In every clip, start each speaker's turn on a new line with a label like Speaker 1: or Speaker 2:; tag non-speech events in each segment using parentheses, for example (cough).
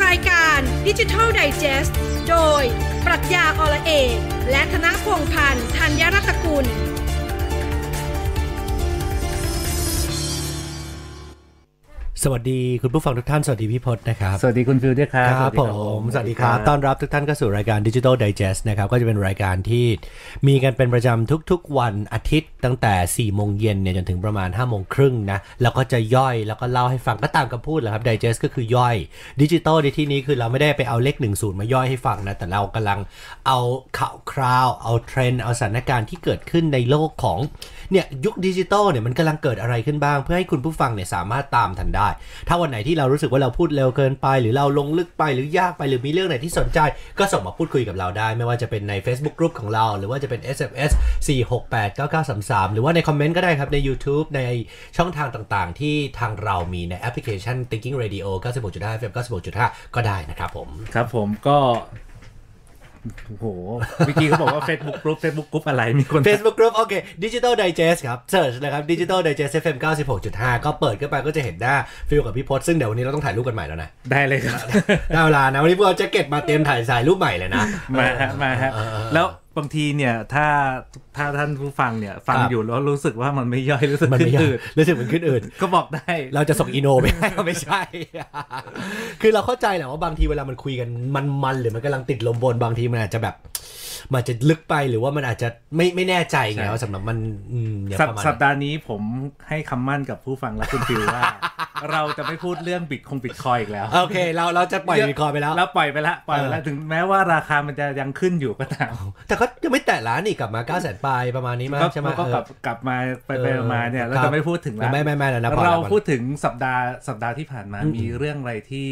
Speaker 1: ดิจิทัลไดจ e s t โดย ปรัชญาอละเอกและธนพงษ์พันธ์ธัญรัตนกุล
Speaker 2: สวัสดีคุณผู้ฟังทุกท่าน สวัสดีพี่พจน์นะครับ
Speaker 3: สวัสดีคุณฟิลด้วยครับ
Speaker 2: ครับผมสวัสดีครับ ต้อนรับทุกท่านเข้าสู่รายการ Digital Digest นะครับก็จะเป็นรายการที่มีกันเป็นประจำทุกๆวันอาทิตย์ตั้งแต่4โมงเย็นเนี่ยจนถึงประมาณ5โมงครึ่งนะแล้วก็จะย่อยแล้วก็เล่าให้ฟังก็ตามคำพูดแหละครับ Digest ก็คือย่อยดิจิตอลในที่นี้คือเราไม่ได้ไปเอาเลข 1 0 มาย่อยให้ฟังนะแต่เรากำลังเอาข่าวคราว เอาเทรนด์เอาสถานการณ์ที่เกิดขึ้นในโลกของเนี่ยยุคดิจิตอลเนี่ยมันกำลังเกิดอะไรขึ้นบ้าง เพื่อให้คุณผู้ฟังเนี่ยสามารถตามทันได้ ถ้าวันไหนที่เรารู้สึกว่าเราพูดเร็วเกินไป หรือเราลงลึกไปหรือยากไปหรือมีเรื่องไหนที่สนใจ ก็ส่งมาพูดคุยกับเราได้ ไม่ว่าจะเป็นใน Facebook Group ของเรา หรือว่าจะเป็น SMS 468 9933 หรือว่าในคอมเมนต์ก็ได้ครับใน YouTube ในช่องทางต่างๆ ที่ทางเรามีในแอปพลิเคชัน Thinking Radio 96.5 FM 96.5 ก็ได้นะครับผม
Speaker 3: ครับผมก็โอ้โหเมื่อกี้เขาบอกว่า Facebook Group Facebook Group อะไรมีคน
Speaker 2: Facebook Group โอเค Digital Digest ครับ Search นะครับ Digital Digest FM 96.5 ก็เปิดขึ้นไปก็จะเห็นหน้าฟิลกับพี่พศซึ่งเดี๋ยววันนี้เราต้องถ่ายรูปกันใหม่แล้วนะ
Speaker 3: ได้เลยครับ
Speaker 2: ได้เวลานะวันนี้พวกเราแจ็คเก็ตมาเตรียมถ่ายสายรูปใหม่เลยนะ
Speaker 3: มาฮะมาฮะแล้วบางทีเนี่ยถ้าถ้าท่านผู้ฟังเนี่ยฟัง
Speaker 2: ครับ
Speaker 3: อยู่แล้วรู้สึกว่ามันไม่ย่อยรู้สึก
Speaker 2: (laughs) มัน
Speaker 3: ขึ้
Speaker 2: ไม่
Speaker 3: น
Speaker 2: ยาก
Speaker 3: อืด
Speaker 2: รู้สึกเหมือนขึ้นอื่น
Speaker 3: ก็บอกได้
Speaker 2: เราจะส่งอีโน (laughs) ไปให้ไม่ใช่ คือเราเข้าใจแหละว่าบางทีเวลามันคุยกันมันมันๆหรือมันกำลังติดลมบนบางทีมันอาจจะแบบ มันจะลึกไปหรือว่ามันอาจจะไม่ไม่แน่ใจไง
Speaker 3: ใช่
Speaker 2: ว่าสำหรับมันอืมเนี่ย
Speaker 3: สัป
Speaker 2: ประมาณ
Speaker 3: สั
Speaker 2: นั้
Speaker 3: ป
Speaker 2: น
Speaker 3: ดาห์นี้ผมให้คำมั่นกับผู้ฟังและคุณฟิว
Speaker 2: (laughs)
Speaker 3: ว่า เราจะไม่พูดเรื่องบิตคงบิตคอยอีกแล้ว
Speaker 2: โอเค เราเราจะปล่อยมีคอไปแล้ว
Speaker 3: แล้วปล่อยไปละปล่อยไปละ
Speaker 2: เออ
Speaker 3: ถึงแม้ว่าราคามันจะยังขึ้นอยู่ก็ตาม
Speaker 2: แต่ก็ยังไม่แตะล้านอีกกลับมา9ก้าแสนปลายประมาณนี้มั้ง
Speaker 3: ก็
Speaker 2: ใช่ไหม
Speaker 3: ก็
Speaker 2: เออ
Speaker 3: กลับกลับมาไปไป
Speaker 2: เออ
Speaker 3: มาเนี่ยเรา
Speaker 2: ครับ
Speaker 3: จะไม่พูดถึงแล้ว
Speaker 2: ไม่ไม่ไม่แล้วนะพอแล้วพ
Speaker 3: เรา
Speaker 2: อแล้ว
Speaker 3: พูดถึงสัปดาห์สัปดาห์ที่ผ่านมา
Speaker 2: อืม
Speaker 3: มีเรื่องอะไรที่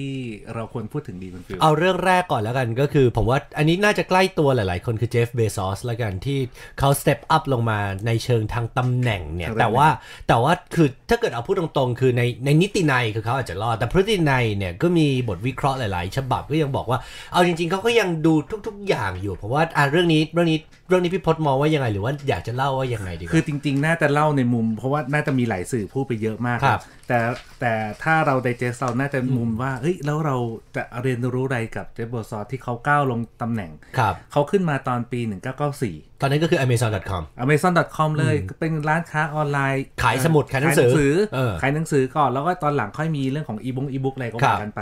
Speaker 3: ที่เราควรพูดถึงดีคุณฟิว
Speaker 2: เอาเรื่องแรกก่อนแล้วกันก็คือผมว่าอันนี้น่าจะใกล้ตัวหลาย ๆ คนคือเจฟเบซอสแล้วกันที่เขาสเต็ปอัพลงมาในเชิงทางตำแหน่งเนี่ย
Speaker 3: ทางตำแหน่ง
Speaker 2: แต่ว่าแต่ว่าคือถ้าเกิดเอาพูดตรง ๆ คือในในนิติในยคือเขาอาจจะรอด แต่พฤตินัยเนี่ยก็มีบทวิเคราะห์หลาย ๆ ฉบับก็ยังบอกว่าเอาจริง ๆเขาก็ยังดูทุก ๆ อย่างอยู่เพราะว่าอ่ะเรื่องนี้เรื่องนี้เรื่องนี้พี่พจน์มองว่ายังไงหรือว่าอยากจะเล่าว่ายังไงดี
Speaker 3: คื
Speaker 2: ว่า
Speaker 3: อจริง ๆ น่าจะเล่าในมุม เพราะว่าน่าจะมีหลายสื่อพูดไปเยอะมาก
Speaker 2: ครับ
Speaker 3: แต่แต่ถ้าเราไดเจสเราน่าจะมุมว่าเฮ้ยแล้วเราจะเรียนรู้อะไรกับเจฟเบอร์ซอสที่เขาก้าวลงตำแหน่ง
Speaker 2: ครับ
Speaker 3: เขาขึ้นมาตอนปี 1994
Speaker 2: ตอนนั้นก็คือ amazon.com
Speaker 3: Amazon.com เลยเป็นร้านค้าออนไลน์
Speaker 2: ขายสมุดขายหนังสือเออ
Speaker 3: ขายหนังสือก่อน แล้วก็ตอนหลังค่อยมีเรื่องของอีบุ๊กอีบุ๊กอะไรก็
Speaker 2: ครั
Speaker 3: ว่า
Speaker 2: บ
Speaker 3: กันไป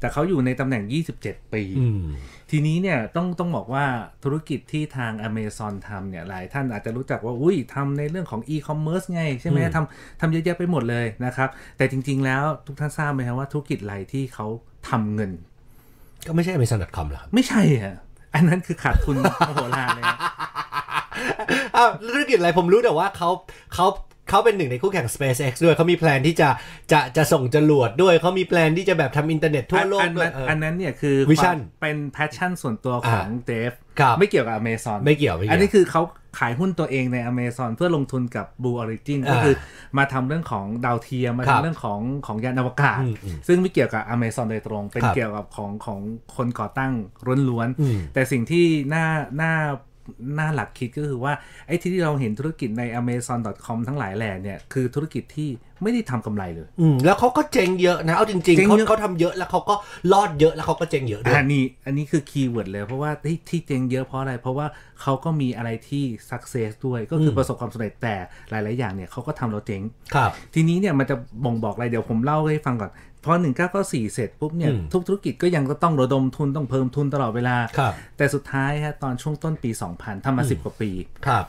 Speaker 3: แต่เขาอยู่ในตำแหน่ง 27 ปี
Speaker 2: อืม
Speaker 3: ทีนี้เนี่ยต้องต้องบอกว่าธุรกิจที่ทาง Amazon ทำเนี่ยหลายท่านอาจจะรู้จักว่า อุ้ยทำในเรื่องของ e-commerce ไง ใช่ไหม
Speaker 2: อืม
Speaker 3: ทำทำเยอะแยะไปหมดเลยนะครับ แต่จริง ๆ แล้วทุกท่านทราบไหมครับว่าธุรกิจอะไรที่เขาทำเงิน
Speaker 2: ก็ไม่ใช่ amazon.com เหรอครับ
Speaker 3: ไม่ใช่อะอันนั้นคือขาดทุนมโหฬารเลยนะ
Speaker 2: อ้าวธุรกิจอะไรผมรู้แต่ว่าเขาเขาเขาเป็นหนึ่งในคู่แข่ง SpaceX ด้วยเขามีแพลนที่จะจะจะส่งจรวดด้วยเขามีแพลนที่จะแบบทำอินเทอร์เน็ตทั่วโลก
Speaker 3: อัน
Speaker 2: ด้ว
Speaker 3: นั้
Speaker 2: ย
Speaker 3: น
Speaker 2: เออ
Speaker 3: อันนั้นเนี่ยคือ
Speaker 2: Vision
Speaker 3: ความเป็นแพชชั่นส่วนตัวของเดฟ
Speaker 2: ครับ
Speaker 3: ไม่เกี่ยวกับ Amazon
Speaker 2: ไม่เกี่ยวไม่
Speaker 3: อัน
Speaker 2: เกี่
Speaker 3: นี้
Speaker 2: ยว
Speaker 3: คือเขาขายหุ้นตัวเองใน Amazon เพื่อลงทุนกับ Blue Origin
Speaker 2: อ่า
Speaker 3: ก็คือมาทำเรื่องของดาวเทียมมา
Speaker 2: ครับ
Speaker 3: ทำเรื่องของของยานอวกาศ
Speaker 2: อืมอืม
Speaker 3: ซึ่งไม่เกี่ยวกับ Amazon โดยตรง เป็น
Speaker 2: ครับ
Speaker 3: เกี่ยวกับของของคนก่อตั้งล้วน
Speaker 2: อืม
Speaker 3: ๆแต่สิ่งที่น่าน่าน่าหลักคิดก็คือว่าไอ้ที่เราเห็นธุรกิจใน Amazon.com ทั้งหลายแหล่เนี่ยคือธุรกิจที่ไม่ได้ทำกำไรเลย
Speaker 2: อืมแล้วเขาก็เจ๊งเยอะนะเอาจริง
Speaker 3: เจ๊
Speaker 2: ๆ
Speaker 3: ง
Speaker 2: เขา
Speaker 3: เยอะ
Speaker 2: เขาทำเยอะแล้วเขาก็รอดเยอะแล้วเขาก็เจ๊งเยอะด้วย
Speaker 3: อันนี้อันนี้คือคีย์เวิร์ดเลยเพราะว่าที่ที่เจงเยอะเพราะอะไร เพราะว่าเขาก็มีอะไรที่สักเซสด้วยก็คืออ
Speaker 2: ม
Speaker 3: ประสบความสำเร็จแต่หลาย ๆ อย่างเนี่ยเขาก็ทำเราเจ๊ง
Speaker 2: ครับ
Speaker 3: ทีนี้เนี่ยมันจะบ่งบอกอะไร เดี๋ยวผมเล่าให้ฟังก่อน พอ 1994 เสร็จปุ๊บเนี่ย
Speaker 2: อืม
Speaker 3: ทุกธุรกิจก็ยังจะต้องระดมทุนต้องเพิ่มทุนตลอดเวลา
Speaker 2: ครับ
Speaker 3: แต่สุดท้ายฮะตอนช่วงต้นปี 2000ทำมา 10 กว่าปี
Speaker 2: ครับ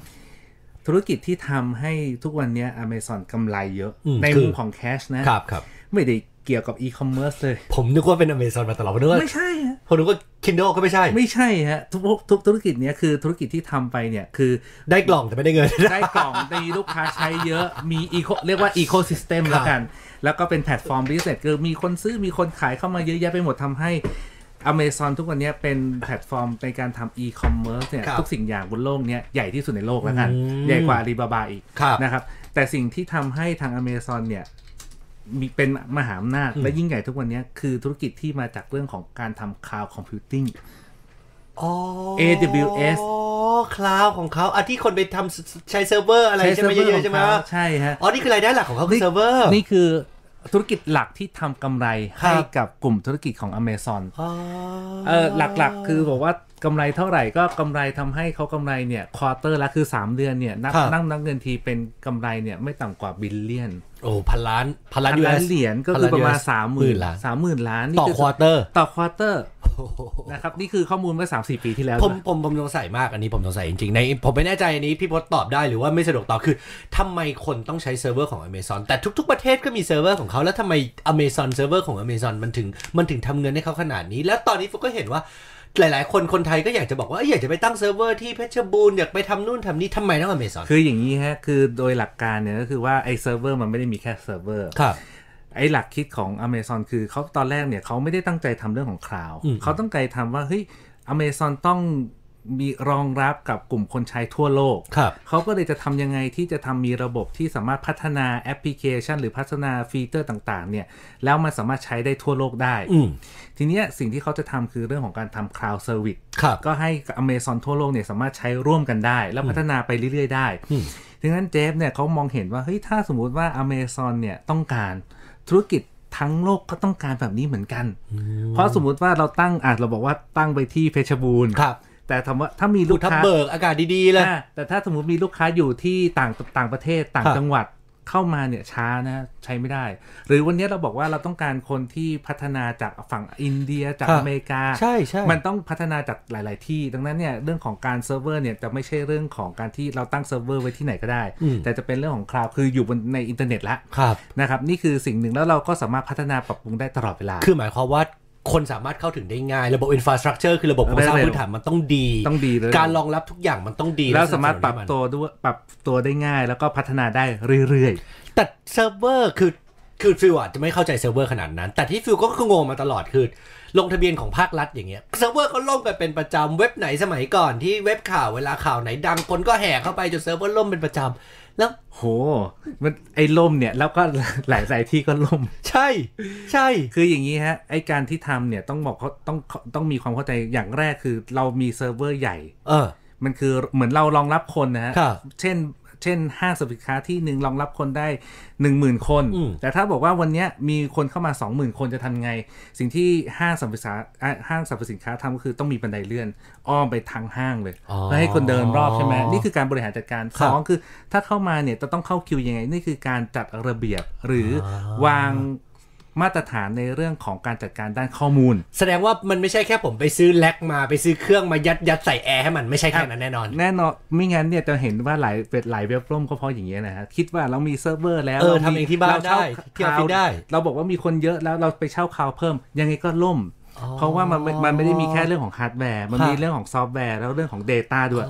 Speaker 3: ธุรกิจที่ทำให้ทุกวันเนี้ย Amazon กำไรเยอะ
Speaker 2: อืม
Speaker 3: ใน
Speaker 2: คือ
Speaker 3: มุมของแคชนะครับ
Speaker 2: ครับ
Speaker 3: ไม่ได้เกี่ยวกับอีคอมเมิร์ซเลย
Speaker 2: ผมนึกว่าเป็น Amazon มาตลอดผมนึกว่า
Speaker 3: ไม่ใช่ฮะ
Speaker 2: ผมนึกว่า Kindle ก็ไม่ใช่
Speaker 3: ไม่ใช่ฮะทุกทุกธุรกิจเนี้ยคือธุรกิจที่ทำไปเนี่ยคือ
Speaker 2: ได้กล่องแต่ไม่ได้เงิน (laughs)
Speaker 3: ได้กล่อง มีลูกค้าใช้เยอะมีอีโคเรียกว่าอีโคซิสเต็ม
Speaker 2: ครับ
Speaker 3: แล้วกัน แล้วก็เป็นแพลตฟอร์มบิสเนสคือมีคนซื้อมีคนขายเข้ามาเยอะแยะไปหมดทำให้ Amazon ทุกวันเนี้ยเป็นแพลตฟอร์มในการทำอีคอมเมิร์ซเนี่ย
Speaker 2: ครับ
Speaker 3: ทุกสิ่งอย่างบนโลกเนี้ยใหญ่ที่สุดในโลกแล้วกัน
Speaker 2: อืม
Speaker 3: ใหญ่กว่า Alibaba อีก
Speaker 2: ครับ
Speaker 3: นะครับแต่สิ่งที่ทำให้ทาง Amazon เนี่ยมีเป็นมหาอำนาจและยิ่งใหญ่ทุกวันเนี้ยคือธุรกิจที่มาจากเรื่องของการทำ cloud computing
Speaker 2: อ๋อ
Speaker 3: AWS
Speaker 2: อ๋อคลาวของเขาอ่ะที่คนไปทำใช้เซิร์ฟเวอร์อะไรใช่ไหมเยอะๆใช่ไหม
Speaker 3: ใช่ฮะ
Speaker 2: อ๋อ นี่คือรายได้หลักของเขาคือเซิร์ฟเวอร์
Speaker 3: นี่คือ ธุรกิจหลักที่ทำกำไรให้
Speaker 2: ครับ
Speaker 3: กับกลุ่มธุรกิจของ Amazon
Speaker 2: อ๋อ
Speaker 3: เออหลักๆ คือบอกว่ากำไรเท่าไหร่ก็กำไรทำให้เขากำไรเนี่ยควอเตอร์ละคือ 3 เดือนเนี่ยนับนับนับเงินทีเป็นกำไรเนี่ยไม่ต่ำกว่าบิลเลียน
Speaker 2: โอ้พันล้านพันล้าน
Speaker 3: พันล้าน
Speaker 2: US
Speaker 3: เหรียญก็คือประมาณ
Speaker 2: พันล้น US
Speaker 3: 3 0 0 0 0
Speaker 2: ล้าน
Speaker 3: สามหมื่นล้านนี่
Speaker 2: ต่อ
Speaker 3: คือ
Speaker 2: ควอเต
Speaker 3: (laughs)
Speaker 2: อร์
Speaker 3: ต่อควอเตอร์นะครับนี่คือข้อมูลเมื่อ3 4 ปีที่แล้ว
Speaker 2: ผม
Speaker 3: นะ
Speaker 2: ผมผมสงสัยมากอันนี้ผมสงสัยจริงๆในผมไม่แน่ใจอันนี้พี่พศตอบได้หรือว่าไม่สะดวกตอบคือทำไมคนต้องใช้เซิร์ฟเวอร์ของ Amazon แต่ทุกๆประเทศก็มีเซิร์ฟเวอร์ของเขาแล้วทำไม Amazon เซิร์ฟเวอร์ของ Amazon มันถึงมันถึงทำเงินให้เขาขนาดนี้ แล้วตอนนี้ฟุกก็เห็นว่าหลายๆ คนคนไทยก็อยากจะบอกว่าเอ้ยอยากจะไปตั้งเซิร์ฟเวอร์ที่เพชรบูรณ์อยากไปทำนู่นทำนี่ทำไมต้อง Amazon
Speaker 3: คืออย่างนี้ฮะคือโดยหลักการเนี่ยก็คือว่าไอ้เซิร์ฟเวอร์มันไม่ได้มีแค่เซิร์ฟเวอร์
Speaker 2: ครับ
Speaker 3: ไอ้หลักคิดของ Amazon คือเขาตอนแรกเนี่ยเขาไม่ได้ตั้งใจทำเรื่องของคลาวด์
Speaker 2: อืม
Speaker 3: เขาตั้งใจทำว่าเฮ้ย Amazon ต้องมีรองรับกับกลุ่มคนใช้ทั่วโลก
Speaker 2: ครับ
Speaker 3: เขาก็เลยจะทำยังไงที่จะทำมีระบบที่สามารถพัฒนาแอปพลิเคชัน หรือพัฒนาฟีเจอร์ต่างๆเนี่ยแล้วมันสามารถใช้ได้ทั่วโลกได้
Speaker 2: อืม
Speaker 3: ทีเนี้ยสิ่งที่เขาจะทำคือเรื่องของการทำ cloud service
Speaker 2: ครับ
Speaker 3: ก็ให้ Amazon ทั่วโลกเนี่ยสามารถใช้ร่วมกันได้ แล้วพัฒนาไปเรื่อย ๆ ได้
Speaker 2: อืม
Speaker 3: ดังนั้นเจฟเนี่ยเขามองเห็นว่าเฮ้ยถ้าสมมุติว่า Amazon เนี่ยต้องการธุรกิจทั้งโลกก็ต้องการแบบนี้เหมือนกัน เพราะสมมุติว่าเราตั้งอาจเราบอกว่าตั้งไปที่เพชรบูรณ์
Speaker 2: ครับ
Speaker 3: แต่ถามว่าถ้ามี
Speaker 2: ลู
Speaker 3: ลู
Speaker 2: ก
Speaker 3: ก
Speaker 2: ทับ
Speaker 3: ค้า
Speaker 2: เบิกอากาศดีๆเลย
Speaker 3: อ่าแต่ถ้าสมมติมีลูกค้าอยู่ที่ต่างต่างประเทศต่าง
Speaker 2: ครับ
Speaker 3: จังหวัดเข้ามาเนี่ยช้านะใช้ไม่ได้ หรือวันเนี้ยเราบอกว่าเราต้องการคนที่พัฒนาจากฝั่งอินเดียจาก
Speaker 2: ครับ
Speaker 3: อเมริกา
Speaker 2: ใช่ใช่
Speaker 3: มันต้องพัฒนาจากหลาย ๆ ที่ ดังนั้นเนี่ยเรื่องของการเซิร์ฟเวอร์เนี่ยจะไม่ใช่เรื่องของการที่เราตั้งเซิร์ฟเวอร์ไว้ที่ไหนก็ได้
Speaker 2: อืม
Speaker 3: แต่จะเป็นเรื่องของคลาวคืออยู่บนในอินเทอร์เน็ตละ
Speaker 2: ครับ
Speaker 3: นะครับนี่คือสิ่งหนึ่งแล้วเราก็สามารถพัฒนาปรับปรุงได้ตลอดเวลา
Speaker 2: คือหมายความว่าคนสามารถเข้าถึงได้ง่าย ระบบอินฟ a าสตรักเจอร์คือระบบโครงสร้าง
Speaker 3: เร็วๆ
Speaker 2: พื้นฐานมันต้องดี
Speaker 3: ต้องดีเลย
Speaker 2: การรองรับทุกอย่างมันต้องดี
Speaker 3: แล้วสามารถปรับ
Speaker 2: และสนัสนุนให้
Speaker 3: ตัวด้วยปรับตัวได้ง่าย แล้วก็พัฒนาได้เรื่อย
Speaker 2: มันแต่เซิร์ฟเวอร์คือคือฟิวอาจจะไม่เข้าใจเซิร์ฟเวอร์ขนาดนั้น แต่ที่ฟิวก็คืองงมาตลอดคือ ลงทะเบียนของภาครัฐอย่างเงี้ยเซิร์ฟเวอร์ก็ล่มกันเป็นประจำเว็บไหนสมัยก่อนที่เว็บข่าวเวลาข่าวไหนดังคนก็แห่เข้าไปจนเซิร์ฟเวอร์ล่มเป็นประจำแล้ว
Speaker 3: ๆ โห มันไอ้ล่มเนี่ยแล้วก็ (laughs) หลาย ๆ ที่ก็ล่ม
Speaker 2: ใช่ใช่
Speaker 3: คืออย่างนี้ฮะไอ้การที่ทำเนี่ยต้องบอกเขาต้องต้องมีความเข้าใจอย่างแรกคือเรามีเซิร์ฟเวอร์ใหญ่
Speaker 2: เออ
Speaker 3: มันคือเหมือนเรารองรับคนนะฮะ
Speaker 2: ครับ
Speaker 3: เช่น เช่นห้างสรรพสินค้าที่หนึ่งรองรับคนได้ 1 0,000 คน
Speaker 2: อืม
Speaker 3: แต่ถ้าบอกว่าวันเนี้ยมีคนเข้ามา 20,000 คนจะทำไง สิ่งที่ห้างสรรพสินค้าอ่ะห้างสรรพสินค้าทำก็คือต้องมีบันไดเลื่อน อ้อมไปทางห้างเลย
Speaker 2: อ๋อ
Speaker 3: เพื่อให้คนเดินรอบใช่ไหมนี่คือการบริหารจัดการ
Speaker 2: ครั
Speaker 3: ส
Speaker 2: บ
Speaker 3: องคือ ถ้าเข้ามาเนี่ยจะต้องเข้าคิวยังไงนี่คือการจัดระเบียบหรืออ
Speaker 2: อ
Speaker 3: วางมาตรฐานในเรื่องของการจัดการด้านข้อมูล
Speaker 2: แสดงว่ามันไม่ใช่แค่ผมไปซื้อแล็กมาไปซื้อเครื่องมายัดยัดใส่แอร์ให้มันไม่ใช่แค่นั้นแน่นอน
Speaker 3: แน่นอนไม่งั้นเนี่ยจะเห็นว่าหลายเป็นหลายเว็บล่มก็เพราะอย่างเงี้ยนะฮะคิดว่าเรามีเซิร์ฟเวอร์แล้ว
Speaker 2: เออ
Speaker 3: รมี
Speaker 2: ทำเองที่บ้าน
Speaker 3: รเช่
Speaker 2: ได้ที่ออฟฟิศได้
Speaker 3: เราบอกว่ามีคนเยอะแล้วเราไปเช่าคลาวด์เพิ่ม ยังไงก็ล่ม
Speaker 2: อ๋อ
Speaker 3: เพราะว่ามันไม่มันไม่ได้มีแค่เรื่องของฮาร์ดแวร์ มัน
Speaker 2: ครับ
Speaker 3: มีเรื่องของซอฟต์แวร์แล้วเรื่องของ Data ด้วย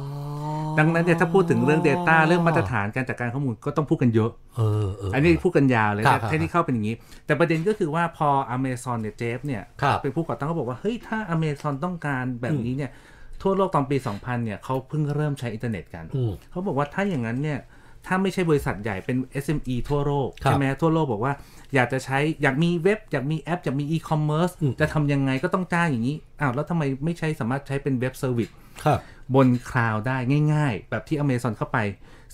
Speaker 3: ดังนั้นเนี่ยถ้าพูดถึงเรื่อง Data เรื่องมาตรฐานการจัดการข้อมูลก็ต้องพูดกันเยอะ
Speaker 2: เออเอออั
Speaker 3: อันนี้พูดกันยาวเลย
Speaker 2: ครับ
Speaker 3: แต่เทคนิคเข้าเป็นอย่างนี้ แต่ประเด็นก็คือว่าพอ Amazon เนี่ยเจฟเนี่ย
Speaker 2: ครับ
Speaker 3: เป็นผู้ก่อตั้งเขาบอกว่าเฮ้ยถ้า Amazon ต้องการแบบนี้เนี่ยทั่วโลกตอนปี 2000 เนี่ยเขาเพิ่งเริ่มใช้อินเทอร์เน็ตกัน
Speaker 2: อืม
Speaker 3: เขาบอกว่าถ้าอย่างนั้นเนี่ย ถ้าไม่ใช่บริษัทใหญ่เป็น SME ทั่วโลก
Speaker 2: ครับ
Speaker 3: ใช่ไหมทั่วโลกบอกว่าอยากจะใช้อยากมีเว็บ อยากมีแอป อยากมีอีคอมเมิร์ซ
Speaker 2: อืม
Speaker 3: จะทำยังไงก็ต้องจ้างอย่างนี้อ้าวแล้วทำไมไม่ใช้สามารถใช้เป็นเว็บเซอร์วิส
Speaker 2: ครับ
Speaker 3: บนคลาวด์ได้ง่าย ๆ แบบที่ Amazon เข้าไป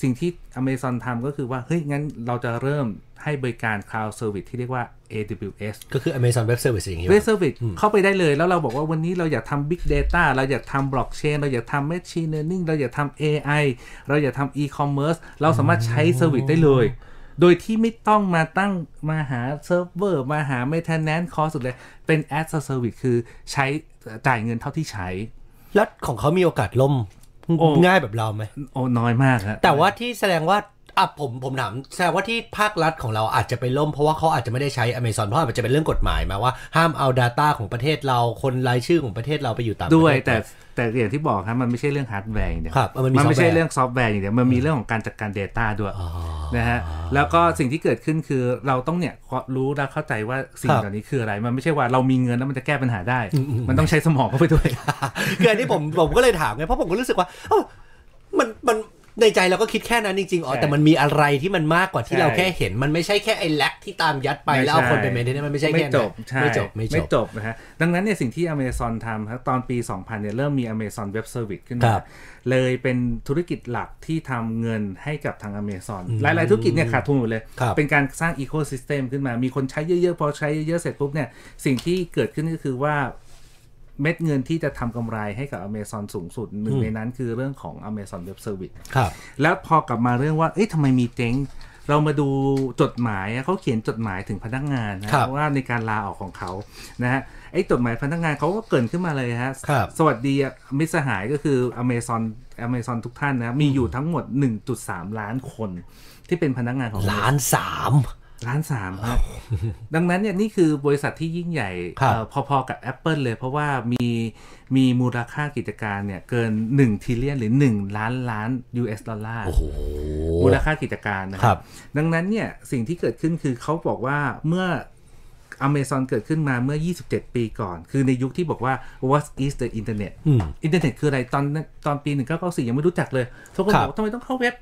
Speaker 3: สิ่งที่ Amazon ทำก็คือว่า เฮ้ย งั้นเราจะเริ่มให้บริการ Cloud Service ที่เรียกว่า AWS
Speaker 2: ก็คือ Amazon Web Service อย่างนี้
Speaker 3: เว
Speaker 2: ปะ
Speaker 3: สเซอร์วิสเข้าไปได้เลยแล้วเราบอกว่าวันนี้เราอยากทำ Big Data เราอยากทำบล็อกเชนเราอยากทำ Machine Learning เราอยากทำ AI เราอยากทำ E-commerce เราสามารถใช้เซอร์วิสได้เลย โดยที่ไม่ต้องมาตั้งมาหาเซิร์ฟเวอร์มาหา maintenance cost สุดเลย เป็น as a service คือใช้จ่ายเงินเท่าที่ใช้
Speaker 2: แล้วของเขามีโอกาสล่ม
Speaker 3: โอ้
Speaker 2: ง่ายแบบเราไหม
Speaker 3: โอ้น้อยมากฮะ
Speaker 2: แต่ว่าที่แสดงว่าอ่ะผมผมถามแสดงว่าที่ภาครัฐของเราอาจจะไปล่มเพราะว่าเขาอาจจะไม่ได้ใช้ Amazon เพราะอาจจะเป็นเรื่องกฎหมายมาว่าห้ามเอา Data ของประเทศเราคนรายชื่อของประเทศเราไปอยู่ต่างประเทศ
Speaker 3: ด้วยแต่แต่อย่างที่บอกครับมันไม่ใช่เรื่องฮาร์ดแวร์อย่างเดียว
Speaker 2: ครับมันมี
Speaker 3: ไม่
Speaker 2: ซอฟต์
Speaker 3: ใช่
Speaker 2: แวร์
Speaker 3: เรื่องซอฟต์แวร์อย่างเดียวมันมีเรื่องของการจัดการ Data ด้วยนะฮะแล้วก็สิ่งที่เกิดขึ้นคือเราต้องเนี่ยรู้และเข้าใจว่าสิ่ง
Speaker 2: ครับ
Speaker 3: เหล่านี้คืออะไร มันไม่ใช่ว่าเรามีเงินแล้วมันจะแก้ปัญหาได้ มันต้องใช้สมองเข้าไปด้วย
Speaker 2: (laughs) คืออันนี้ผมผมก็เลยถามไงเพราะผมก็รู้สึกว่าเอ้ามันมัน ในใจเราก็คิดแค่นั้นจริงๆ อ๋อ
Speaker 3: ใช่
Speaker 2: แต่มันมีอะไรที่มันมากกว่าที่
Speaker 3: ใช่
Speaker 2: เราแค่เห็น มันไม่ใช่แค่ไอ้แล็กที่ตามยัดไปแล้วเอาคนไปเมนเทนนมันไม่ใช่แค่
Speaker 3: ไม่จ
Speaker 2: นั้น
Speaker 3: บใช่
Speaker 2: ไม่จบ ไม่จบ
Speaker 3: จบนะฮะดังนั้นเนี่ยสิ่งที่ Amazon ทำครับตอนปี 2000เนี่ยเริ่มมี Amazon Web Service ขึ้น
Speaker 2: ค
Speaker 3: มา
Speaker 2: รับ
Speaker 3: เลยเป็นธุรกิจหลักที่ทำเงินให้กับทาง Amazon หลาย ๆ ธุรกิจเนี่ยขาดทุนหมดเลย
Speaker 2: ครับ
Speaker 3: เป็นการสร้าง Ecosystem ขึ้นมา มีคนใช้เยอะ ๆ พอใช้เยอะ ๆ เสร็จปุ๊บเนี่ยสิ่งที่เกิดขึ้นก็คือว่าเม็ดเงินที่จะทำกำไรให้กับ Amazon สูงสุดหนึ่ง
Speaker 2: อืม
Speaker 3: ในนั้นคือเรื่องของ Amazon Web Service
Speaker 2: ครับ
Speaker 3: แล้วพอกลับมาเรื่องว่า เอ๊ะทำไมมีเจ๊ง เรามาดูจดหมายอะเขาเขียนจดหมายถึงพนักงานนะครับ ว่าในการลาออกของเขานะฮะ ไอ้จดหมายพนักงานเขาก็เกรินขึ้นมาเลยฮะ
Speaker 2: ครับ
Speaker 3: สวัสดีอะมิตรสหายก็คือ Amazon Amazon ทุกท่านนะ มีอยู่ทั้งหมด 1.3 ล้านคน ที่เป็นพนักงานของ
Speaker 2: ล้านสาม
Speaker 3: ล้านสามครับ ดังนั้นเนี่ยนี่คือบริษัทที่ยิ่งใหญ่
Speaker 2: ครับ
Speaker 3: เอ่อพอๆกับ Apple เลย เพราะว่ามีมีมูลค่ากิจการเนี่ยเกิน1ทีเลียนหรือ 1 ล้านล้าน US ดอลลาร์มูลค่ากิจการนะค
Speaker 2: ครั
Speaker 3: รับ
Speaker 2: บ
Speaker 3: ดังนั้นเนี่ยสิ่งที่เกิดขึ้นคือเขาบอกว่าเมื่อ Amazon เกิดขึ้นมาเมื่อ 27 ปีก่อน คือในยุคที่บอกว่า what is the internet
Speaker 2: อืม
Speaker 3: อินเทอร์เน็ตคืออะไรตอนนั้นตอนปี 1994 ยังไม่รู้จักเลยทุกคน
Speaker 2: ครับ บ
Speaker 3: อกว่าทำไมต้องเข้าเว็บ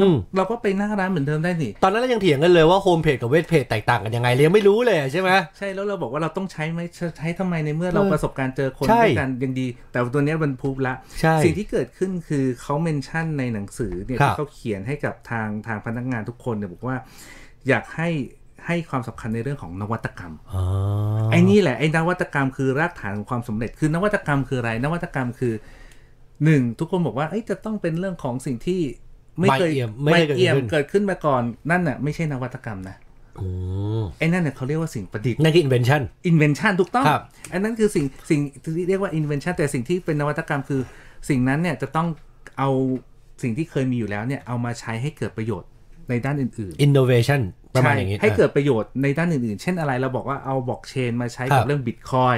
Speaker 2: อืม
Speaker 3: เราก็ไปหน้าร้านเหมือนเดิมได้นี่
Speaker 2: ตอนนั้นเรายังเถียงกันเลยว่าโฮมเพจกับเว็บเพจแตกต่างกันยังไงเรายังไม่รู้เลยอะใช่ไหม
Speaker 3: ใช่ แล้วเราบอกว่าเราต้องใช้ไหมใช้ใช้ทำไมในเมื่อเรา
Speaker 2: เออ
Speaker 3: ประสบการณ์เจอคน
Speaker 2: ใช่
Speaker 3: ด้วยกันยังดี แต่ตัวเนี้ยมันพูบละ
Speaker 2: ใช่
Speaker 3: สิ่งที่เกิดขึ้นคือเขาเมนชั่นในหนังสือเนี่ย
Speaker 2: ครับ
Speaker 3: ที่เขาเขียนให้กับทางทางพนักงานทุกคนเนี่ยบอกว่า อยากให้ให้ความสำคัญในเรื่องของนวัตกรรม
Speaker 2: อ๋อ
Speaker 3: ไอ้นี่แหละไอ้นวัตกรรมคือรากฐานของความสำเร็จ คือนวัตกรรมคืออะไร นวัตกรรมคือหนึ่งทุกคนบอกว่าเอ้ยจะต้องเป็นเรื่องของสิ่งที่ไม่เคย
Speaker 2: ไม่เอี่ยมไม่เคยเกิดขึ้น
Speaker 3: เอี่ยมเกิดขึ้นมาก่อนนั่นน่ะไม่ใช่นวัตกรรมนะ
Speaker 2: อืม
Speaker 3: ไอ้นั่นน่ะเขาเรียกว่าสิ่งประดิษฐ์
Speaker 2: นั่นคือ invention
Speaker 3: invention ถูกต้อง
Speaker 2: ครับ
Speaker 3: อันนั้นคือสิ่งสิ่งที่เรียกว่า invention แต่สิ่งที่เป็นนวัตกรรมคือสิ่งนั้นเนี่ยจะต้องเอาสิ่งที่เคยมีอยู่แล้วเนี่ยเอามาใช้ให้เกิดประโยชน์ในด้านอื่น
Speaker 2: innovation
Speaker 3: ๆ
Speaker 2: ประมาณ
Speaker 3: ใช่
Speaker 2: อย่างนี้
Speaker 3: ให้เกิดประโยชน์ในด้านอื่นๆ เช่นอะไรเราบอกว่าเอาบล็อกเชนมาใช้กับเรื่องบิตคอย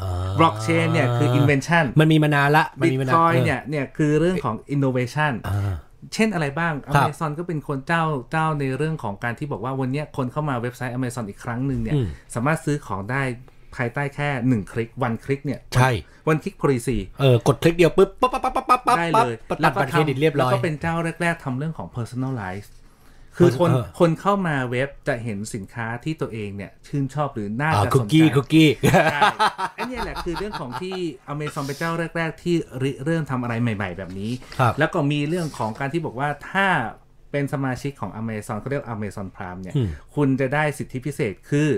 Speaker 2: อ่า
Speaker 3: บล็อกเชนเนี่ยคือ invention
Speaker 2: มันมีมานานละมั
Speaker 3: บิ
Speaker 2: มี
Speaker 3: ต
Speaker 2: มาา
Speaker 3: คอยเนี่ยเนี่ยคือเรื่องของ innovation
Speaker 2: อ่า
Speaker 3: เช่นอะไรบ้าง
Speaker 2: ครับ
Speaker 3: Amazon ก็เป็นคนเจ้าเจ้าในเรื่องของการที่บอกว่าวันเนี้ยคนเข้ามาเว็บไซต์ Amazon อีกครั้งหนึ่งเนี่ย
Speaker 2: อืม
Speaker 3: สามารถซื้อของได้ภายใต้แค่ 1 คลิกวันคลิกเนี่ย
Speaker 2: ใช่
Speaker 3: วันคลิก policy
Speaker 2: เออกดคลิกเดียวปุ๊บปั๊บปั๊บปั๊บปั๊บปั๊บ
Speaker 3: ได้
Speaker 2: ปั๊บ
Speaker 3: เลย
Speaker 2: ตัดบัตรเครดิตเรียบร้อย
Speaker 3: แล้วก็เป็นเจ้าแรก ๆทำเรื่องของ personalize คือคน
Speaker 2: เออ
Speaker 3: คนเข้ามาเว็บจะเห็นสินค้าที่ตัวเองเนี่ยชื่นชอบหรือน่า
Speaker 2: อ่า
Speaker 3: จะ
Speaker 2: คุ
Speaker 3: ส
Speaker 2: ก
Speaker 3: นใจ
Speaker 2: กี้คุกกี้ (laughs)
Speaker 3: ใช่อันเนี้ยแหละคือเรื่องของที่ Amazon เป็นเจ้าแรก ๆ ที่ริเริ่มทำอะไรใหม่ ๆ แบบนี้
Speaker 2: ครับ
Speaker 3: แล้วก็มีเรื่องของการที่บอกว่าถ้าเป็นสมาชิกของ Amazon เขาเรียก Amazon Prime เนี่ย
Speaker 2: อืม
Speaker 3: คุณจะได้สิทธิพิเศษคือ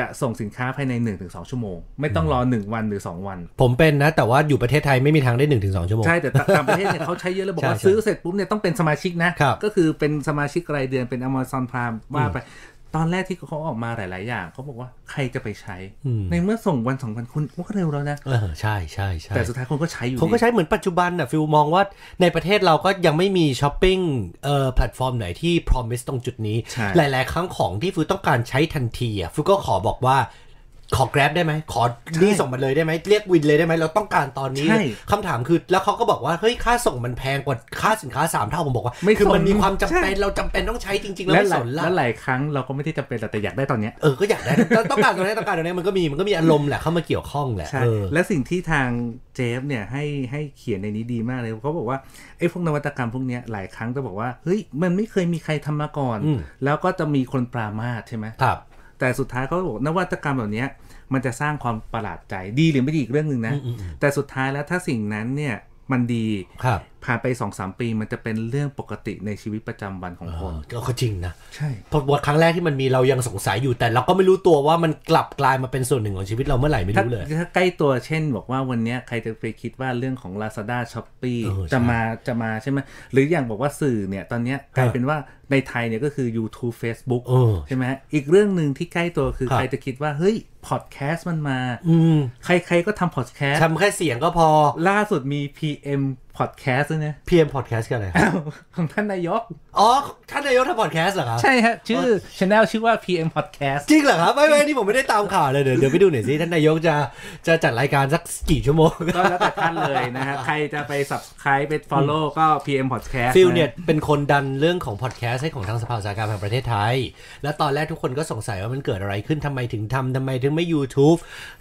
Speaker 3: จะส่งสินค้าภายใน 1-2 ชั่วโมง ไม่ต้องรอ 1 วันหรือ 2 วัน
Speaker 2: ผมเป็นนะ แต่ว่าอยู่ประเทศไทยไม่มีทางได้1นถึงสชั่วโมง
Speaker 3: ใช่ แต่ (laughs) ต่างประเทศเนี่ยเขาใช้เยอะเลยบอกว่า
Speaker 2: ใช่ใช่
Speaker 3: ซื้อเสร็จปุ๊บเนี่ยต้องเป็นสมาชิกนะ
Speaker 2: ครับ
Speaker 3: ก็คือเป็นสมาชิกรายเดือนเป็น Amazon Prime ว่าไป ตอนแรกที่เขาออกมาหลาย ๆ อย่างเขาบอกว่าใครจะไปใช้
Speaker 2: อืม
Speaker 3: ในเมื่อส่งวันสองวันคุณก็เร็วแล้วนะ
Speaker 2: เออใช่ใช่ใช่
Speaker 3: แต่สุดท้ายคนก็ใช้อยู่
Speaker 2: ผมก็
Speaker 3: ดี
Speaker 2: ใช้เหมือนปัจจุบันน่ะฟิลมองว่าในประเทศเราก็ยังไม่มีช้อปปิ้งเอ่อแพลตฟอร์มไหนที่ promise ตรงจุดนี้
Speaker 3: ใช่
Speaker 2: หลาย ๆ ครั้งของที่ฟิลต้องการใช้ทันทีอ่ะฟิลก็ขอบอกว่าขอ grab ได้ไหม ขอนี่ส่งมาเลยได้ไหม เรียกวินเลยได้ไหม เราต้องการตอนนี้
Speaker 3: ใช่
Speaker 2: คำถามคือ แล้วเขาก็บอกว่าเฮ้ยค่าส่งมันแพงกว่าค่าสินค้า 3 เท่าผมบอกว่า
Speaker 3: ไม่
Speaker 2: คือมัน
Speaker 3: สน
Speaker 2: มีความจำ
Speaker 3: ใช่
Speaker 2: เป็นเราจำเป็นต้องใช้จริง ๆ แล้ว
Speaker 3: และ
Speaker 2: ไม่
Speaker 3: ห
Speaker 2: ส
Speaker 3: ลาย
Speaker 2: นละ
Speaker 3: และหลายครั้งเราก็ไม่ได้จำเป็นหรอกแต่อยากได้ตอนเนี้ย
Speaker 2: เออก็อยากได้ต้องการตรงนี้ต้องการตรงนี้มันก็มีมันก็มีอารมณ์แหละเข้ามาเกี่ยวข้องแหละ
Speaker 3: ใช่
Speaker 2: เออ
Speaker 3: และสิ่งที่ทางเจฟเนี่ยให้ให้เขียนในนี้ดีมากเลยเขาบอกว่าไอ้พวกนวัตกรรมพวกเนี้ยหลายครั้งจะบอกว่าเฮ้ยมันไม่เคยมีใครทำมาก่อน
Speaker 2: อืม
Speaker 3: แล้วก็จะมีคนปรามาสใช่ไหม
Speaker 2: ครับ
Speaker 3: แต่สุดท้ายเขาบอกนวัตกรรมเหล่าเนี้ยมันจะสร้างความประหลาดใจดีหรือไม่ดีอีกเรื่องหนึ่งนะ
Speaker 2: อืมอืมอืม
Speaker 3: แต่สุดท้ายแล้วถ้าสิ่งนั้นเนี่ยมันดี
Speaker 2: ครับ
Speaker 3: ผ่านไป2อสปีมันจะเป็นเรื่องปกติในชีวิตประจำวันของ
Speaker 2: เอ
Speaker 3: ค
Speaker 2: อน ก็จริงนะ
Speaker 3: ใช่
Speaker 2: พอครั้งแรกที่มันมีเรายังสงสัยอยู่แต่เราก็ไม่รู้ตัวว่ามันกลับกลายมาเป็นส่วนหนึ่งของชีวิตเราเมื่อไหร่ไม่
Speaker 3: ถ้า
Speaker 2: รู้เลย
Speaker 3: ถ้าใกล้ตัวเช่น บอกว่าวันเนี้ยใครจะไปคิดว่าเรื่องของ Lazada s h o p e e
Speaker 2: เออใช่
Speaker 3: จะมาจะมาใช่ไหมหรืออย่างบอกว่าสื่อเนี่ยตอนเนี้ยกลายเป็นว่าในไทยเนี่ยก็คือ YouTube Facebook
Speaker 2: เออ
Speaker 3: ใช่ไหมอีกเรื่องหนึ่งที่ใกล้ตัวคือ
Speaker 2: ครับ
Speaker 3: ใครจะคิดว่า เฮ้ยพอดแคสต์มันมา
Speaker 2: อืม
Speaker 3: ใครๆก็ทำพอดแคสต์
Speaker 2: ทำแค่เสียงก็พอ
Speaker 3: ล่าสุดมี PM Podcast ด้วยนะ
Speaker 2: เพียมพอดแคสต์กันเลย
Speaker 3: อ้าวของท่านนายก
Speaker 2: อ๋อท่านนายกทำพอดแคสต์เหรอครับ
Speaker 3: ใช่ฮะ ชื่อ Channel ชื่อว่า PM Podcast
Speaker 2: จริงเหรอครับไม่ไม่นี่ผมไม่ได้ตามข่าวเลยเดี๋ยวเดี๋ยวไปดูหน่อยสิท่านนายกจะจะจัดรายการสักกี่ชั่วโมง
Speaker 3: ก็แล้วแต่ท่านเลยนะฮะใครจะไป subscribe ไป follow ก็ PM Podcast
Speaker 2: ฟิลเนี่
Speaker 3: ะ
Speaker 2: ยเป็นคนดันเรื่องของพอดแคสต์ให้ของทางสภาอุตสาหกรรมแห่งประเทศไทย แล้วตอนแรกทุกคนก็สงสัยว่ามันเกิดอะไรขึ้นทำไมถึงทำทำไมถึงไม่ YouTube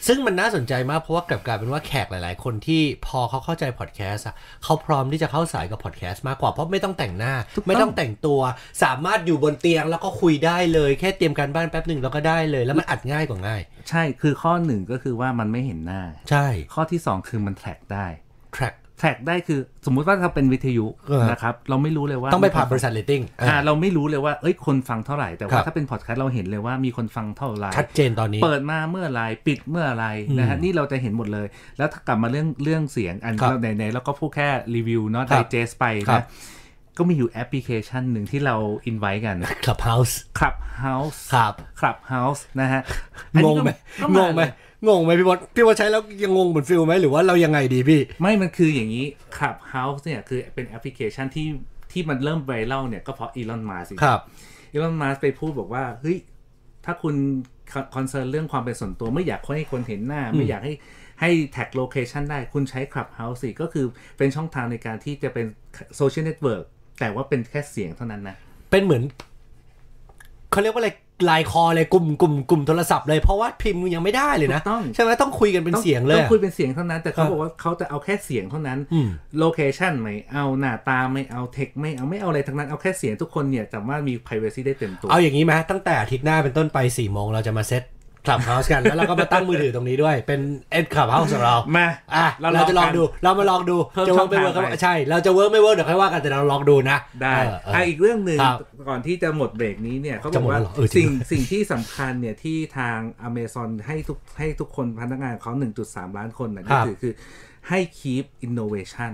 Speaker 2: ซึ่งมันน่าสนใจมากเพราะว่ากลับกลายเป็นว่าแขกหลาย ๆ คนที่พอเขาเข้าใจพอดแคสต์อะ เขาพร้อมที่จะเข้าสายกับพอดแคสต์มากกว่าเพราะไม่ต้องแต่งหน้า
Speaker 3: ถูกต้อง
Speaker 2: ไม่ต้องแต่งตัว สามารถอยู่บนเตียงแล้วก็คุยได้เลยแค่เตรียมการบ้านแป๊บหนึ่งแล้วก็ได้เลย แล้วมันอัดง่ายกว่าง่าย
Speaker 3: ใช่คือข้อหนึ่งก็คือว่ามันไม่เห็นหน้า
Speaker 2: ใช่
Speaker 3: ข้อที่สองคือมันแทร็กได้
Speaker 2: แทร็ก
Speaker 3: แทร็กได้คือสมมุติว่าถ้าเป็นวิทยุ
Speaker 2: เออ
Speaker 3: นะครับเราไม่รู้เลยว่า
Speaker 2: ต้องไปผ่านบริษัทเลตติ้ง
Speaker 3: อ่าเราไม่รู้เลยว่าเอ้ยคนฟังเท่าไหร่แต่
Speaker 2: ครั
Speaker 3: ว่า
Speaker 2: บ
Speaker 3: ถ้าเป็นพอดแคสต์เราเห็นเลยว่ามีคนฟังเท่าไหร่
Speaker 2: ชัดเจนตอนนี้
Speaker 3: เปิดมาเมื่อไหรปิดเมื่อไหรนะฮะ
Speaker 2: อืม
Speaker 3: นี่เราจะเห็นหมดเลย แล้วถ้ากลับมาเรื่องเรื่องเสียงอัน
Speaker 2: ครับ
Speaker 3: เราไหนๆแล้วก็พูดแค่รีวิวเนาะ
Speaker 2: ครั
Speaker 3: ได
Speaker 2: บ
Speaker 3: เจสไป
Speaker 2: ครับ
Speaker 3: นะก็มีอยู่แอปพลิเคชันหนึ่งที่เราอินไว้กัน
Speaker 2: คลับเฮาส์
Speaker 3: Clubhouse
Speaker 2: ครับ
Speaker 3: Clubhouse นะฮะ
Speaker 2: งงไหม
Speaker 3: อัน
Speaker 2: ง
Speaker 3: นี้ก็ก็าง
Speaker 2: ไหมงงไหมพี่บอสพี่บอสใช้แล้วยังงงเหมือนฟิลไหมหรือว่าเรายังไงดีพี่
Speaker 3: ไม่มันคืออย่างนี้ Clubhouse เนี่ยคือเป็นแอปพลิเคชันที่ที่มันเริ่มไวรัลเนี่ยก็เพราะอีลอนมัสก์
Speaker 2: ครับ
Speaker 3: อีลอนมัสไปพูดบอกว่าเฮ้ยถ้าคุณคอนเซิร์นเรื่องความเป็นส่วนตัวไม่อยากให้คนเห็นหน้า ไม่อยากให้ให้แท็กโลเคชันได้คุณใช้ Clubhouse สิก็คือเป็นช่องทางในการที่จะเป็นโซเชียลเน็ตเวิร์กแต่ว่าเป็นแค่เสียงเท่านั้นนะ
Speaker 2: เป็นเหมือนเขาเรียกว่าอะไรลายคอเลยกลุ่มกลุ่มกลุ่มโทรศัพท์เลยเพราะว่าพิมพ์ยังไม่ได้เลยนะ
Speaker 3: ถูกต้อง
Speaker 2: ใช่ไหมต้องคุยกันเป็นเสียงเลย
Speaker 3: ต้
Speaker 2: อะ
Speaker 3: องคุยเป็นเสียงเท่านั้นแต่
Speaker 2: ค
Speaker 3: เขา
Speaker 2: รับ
Speaker 3: บอกว่าเขาจะเอาแค่เสียงเท่านั้น
Speaker 2: อืม
Speaker 3: โลเคชันไม่เอาหน้าตาไม่เอาเทคไม่เอาไม่เอาอะไรทั้งนั้นเอาแค่เสียงทุกคนเนี่ยสามารถมี privacy ได้เต็มตัว
Speaker 2: เอาอย่างนี้ไหมตั้งแต่อาทิตย์หน้าเป็นต้นไป4ี่โมงเราจะมาเซตคลับเฮาส์กัน แล้วเราก็มาตั้งมือถือตรงนี้ด้วยเป็นเอ็ดคลับเฮาส์ของเรา
Speaker 3: มา
Speaker 2: อ่ะ
Speaker 3: เรา
Speaker 2: เราจะลองดู เรามาลองดู
Speaker 3: เพิ่ม
Speaker 2: จะ
Speaker 3: ช่
Speaker 2: เวิ
Speaker 3: อ
Speaker 2: ร์กไม่
Speaker 3: ง
Speaker 2: เวิร์ก
Speaker 3: ทางไป
Speaker 2: ใช่ เราจะเวิร์กไม่เวิร์กเดี๋ยวค่อยว่ากันแต่เราลองดูนะ
Speaker 3: ได้
Speaker 2: เออเออ
Speaker 3: ไอะอีกเรื่องหนึ่ง
Speaker 2: ครับ
Speaker 3: ก่อนที่จะหมดเบรกนี้เนี่ยเขาบ
Speaker 2: จะ
Speaker 3: อ
Speaker 2: ห
Speaker 3: ก
Speaker 2: มดแล้
Speaker 3: ว่าว
Speaker 2: เหรอเออจริง
Speaker 3: สิ่งสิ่งที่สำคัญเนี่ยที่ทาง Amazon ให้ทุกให้ทุกคนพนักงานเขา 1.3 ล้านคนนะ
Speaker 2: ครั
Speaker 3: ก็
Speaker 2: บ
Speaker 3: คือคือให้ keep innovation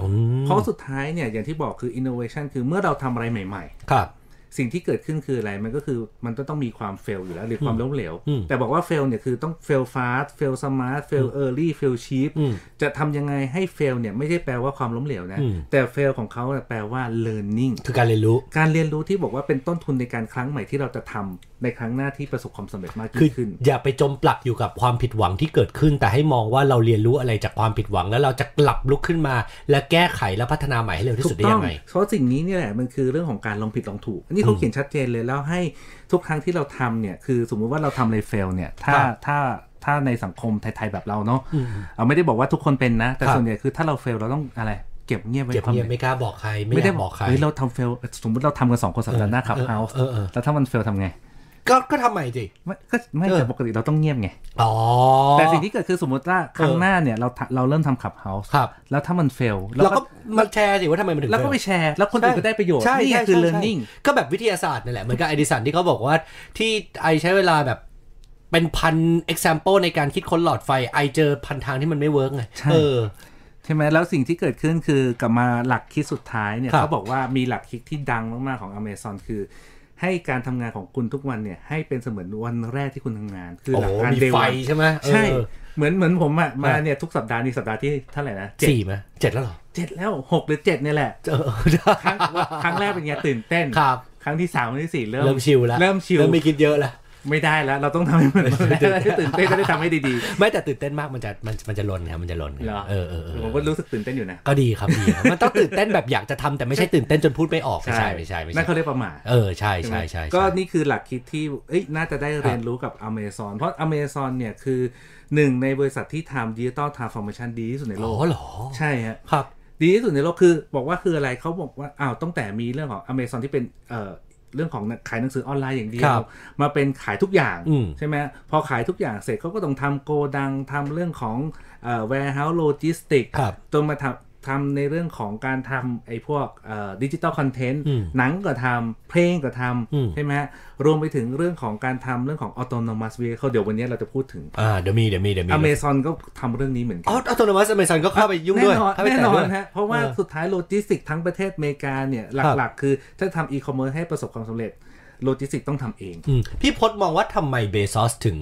Speaker 2: อืม
Speaker 3: เพราะสุดท้ายเนี่ยอย่างที่บอกคือ innovation คือเมื่อเราทำอะไรใหม่
Speaker 2: ครับ
Speaker 3: ๆ สิ่งที่เกิดขึ้นคืออะไรมันก็คือมันก็ต้องมีความ fail อยู่แล้วหรือความล้มเหลว
Speaker 2: อืม
Speaker 3: แต่บอกว่า fail เนี่ยคือต้อง fail fast fail smart fail early fail cheap
Speaker 2: อืม
Speaker 3: จะทำยังไงให้ fail เนี่ยไม่ใช่แปลว่าความล้มเหลวนะ
Speaker 2: อืม
Speaker 3: แต่ fail ของเขาเนี่ยแปลว่า learning
Speaker 2: คือการเรียนรู้
Speaker 3: การเรียนรู้ที่บอกว่าเป็นต้นทุนในการครั้งใหม่ที่เราจะทำในครั้งหน้าที่ประสบความสำเร็จมาก
Speaker 2: คื
Speaker 3: ยิ่
Speaker 2: อง
Speaker 3: ขึ้น
Speaker 2: อย่าไปจมปลักอยู่กับความผิดหวังที่เกิดขึ้น แต่ให้มองว่าเราเรียนรู้อะไรจากความผิดหวัง แล้วเราจะกลับลุกขึ้นมา และแก้ไขและพัฒนาใหม่ให้เร็วที่
Speaker 3: ถู
Speaker 2: สุด
Speaker 3: ก
Speaker 2: ได้
Speaker 3: ต้อ
Speaker 2: ยัง งไง
Speaker 3: เพราะสิ่งนี้เนี่ยแหละมันคือเรื่องของการลองผิดลองถูก อันนี้เขาเขียนชัดเจนเลยแล้วให้ทุกครั้งที่เราทำเนี่ยคือสมมุติว่าเราทำอะไรเฟลเนี่ยถ้า
Speaker 2: ครับ
Speaker 3: ถ้าถ้าในสังคมไทยๆแบบเราเนาะเอาไม่ได้บอกว่าทุกคนเป็นนะ แต่
Speaker 2: ครับ
Speaker 3: ส่วนใหญ่คือถ้าเราเฟลเราต้องอะไรเก็บเงียบไว้
Speaker 2: เก็บ
Speaker 3: ความ
Speaker 2: เงียบไม่กล้าบอกใครไม่
Speaker 3: ไม่
Speaker 2: อ
Speaker 3: ได้
Speaker 2: ยาก
Speaker 3: บบ อ
Speaker 2: อก กใคร
Speaker 3: เฮ้ยเราทำเฟลสมมติเราทำกันสองคนสัปดาห์หน้าขับเฮาส์
Speaker 2: เออเออเออ
Speaker 3: แล้วถ้ามันเฟลทำไง
Speaker 2: ก็ก็ทำใหม่สิ
Speaker 3: ไม่ก็ไม่
Speaker 2: เออ
Speaker 3: แต่ปกติเราต้องเงียบไง
Speaker 2: อ๋อ
Speaker 3: แต่สิ่งที่เกิดคือสมมติว่าครั้ง
Speaker 2: เออ
Speaker 3: หน้าเนี่ยเราทำเราเริ่มทำขับเฮาส์
Speaker 2: ครับ
Speaker 3: แล้วถ้ามันเฟล
Speaker 2: เราก็มาแชร์สิว่าทำไมมันถึง
Speaker 3: แล้วก็ไป
Speaker 2: เกิด
Speaker 3: แชร์ แล้วคนอื่นก็ได้ประโยชน์
Speaker 2: ใช่
Speaker 3: นี่
Speaker 2: ใช่
Speaker 3: คือ
Speaker 2: ใช่
Speaker 3: learning
Speaker 2: ใช่ก็แบบวิทยาศาสตร์นั่นแหละเหมือนกับไอดิสันที่เขาบอกว่าที่ไอใช้เวลาแบบเป็นพัน example ในการคิดค้นหลอดไฟไอเจอพันทางที่มันไม่เวิร์กไง
Speaker 3: ใช่
Speaker 2: เออ
Speaker 3: ใช่ไหมแล้วสิ่งที่เกิดขึ้นคือกลับมาหลักคิดสุดท้ายเนี่ย
Speaker 2: ครับ
Speaker 3: เขาบอกว่ามีหลักคิดที่ดังมาก ๆ ของ Amazon คือ ให้การทำงานของคุณทุกวันเนี่ยให้เป็นเสมือนวันแรกที่คุณทำงาน คือหลักการ
Speaker 2: โอ้โหมี
Speaker 3: เด
Speaker 2: ไฟ
Speaker 3: วัน
Speaker 2: ใช่ไหมเออ
Speaker 3: ใช่ เหมือนเหมือนผมอะมาเนี่ยทุกสัปดาห์นี่สัปดาห์ที่เท่าไหร่นะเจ็ด
Speaker 2: สี่ไหมเจ็ดแล้วเหรอ
Speaker 3: เจ็ดแล้วหกหรือเจ็ดเนี่ยแหละ
Speaker 2: เออ
Speaker 3: ครั้งครั้งแรกเป็นไงตื่นเต้น
Speaker 2: ครับ
Speaker 3: ครั้งที่สามครั้งที่สี่เริ่ม
Speaker 2: เริ่มชิลแล้ว
Speaker 3: เริ่มชิล
Speaker 2: เริ่มไม่คิดเยอะแล้ว
Speaker 3: ไม่ได้แล้ว เราต้องทำให้มันได้
Speaker 2: (laughs)
Speaker 3: ตื่นเต้นก็ได้ทำให้ดี
Speaker 2: ไม่แต่ตื่นเต้นมากมันจะมันมันจะลนครับมันจะลนค
Speaker 3: ๆเหร
Speaker 2: รับ
Speaker 3: อ
Speaker 2: เออเออเออ
Speaker 3: ผมก็รู้สึกตื่นเต้นอยู่นะ
Speaker 2: ก็ดีครับดี
Speaker 3: (laughs)
Speaker 2: ครับมันต้องตื่นเต้นแบบอยากจะทำแต่ไม่ใช่ตื่นเต้นจนพูดไม่ออกไม่ใช่ไม่ใช่ไม่
Speaker 3: นั่
Speaker 2: ใช่
Speaker 3: นเขาเรียกประมาท
Speaker 2: เออใช่ใช่ใช่ใช่
Speaker 3: ก็นี่คือหลักคิดที่เอ้ยน่าจะได้เรียนรู้กับ Amazon เพราะ Amazon เนี่ยคือหนึ่งในบริษัทที่ทำดิจิตอลทาร์ฟอร์มชันดีที่สุดในโลก
Speaker 2: อ๋อเหรอ
Speaker 3: ใช่ฮะ
Speaker 2: ครับ
Speaker 3: ดีที่สุดในโลกคือบอกว่าคืออะไรเขาบอกว่าอ้าวตั้งแต่มีเรื่องของ Amazon ที่เป็นเอ่อเรื่องของขายหนังสือออนไลน์อย่างเดีย
Speaker 2: ครั
Speaker 3: ว
Speaker 2: บ
Speaker 3: มาเป็นขายทุกอย่าง
Speaker 2: อืม
Speaker 3: ใช่ไหมพอขายทุกอย่างเสร็จเขาก็ต้องทำโกดังทำเรื่องของเอ่อ warehouse logistics
Speaker 2: ครับ
Speaker 3: จนมาทำทำในเรื่องของการทำไอ้พวกดิจิตอลคอนเทนต์
Speaker 2: อืม
Speaker 3: หนังก็ทำเพลงก็ท
Speaker 2: อืม
Speaker 3: ำใช่ไหมฮะรวมไปถึงเรื่องของการทำเรื่องของ autonomous vehicle เดี๋ยววันนี้เราจะพูดถึง
Speaker 2: อ่าเดี๋ยวมีเดี๋ยวมีเดี๋ยวมี
Speaker 3: Amazon ก็ทำเรื่องนี้เหมือนกั
Speaker 2: อ๋ออัตโนมัติอเมซอนก็เข้าไปยุ่ง
Speaker 3: แน่
Speaker 2: ด้วย
Speaker 3: นอน
Speaker 2: เข้าไป
Speaker 3: แน่
Speaker 2: ตะ
Speaker 3: นอ
Speaker 2: ด้
Speaker 3: น
Speaker 2: วย
Speaker 3: ฮะเพราะว่า
Speaker 2: เออ
Speaker 3: สุดท้ายโลจิสติกทั้งประเทศอเมริกาเนี่ย
Speaker 2: ครับ
Speaker 3: หลักๆ คือถ้าทำอีคอมเมิร์ซให้ประสบความสำเร็จโลจิสติกต้องทำเอง
Speaker 2: อืมพี่พจน์มองว่าทำไมเบซอสถึง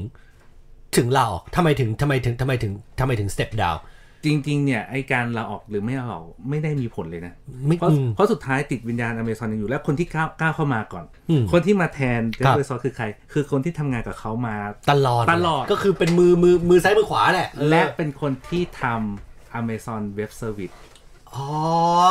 Speaker 2: ถึงลาออกทำไมถึงทำไมถึงทำไมถึงทำไมถึงสเต็ปดาว
Speaker 3: จริง ๆ เนี่ยไอการลาออกหรือไม่ลาออกไม่ได้มีผลเลยนะ
Speaker 2: ไม่
Speaker 3: เพราะ
Speaker 2: อืม
Speaker 3: เพราะสุดท้ายติดวิญญาณอเมซอนยังอยู่และคนที่ก้าวก้าวเข้ามาก่อน
Speaker 2: อืม
Speaker 3: คนที่มาแทนเจฟ
Speaker 2: ครับ
Speaker 3: เบซอสคือใคร คือคนที่ทำงานกับเขามา
Speaker 2: ตลอด
Speaker 3: ตลอด
Speaker 2: ก็คือเป็นมือมือมือซ้ายมือขวาแหละ
Speaker 3: และเป็นคนที่ทำ Amazon Web Service
Speaker 2: เอ อ๋อ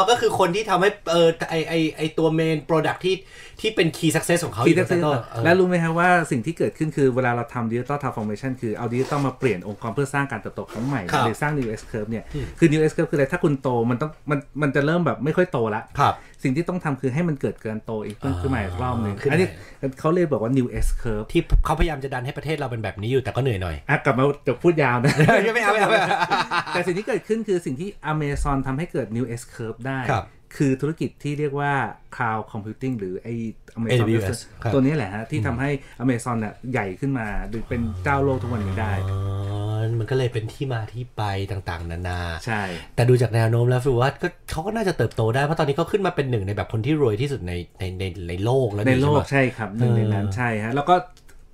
Speaker 2: ก็คือคนที่ทำให้เออไอไอไอตัวเมนโปรดักที่ที่เป็นคีย์สักเซสของเขาอ
Speaker 3: คี
Speaker 2: ยู่
Speaker 3: ย์ักเซ
Speaker 2: ตั้ง
Speaker 3: ส
Speaker 2: แต่นเออ
Speaker 3: และรู้ไหมครับว่าสิ่งที่เกิดขึ้นคือเวลาเราทำดิจิตอลทาร์ฟอร์เมชันคือเอาดิจิตอลมาเปลี่ยนองค์กรเพื่อสร้างการเติบโตครั้งใหม่
Speaker 2: ครับ
Speaker 3: หรือสร้าง new S curve เนี่ยคือ new S curve คืออะไรถ้าคุณโตมันต้องมันมันจะเริ่มแบบไม่ค่อยโตละ
Speaker 2: ครับ
Speaker 3: สิ่งที่ต้องทำคือให้มันเกิดการโตอีกเพิ่มขึ้นมาอีกรอบหนึ่ง
Speaker 2: ขึ้นมา
Speaker 3: อันนี้เขาเลยบอกว่า new S curve
Speaker 2: ที่เขาพยายามจะดันให้ประเทศเราเป็นแบบนี้อยู่แต่ก็เหนื่อยหน่อย
Speaker 3: อ่ะกลับมาจะพูดย (laughs) าวนะ
Speaker 2: ไม่ (laughs) เอาไม่เอาไม่เอา
Speaker 3: แต่สิ่งที่เกิดขึ้นคือสิ่งที่ Amazon ทำให้เกิด New S Curve ได้
Speaker 2: ครับ
Speaker 3: คือธุรกิจที่เรียกว่า Cloud Computing หรือไอ Amazon
Speaker 2: AWS
Speaker 3: Business
Speaker 2: ครับ
Speaker 3: ตัวนี้แหละฮะ ที่ทำให้ Amazon เนี่ยใหญ่ขึ้นมาหรือเป็นเจ้าโลกทุกวันนี้ได้
Speaker 2: อ๋อมันก็เลยเป็นที่มาที่ไปต่างๆ นานา
Speaker 3: ใช่
Speaker 2: แต่ดูจากแนวโน้มแล้วฟิวว่าก็เขาก็น่าจะเติบโตได้ เพราะตอนนี้เขาขึ้นมาเป็นหนึ่งในแบบคนที่รวยที่สุดในในในในโลกแล้ว
Speaker 3: ใน
Speaker 2: นี่
Speaker 3: โลก
Speaker 2: ช่ปะ
Speaker 3: ใช่ครับหนึ่งในนั้น
Speaker 2: เออ
Speaker 3: ใช่ฮะ แล้วก็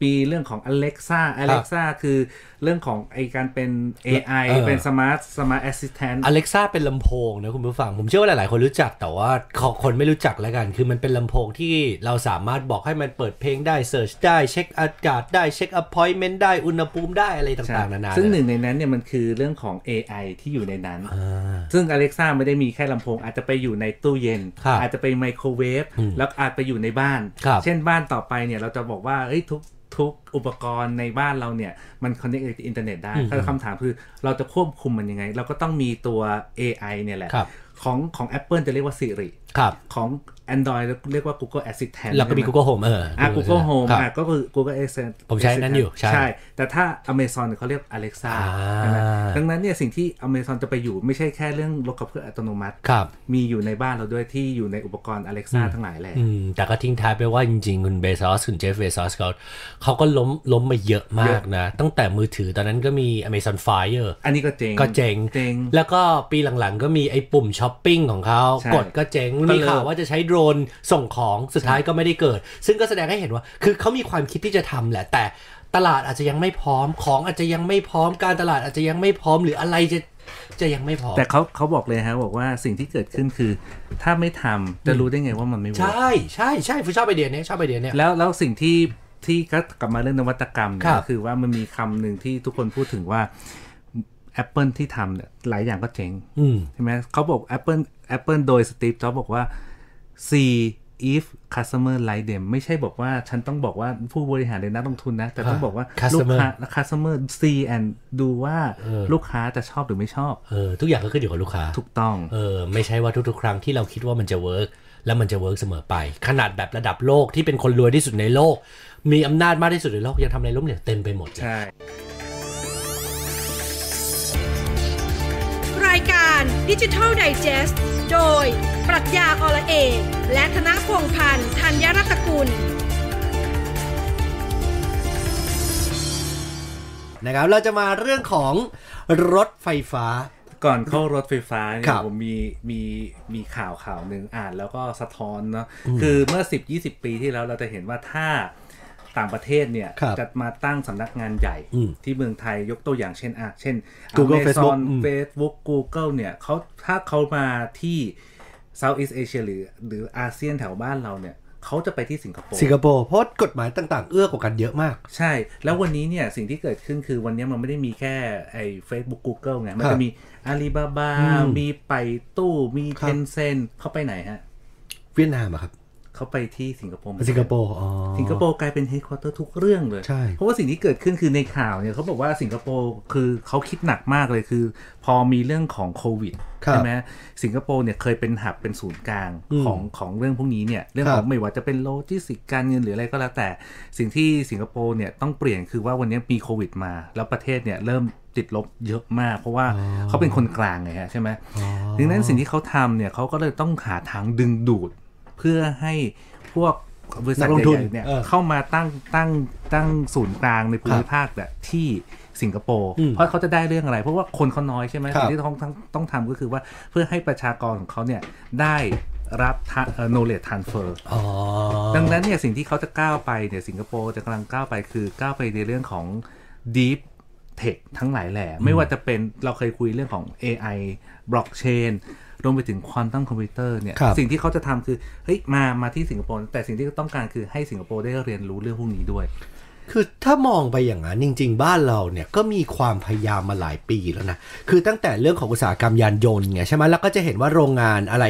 Speaker 3: มีเรื่องของ Alexa Alexa คือเรื่องของไอการเป็น AI
Speaker 2: เออ
Speaker 3: เป็น Smart Smart Assistant
Speaker 2: อเล็กซ่าเป็นลำโพงนะคุณผู้ฟัง ผมเชื่อว่าหลาย ๆ คนรู้จักแต่ว่าขอคนไม่รู้จักแล้วกัน คือมันเป็นลำโพงที่เราสามารถบอกให้มันเปิดเพลงได้เสิร์ชได้เช็คอากาศได้เช็คอพอยเมนต์ได้อุณหภูมิได้อะไร
Speaker 3: ใช่
Speaker 2: ต่าง ๆ นานา
Speaker 3: ซึ่งห
Speaker 2: เลย
Speaker 3: นึ่งในนั้นเนี่ยมันคือเรื่องของ AI ที่อยู่ในนั้น
Speaker 2: อ่า
Speaker 3: ซึ่ง Alexa ไม่ได้มีแค่ลำโพง อาจจะไปอยู่ในตู้เย็น
Speaker 2: ครับ
Speaker 3: อาจจะไปไมโครเวฟ
Speaker 2: อืม
Speaker 3: แล้วอาจไปอยู่ในบ้าน
Speaker 2: ครับ
Speaker 3: เช่นบ้านต่อไปเนี่ยเราจะบอกว่าเอ้ยทุกทุกอุปกรณ์ในบ้านเราเนี่ยมันคอนเนคกับอินเทอร์เน็ตได้
Speaker 2: อืม
Speaker 3: ก็คำถามคือเราจะควบคุมมันยังไง เราก็ต้องมีตัว AI เนี่ยแหละ
Speaker 2: ครับ
Speaker 3: ของของ Apple จะเรียกว่า Siri
Speaker 2: ครับ
Speaker 3: ของ Android เรียกว่า Google Assistant
Speaker 2: แล้วก็มี
Speaker 3: ใช่ไห
Speaker 2: Google Home เออ
Speaker 3: อ่ะ
Speaker 2: อ่ะ
Speaker 3: Google Home
Speaker 2: ครับ
Speaker 3: อ่ะก็คือ Google Assistant
Speaker 2: ผมใช้อันนั้นอยู่ใช่
Speaker 3: ใช่ แต่ถ้า Amazon เนี่ยเขาเรียก Alexa
Speaker 2: อ่า
Speaker 3: ใช่ไหมดังนั้นเนี่ยสิ่งที่ Amazon จะไปอยู่ไม่ใช่แค่เรื่องรถกับเครื่องอัตโนมัติ
Speaker 2: ครับ
Speaker 3: มีอยู่ในบ้านเราด้วยที่อยู่ในอุปกรณ์ Alexa ทั้งหลายแหละ
Speaker 2: อืมแต่ก็ทิ้งท้ายไปว่าจริงๆ คุณเบซอสคุณเจฟเบซอสเขาเขาก็ล้มล้มมาเยอะมากนะ ตั้งแต่มือถือตอนนั้นก็มี Amazon Fire
Speaker 3: อันนี้ก็เจ๋ง
Speaker 2: ก็เจ๋ง
Speaker 3: เจ๋ง
Speaker 2: แล้วก็ปีหลังๆ ก็มีไอ้ปุ่มช้อปปิ้งของเขา
Speaker 3: ใช่
Speaker 2: กดก็เจ๋ง
Speaker 3: ก็
Speaker 2: มี
Speaker 3: เลิก
Speaker 2: ข่าวว่าจะใช้โดรนส่งของสุดท้ายก็ไม่ได้เกิด ซึ่งก็แสดงให้เห็นว่า คือเขามีความคิดที่จะทำแหละ แต่ตลาดอาจจะยังไม่พร้อม ของอาจจะยังไม่พร้อม การตลาดอาจจะยังไม่พร้อม หรืออะไรจะจะยังไม่พร้อม
Speaker 3: แต่เขาเขาบอกเลยฮะบอกว่าสิ่งที่เกิดขึ้นคือ ถ้าไม่ทำจะรู้ได้ไงว่ามันไม่เวิ
Speaker 2: ใช
Speaker 3: ร์ก่
Speaker 2: ใช่ใช่ฟูชอบไอเดียเนี้ยชอบไอเดียเนี้ย
Speaker 3: แล้วแล้วสิ่งที่ที่ก็กลับมาเรื่องนวัตกรรม
Speaker 2: ครั
Speaker 3: เนี่ย
Speaker 2: บ
Speaker 3: คือว่ามันมีคำหนึ่งที่ทุกคนพูดถึงว่า Apple ที่ทำเนี่ยหลายอย่างก็เจ๋ง
Speaker 2: อืม
Speaker 3: ใช่ไหมเขาบอก Apple Apple โดยสตีฟจ็อบบอกว่า see if customer like them ไม่ใช่บอกว่าฉันต้องบอกว่าผู้บริหารหรือนักลงทุนนะ แต่ต้องบอกว่า
Speaker 2: Customer
Speaker 3: ลูกค้า customer see and ดูว่า
Speaker 2: เออ
Speaker 3: ลูกค้าจะชอบหรือไม่ชอบ
Speaker 2: เออทุกอย่างก็ขึ้นอยู่กับลูกค้า
Speaker 3: ถูกต้อง
Speaker 2: เออไม่ใช่ว่าทุกๆ ครั้งที่เราคิดว่ามันจะเวิร์กแล้วมันจะเวิร์กเสมอไป ขนาดแบบระดับโลกที่เป็นคนรวยที่สุดในโลก มีอำนาจมากที่สุดในโลกยังทำอะไรล้มเหลวเต็มไปหมดเลย
Speaker 3: ใช่
Speaker 1: รายการดิจิทัลไดจ e s t โดย ปรัชญาอลเอกและธนพงษ์พันธ์ธัญรัตนกุล
Speaker 2: นะครับเราจะมาเรื่องของรถไฟฟ้า
Speaker 3: ก่อนเข้ารถไฟฟ้าเนี่
Speaker 2: ครั
Speaker 3: ย
Speaker 2: บ
Speaker 3: ผมมีมีมีข่าวข่าวหนึ่งอ่านแล้วก็สะท้อนเนาะคือเมื่อ 10 20 ปีที่แล้วเราจะเห็นว่าถ้าต่างประเทศเนี่ย
Speaker 2: ครับ
Speaker 3: จะมาตั้งสำนักงานใหญ่
Speaker 2: อืม
Speaker 3: ที่เมืองไทยยกตัวอย่างเช่นอ่ะเช่น
Speaker 2: Google
Speaker 3: Amazon,
Speaker 2: Facebook อืม
Speaker 3: Facebook Google เนี่ยเขาถ้าเขามาที่ Southeast Asia หรือหรืออาเซียนแถวบ้านเราเนี่ยเขาจะไปที่สิงคโปร์
Speaker 2: สิงคโปร์เพราะกฎหมายต่างๆ เอื้อกว่ากันเยอะมาก
Speaker 3: ใช่ แล้ววันนี้เนี่ยสิ่งที่เกิดขึ้นคือวันนี้มันไม่ได้มีแค่ไอ้ Facebook Google ไง มัน
Speaker 2: ครั
Speaker 3: จะ
Speaker 2: บ
Speaker 3: มี Alibaba
Speaker 2: อืม
Speaker 3: มีไปตู้มี
Speaker 2: ครั
Speaker 3: เท
Speaker 2: บ
Speaker 3: นเซนเขาไปไหนฮะ
Speaker 2: เวียดนามอะครับ
Speaker 3: เขาไปที่สิงคโปร์หมด
Speaker 2: สิงคโปร์อ๋อ
Speaker 3: สิงคโปร์กลายเป็นเฮดคอ a เตอร์ทุกเรื่องเลย
Speaker 2: ใช่
Speaker 3: เพราะว่าสิ่งที่เกิดขึ้นคือในข่าวเนี่ยเขาบอกว่าสิงคโปร์คือเขาคิดหนักมากเลยคือ พอมีเรื่องของโควิด
Speaker 2: ครับ
Speaker 3: ใช่ไหมสิงคโปร์เนี่ยเคยเป็นหับเป็นศูนย์กลางของของเรื่องพวกนี้เนี่ยเรื่องของไม่ว่าจะเป็นโลจิสติกส์การเงินหรืออะไรก็แล้วแต่ สิ่งที่สิงคโปร์เนี่ยต้องเปลี่ยนคือว่าวันนี้มีโควิดมา แล้วประเทศเนี่ยเริ่มติดลบเยอะมาก เพราะว่าเขาเป็นคนกลางไงฮะใช่ไหมดังนั้นสิ่งที่เขาทำเนี่ยเขาก็เลยต้องหาทางดึงดูด เพื่อให้พวกบริษั
Speaker 2: นั
Speaker 3: ท
Speaker 2: กลงทุน
Speaker 3: ใหญ่ๆเนี่ย
Speaker 2: เออ
Speaker 3: เข้ามาตั้งตั้งตั้งศูนย์กลางในภูมิภาคแบบที่สิงคโปร์
Speaker 2: อืม
Speaker 3: เพราะเขาจะได้เรื่องอะไร เพราะว่าคนเขาน้อยใช่ไหม
Speaker 2: ครับ
Speaker 3: สิ่งที่ต้องต้องต้องทำก็คือว่าเพื่อให้ประชากรของเขาเนี่ยได้รับ tra- เอ่อ knowledge transfer
Speaker 2: อ๋อ
Speaker 3: ดังนั้นเนี่ยสิ่งที่เขาจะก้าวไปเนี่ยสิงคโปร์จะกำลังก้าวไปคือก้าวไปในเรื่องของ deep tech ทั้งหลายแหล่ไม่ว่าจะเป็นเราเคยคุยเรื่องของ AI blockchain รวมไปถึงควอนตัมคอมพิวเตอร์เนี่ย
Speaker 2: ครับ
Speaker 3: สิ่งที่เขาจะทำคือเฮ้ยมามาที่สิงคโปร์แต่สิ่งที่ต้องการคือให้สิงคโปร์ได้เรียนรู้เรื่องพวกนี้ด้วย
Speaker 2: คือถ้ามองไปอย่างนั้นจริง ๆ บ้านเราเนี่ยก็มีความพยายามมาหลายปีแล้วนะ คือตั้งแต่เรื่องของอุตสาหกรรมยานยนต์ไงใช่ไหมแล้วก็จะเห็นว่าโรงงานอะไร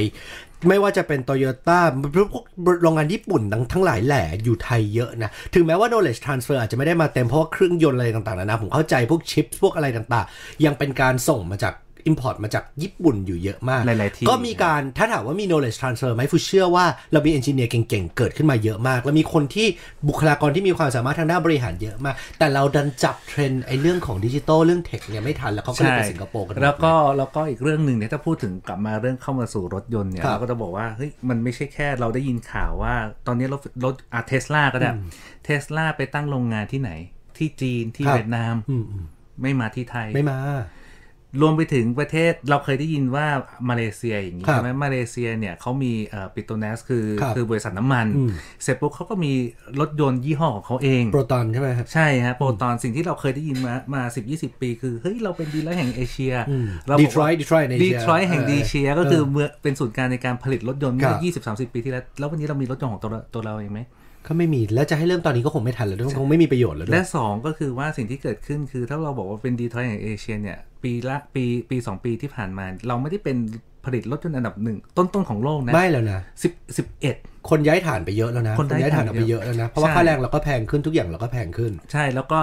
Speaker 2: ไม่ว่าจะเป็นโตโยต้าพวกโรงงานญี่ปุ่นทั้งทั้งหลายแหล่อยู่ไทยเยอะนะ ถึงแม้ว่า knowledge transfer อาจจะไม่ได้มาเต็มเพราะว่าเครื่องยนต์อะไรต่างๆนานาผมเข้าใจพวกชิปพวกอะไรต่างๆ ยังเป็นการส่งมาจาก import มาจากญี่ปุ่นอยู่เยอะมาก
Speaker 3: หลายๆที่
Speaker 2: ก็มี การถ้าถามว่ามี knowledge transfer ไหมฟูเชื่อว่าเรามีเอนจิเนียร์เก่งๆ เกิดขึ้นมาเยอะมาก แล้วมีคนที่บุคลากรที่มีความสามารถทางด้านบริหารเยอะมาก แต่เราดันจับเทรนด์ไอ้เรื่องของดิจิตอลเรื่องเทคเนี่ยไม่ทันแล้วเขาก็เลยไปสิงคโปร์กันหมด
Speaker 3: แล้วก็แล้วก็อีกเรื่องหนึ่งเนี่ยถ้าพูดถึงกลับมาเรื่องเข้ามาสู่รถยนต์เนี่ย
Speaker 2: ครับ
Speaker 3: เราก็จะบอกว่าเฮ้ยมันไม่ใช่แค่เราได้ยินข่าวว่าตอนนี้รถรถอ่ะเทสลาก็ได้เทสลาไปตั้งโรงงานที่ไหน ที่จีนที่เวียดนาม
Speaker 2: อืมอืม
Speaker 3: ไม่มาที่ไทย
Speaker 2: ไม่มา
Speaker 3: รวมไปถึงประเทศเราเคยได้ยินว่ามาเลเซียอย่างนี้
Speaker 2: ครับ
Speaker 3: ใช่ไหมมาเลเซียเนี่ยเขามีปิโตเนสคือ
Speaker 2: ครับ
Speaker 3: อบริษัทน้ำมัน
Speaker 2: อืม
Speaker 3: เสร็จปุ๊บเขาก็มีรถยนต์ยี่ห้อของเขาเอง
Speaker 2: โปรตอนใช่ไหมครับ
Speaker 3: ใช่ฮะโปรตอนสิ่งที่เราเคยได้ยินมามา 10 20 ปี คือเฮ้ยเราเป็นดีลเลอร์แห่งเอเชีย
Speaker 2: อืม
Speaker 3: เราบอกว่า
Speaker 2: Detroit Detroit ในเอเชี
Speaker 3: ดี
Speaker 2: ย
Speaker 3: ทรอยแห่ง
Speaker 2: เออ
Speaker 3: ดีเชียก็คือเมืองเป็นศูนย์กลางในการผลิตรถยนต์
Speaker 2: ครั
Speaker 3: เมื่
Speaker 2: บ
Speaker 3: อ 20 30 ปีที่แล้วแล้ววันนี้เรามีรถยนต์ของตัวเราตัวเราเองไหม
Speaker 2: ก็ไม่มี แล้วจะให้เริ่มตอนนี้ก็คงไม่ทันแล้วด้วยคงไม่มีประโยชน์แล้วด้ว
Speaker 3: และ
Speaker 2: ย
Speaker 3: 2 ก็คือว่าสิ่งที่เกิดขึ้นคือถ้าเราบอกว่าเป็นดีทรอยแห่งเอเชียเนี่ย ปีละปีปี 2 ปีที่ผ่านมา เราไม่ได้เป็นผลิตรถยนต์อันดับหนึ่งต้นๆของโลกนะ
Speaker 2: ไม่แล้วนะ
Speaker 3: สิบสิบเอ็ด
Speaker 2: คนย้ายฐานไปเยอะแล้วนะ
Speaker 3: คนย้าย
Speaker 2: ฐา
Speaker 3: ฐาน น
Speaker 2: ออกไปเยอะแล้วนะ เพราะว่า
Speaker 3: ใช่
Speaker 2: ค่าแรงเราก็แพงขึ้นทุกอย่างเราก็แพงขึ้น
Speaker 3: ใช่แล้วก็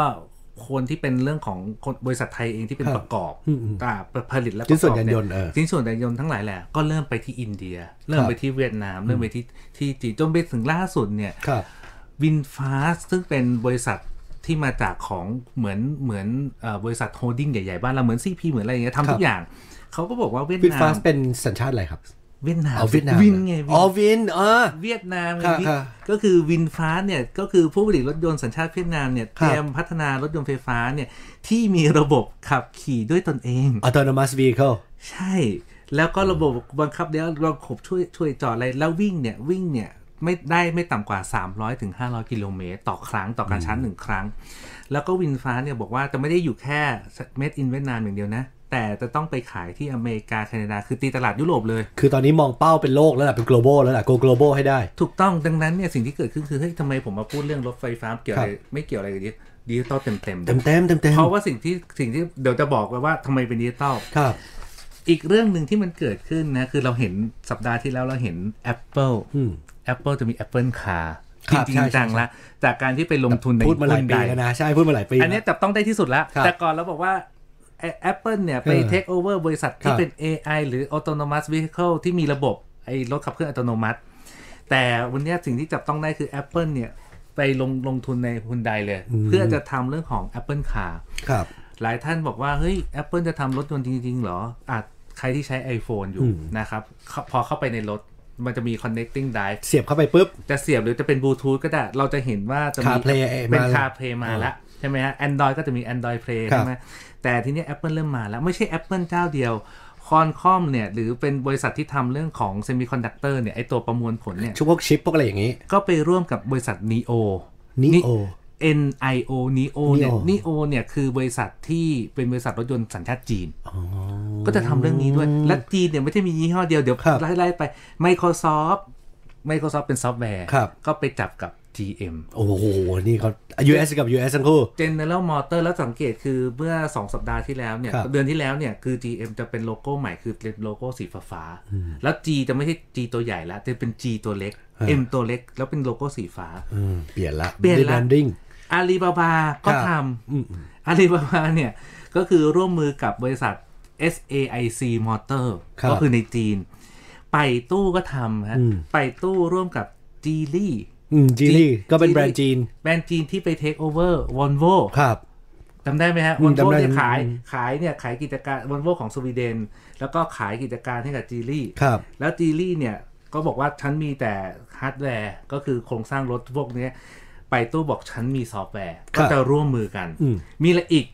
Speaker 3: คนที่เป็นเรื่องของคนบริษัทไทยเองที่เป็น
Speaker 2: ครับ
Speaker 3: ประกอบ
Speaker 2: อืมอืม
Speaker 3: อ่าผลิตและประกอบ
Speaker 2: ชิ้นส่วนยานยนต์เออ
Speaker 3: ชิ้นส่วนยานยนต์ทั้งหลายแหละก็เริ่มไปที่อินเดีย เริ่ม
Speaker 2: ครับ
Speaker 3: ไปที่เวียดนาม เริ่มไปที่ที่จีนจนไปถึงล่าสุดเนี่ย
Speaker 2: ครับ
Speaker 3: วินฟาสซึ่งเป็นบริษัทที่มาจากของเหมือนเหมือนเอ่อบริษัทโฮลดิ้งใหญ่ ๆ บ้านเราเหมือน CP เหมือนอะไรอย่างเงี้ยทำ
Speaker 2: ค
Speaker 3: ทุ
Speaker 2: รั
Speaker 3: ก
Speaker 2: บ
Speaker 3: อย่าง เขาก็บอกว่าเวียด
Speaker 2: วิด
Speaker 3: นา
Speaker 2: ฟาม สเป็นสัญชาติอะไรครับ
Speaker 3: เวียดนาม
Speaker 2: อ๋อเวียดนาม
Speaker 3: วินไง
Speaker 2: อ๋อวินเออ
Speaker 3: เวียดนามไง
Speaker 2: ค่ะ
Speaker 3: วิน
Speaker 2: ค่ะ
Speaker 3: ก็คือวินฟาสเนี่ยก็คือผู้ผลิตรถยนต์สัญชาติเวียดนามเนี่ย
Speaker 2: ครับ
Speaker 3: เตรียมพัฒนารถยนต์ไฟฟ้าเนี่ยที่มีระบบขับขี่ด้วยตนเอง
Speaker 2: autonomous vehicle
Speaker 3: ใช่ แล้วก็ระบบบังคับเดี๋ยวเราขบช่วยช่วยจอดอะไรแล้ววิ่งเนี่ยวิ่งเนี่ยไม่ได้ไม่ต่ำกว่า 300ถึง500 กิโลเมตร ต่อครั้งต่อการชาร์จหนึ่งครั้ง แล้วก็วินฟ้าเนี่ยบอกว่าจะไม่ได้อยู่แค่เม็ดอินเวียดนามอย่างเดียวนะ แต่จะต้องไปขายที่อเมริกาแคนาดาคือตีตลาดยุโรปเลย
Speaker 2: คือตอนนี้มองเป้าเป็นโลกแล้วล่ะเป็น global แล้วล่ะ go global ให้ได้
Speaker 3: ถูกต้องดังนั้นเนี่ยสิ่งที่เกิดขึ้นคือเฮ้ยทำไมผมมาพูดเรื่องรถไฟฟ้าเกี่ยวอะไรไม่เกี่ยวอะไรกับดิดิจิตอลเต็มเต็มๆ
Speaker 2: เต็มเต็มเต็มเต็ม
Speaker 3: เพราะว่าสิ่งที่สิ่งที่เดี๋ยวจะบอกไว้ว่าทำไมเป็นดิจิตอล
Speaker 2: ครับ
Speaker 3: อีกเรื่องหนึ่งที่มันเกิดขึ้นนะ คือเราเห็นสัปดาห์ที่แล้วเราเห็น Apple
Speaker 2: อืม
Speaker 3: Apple จะมี Apple Car
Speaker 2: ครั
Speaker 3: จ
Speaker 2: บ
Speaker 3: ริ
Speaker 2: ใช่
Speaker 3: ง
Speaker 2: ใช่
Speaker 3: ๆจังละจากการที่ไปลงทุนใน
Speaker 2: พูดมาหลายปี
Speaker 3: หุ้นใด
Speaker 2: แล้วนะ ใช่ พูดมาหลายปี
Speaker 3: อันนี้
Speaker 2: แล้ว
Speaker 3: จับต้องได้ที่สุดแล้ว
Speaker 2: ครับ
Speaker 3: แต่ก่อนเราบอกว่าแอ Apple เนี่ย ไป
Speaker 2: เออ
Speaker 3: เทคโอเวอร์บริษัท
Speaker 2: ค
Speaker 3: ที่
Speaker 2: รับ
Speaker 3: เป็น AI หรือ Autonomous Vehicle ที่มีระบบไอ้รถขับเคลื่อนอัตโนมัติ แต่วันเนี้ยสิ่งที่จับต้องได้คือ Apple เนี่ยไปลงลงทุนในฮุนไดเลย เพื่อจะทำเรื่องของ Apple Car
Speaker 2: ครับ
Speaker 3: หลายท่านบอกว่า เฮ้ย Apple จะทำรถยนต์จริง ๆ เหรออาจใครที่ใช้ iPhone อยู่นะครับเข้าพอเข้าไปในรถ มันจะมี connecting drive
Speaker 2: เสียบเข้าไปปุ๊บ
Speaker 3: จะเสียบหรือจะเป็นบลูทูธก็ได้ เราจะเห็นว่าจะมี
Speaker 2: CarPlay
Speaker 3: เป็น
Speaker 2: มาแล้ว
Speaker 3: CarPlay มาแล้ว ใช่ไหมฮะ Android ก็จะมี Android Play
Speaker 2: ครับ
Speaker 3: ใช่ไหมแต่ทีเนี้ย Apple เริ่มมาแล้ว ไม่ใช่ Apple เจ้าเดียวคอนคอมเนี่ย หรือเป็นบริษัทที่ทำเรื่องของเซมิคอนดักเตอร์เนี่ย ไอตัวประมวลผลเนี่ย
Speaker 2: ชุบพวกชิปพวกอะไรอย่างนี้
Speaker 3: ก็ไปร่วมกับบริษัท NIO
Speaker 2: NIO
Speaker 3: NIO NIO เนี่ย
Speaker 2: NIO
Speaker 3: NIO เนี่ยคือบริษัทที่เป็นบริษัทรถยนต์สัญชาติจีน ก็จะทำเรื่องนี้ด้วย และจีนเนี่ยไม่ใช่มียี่ห้อเดียว เดี๋ยว
Speaker 2: ครับ
Speaker 3: ไล่ๆไป Microsoft Microsoft เป็นซอฟต์แวร์
Speaker 2: ครับ
Speaker 3: ก็ไปจับกับ GM
Speaker 2: โอ้โห นี่เขา US กับ US ทั้งคู่
Speaker 3: General Motor แล้วสังเกตคือเมื่อ 2 สัปดาห์ที่แล้วเนี่ย
Speaker 2: ครับ
Speaker 3: เดือนที่แล้วเนี่ย คือ GM จะเป็นโลโก้ใหม่คือเป็นโลโก้สีฟ้าฟ้าๆแล้ว G จะไม่ใช่ G ตัวใหญ่แล้วจะเป็น G ตัวเล็ก
Speaker 2: ฮะ
Speaker 3: M ตัวเล็ก แล้วเป็นโลโก้สีฟ้า
Speaker 2: อืมเปลี่ยนละ
Speaker 3: เปลี่ยนละ
Speaker 2: แบรนดิ้ง
Speaker 3: อาลีบาบาก็
Speaker 2: ครับ
Speaker 3: ทำอาลีบาบาเนี่ยก็คือร่วมมือกับบริษัท SAIC Motor
Speaker 2: ครับ
Speaker 3: ก็คือในจีน ไปตู้ก็ทำฮะ
Speaker 2: อืม
Speaker 3: ไปตู้ร่วมกับจีลี่
Speaker 2: อืมจี
Speaker 3: จี
Speaker 2: นี่ก็เป็นแบรนด์จีน
Speaker 3: แบรนด์จีนที่ไปเทคโอเวอร์วอนโว
Speaker 2: ครับ
Speaker 3: จำได้ไหมฮะ
Speaker 2: อืม
Speaker 3: วอนโว
Speaker 2: จำได้
Speaker 3: เนี่ยขาย
Speaker 2: อืม
Speaker 3: ขายเนี่ยขายกิจการวอนโวของสวีเดน แล้วก็ขายกิจการให้กับจีลี่
Speaker 2: ครับ
Speaker 3: แล้วจีลี่เนี่ยก็บอกว่าฉันมีแต่ฮาร์ดแวร์ก็คือโครงสร้างรถพวกเนี้ยไปตู้บอกฉันมีซอฟต์แวร์
Speaker 2: ครั
Speaker 3: ก็
Speaker 2: บ
Speaker 3: จะร่วมมือกัน
Speaker 2: อืม
Speaker 3: มีอะไรอีก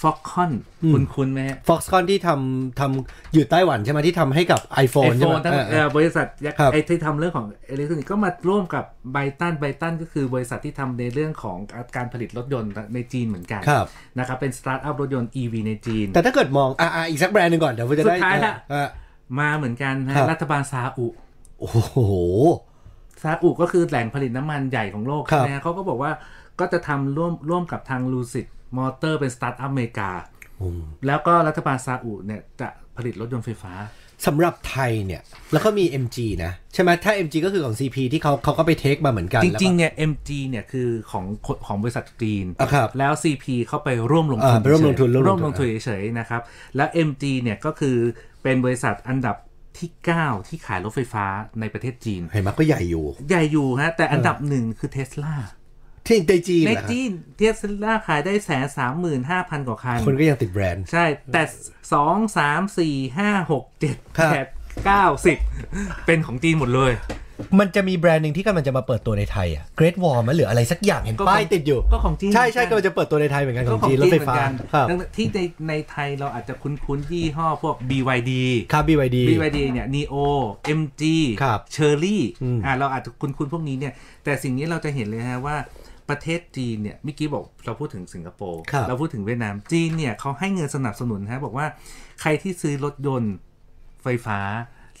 Speaker 3: ฟ็อกคอนคุณคุณไหมฮะ
Speaker 2: Foxconn ที่ทำทำอยู่ไต้หวันใช่ไหมที่ทำให้กับ
Speaker 3: ไอ
Speaker 2: iPhone
Speaker 3: โฟ
Speaker 2: ใช่ไหม
Speaker 3: นทั้ง
Speaker 2: เออเอ
Speaker 3: เอ่
Speaker 2: อ
Speaker 3: อบริษัทยักษ์
Speaker 2: ครับ
Speaker 3: ไอที่ทำเรื่องของอิเล็กทรอนิกส์ก็มาร่วมกับไบตันไบตันก็คือบริษัทที่ทำในเรื่องของการผลิตรถยนต์ในจีนเหมือนกัน
Speaker 2: ครับ
Speaker 3: นะครับเป็นสตาร์ทอัพรถยนต์ EV ในจีน
Speaker 2: แต่ถ้าเกิดมองอ่ะอ่ะอีกสักแบรนด์หนึ่งก่อนเดี๋ยวจะได้
Speaker 3: สุดท้ายละ
Speaker 2: เออ
Speaker 3: มาเหมือนกันนะครับ ฮะรัฐบาลซาอุ
Speaker 2: โอ้โห
Speaker 3: ซาอุก็คือแหล่งผลิตน้ำมันใหญ่ของโลก
Speaker 2: ครับ
Speaker 3: นะฮะเขาก็บอกว่าก็ ก็จะทำร่วมร่วมกับทาง Lucid Motor เป็นสตาร์ทอัพอเมริกา
Speaker 2: อืม
Speaker 3: แล้วก็รัฐบาลซาอุเนี่ยจะผลิตรถยนต์ไฟฟ้า
Speaker 2: สำหรับไทยเนี่ย แล้วก็มี MG นะ ใช่ไหมถ้า MG ก็คือของ CP ที่เขาเขาก็ไปเทคมาเหมือนกัน
Speaker 3: จ
Speaker 2: แล้วก็
Speaker 3: ริง ๆ เนี่ย MG เนี่ยคือของของบริษัทจีน
Speaker 2: อ่ะครับ
Speaker 3: แล้ว CP เข้าไปร่วมลงทุน
Speaker 2: อ่าไปร่วมลงทุน
Speaker 3: เฉยๆ
Speaker 2: ร่
Speaker 3: ร่
Speaker 2: วม
Speaker 3: วม
Speaker 2: ล
Speaker 3: ล
Speaker 2: ง
Speaker 3: ง
Speaker 2: ทุ
Speaker 3: ทุ
Speaker 2: น
Speaker 3: นเฉยๆนะครับ แล้ว MG เนี่ยก็คือเป็นบริษัทอันดับที่ 9 ที่ขายรถไฟฟ้าในประเทศจีน
Speaker 2: เห็นไหมก็ใหญ่อยู่
Speaker 3: ใหญ่อยู่ฮะ แต่อันดับหนึ่งคือเทสลา
Speaker 2: ที่ในจีน
Speaker 3: ใน
Speaker 2: เหรอฮะ
Speaker 3: จีนเทสลาขายได้แสนสามหมื่นห้าพันกว่าคัน
Speaker 2: คนก็ยังติดแบรนด์
Speaker 3: ใช่ แต่สองสามสี่ห้าหกเจ็ด
Speaker 2: ครับ
Speaker 3: แปดเก้าสิบเป็นของจีนหมดเลย
Speaker 4: มันจะมีแบรนด์หนึ่งที่กำลังจะมาเปิดตัวในไทยอ่ะเกรดวอลมั้ยหรืออะไรสักอย่างเห็น
Speaker 3: ก็
Speaker 4: ป้า
Speaker 2: ป้าย ยติดอยู่
Speaker 3: ก็ของจีน
Speaker 2: ใช่ใช่
Speaker 3: เห
Speaker 2: ก็
Speaker 3: มือนกัน
Speaker 2: จะเปิดตัวในไทยเหมือนกันของจีนร
Speaker 3: ก็
Speaker 2: ถ
Speaker 3: ข
Speaker 2: ไฟ
Speaker 3: อง
Speaker 2: ฟ้า
Speaker 3: จีนเหมือน
Speaker 2: ครับ
Speaker 3: ดังนั้นที่ในในไทยเราอาจจะคุ้นๆยี่ห้อพวก BYD
Speaker 2: คาบีไวดี
Speaker 3: BYD เนี่ย Neo MG
Speaker 2: ครับ
Speaker 3: Cherry
Speaker 2: อืม
Speaker 3: อ่าเราอาจจะคุ้นๆพวกนี้เนี่ย แต่สิ่งนี้เราจะเห็นเลยฮะว่าประเทศจีนเนี่ยเมื่อกี้บอกเราพูดถึงสิงคโปร์
Speaker 2: ครับ
Speaker 3: เราพูดถึงเวียดนาม จีนเนี่ยเขาให้เงินสนับสนุนฮะบอกว่าใครที่ซื้อรถยนต์ไฟฟ้า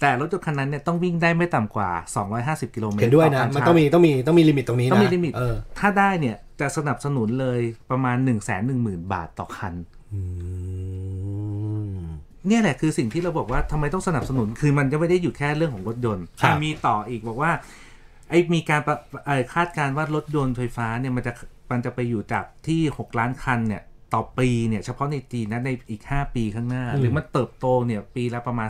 Speaker 3: แต่รถยนต์คันนั้นเนี่ยต้องวิ่งได้ไม่ต่ำกว่า 250 กิโลเมตร
Speaker 2: เห็นด้วยนะ
Speaker 3: ต่อคั
Speaker 2: มันต้องมีต้องมีต้องมีลิมิตตรงนี้นะ
Speaker 3: ต้องมีลิมิต
Speaker 2: เออ
Speaker 3: ถ้าได้เนี่ยจะสนับสนุนเลยประมาณ 1 1 0 0 0 0 บาทต่อคัน
Speaker 2: อืม
Speaker 3: เนี่ยแหละคือสิ่งที่เราบอกว่าทำไมต้องสนับสนุน คือมันจะไม่ได้อยู่แค่เรื่องของรถยนต์
Speaker 2: ครับ
Speaker 3: อ่ะมีต่ออีกบอกว่าไอ้มีการประเอ่อคาดการณ์ว่ารถยนต์ไฟฟ้าเนี่ยมันจะมันจะไปอยู่จากที่ 6 ล้านคันเนี่ยต่อปีเนี่ยเฉพาะในจีนนะในอีก 5 ปีข้างหน้า หรือมันเติบโตเนี่ยปีละประมาณ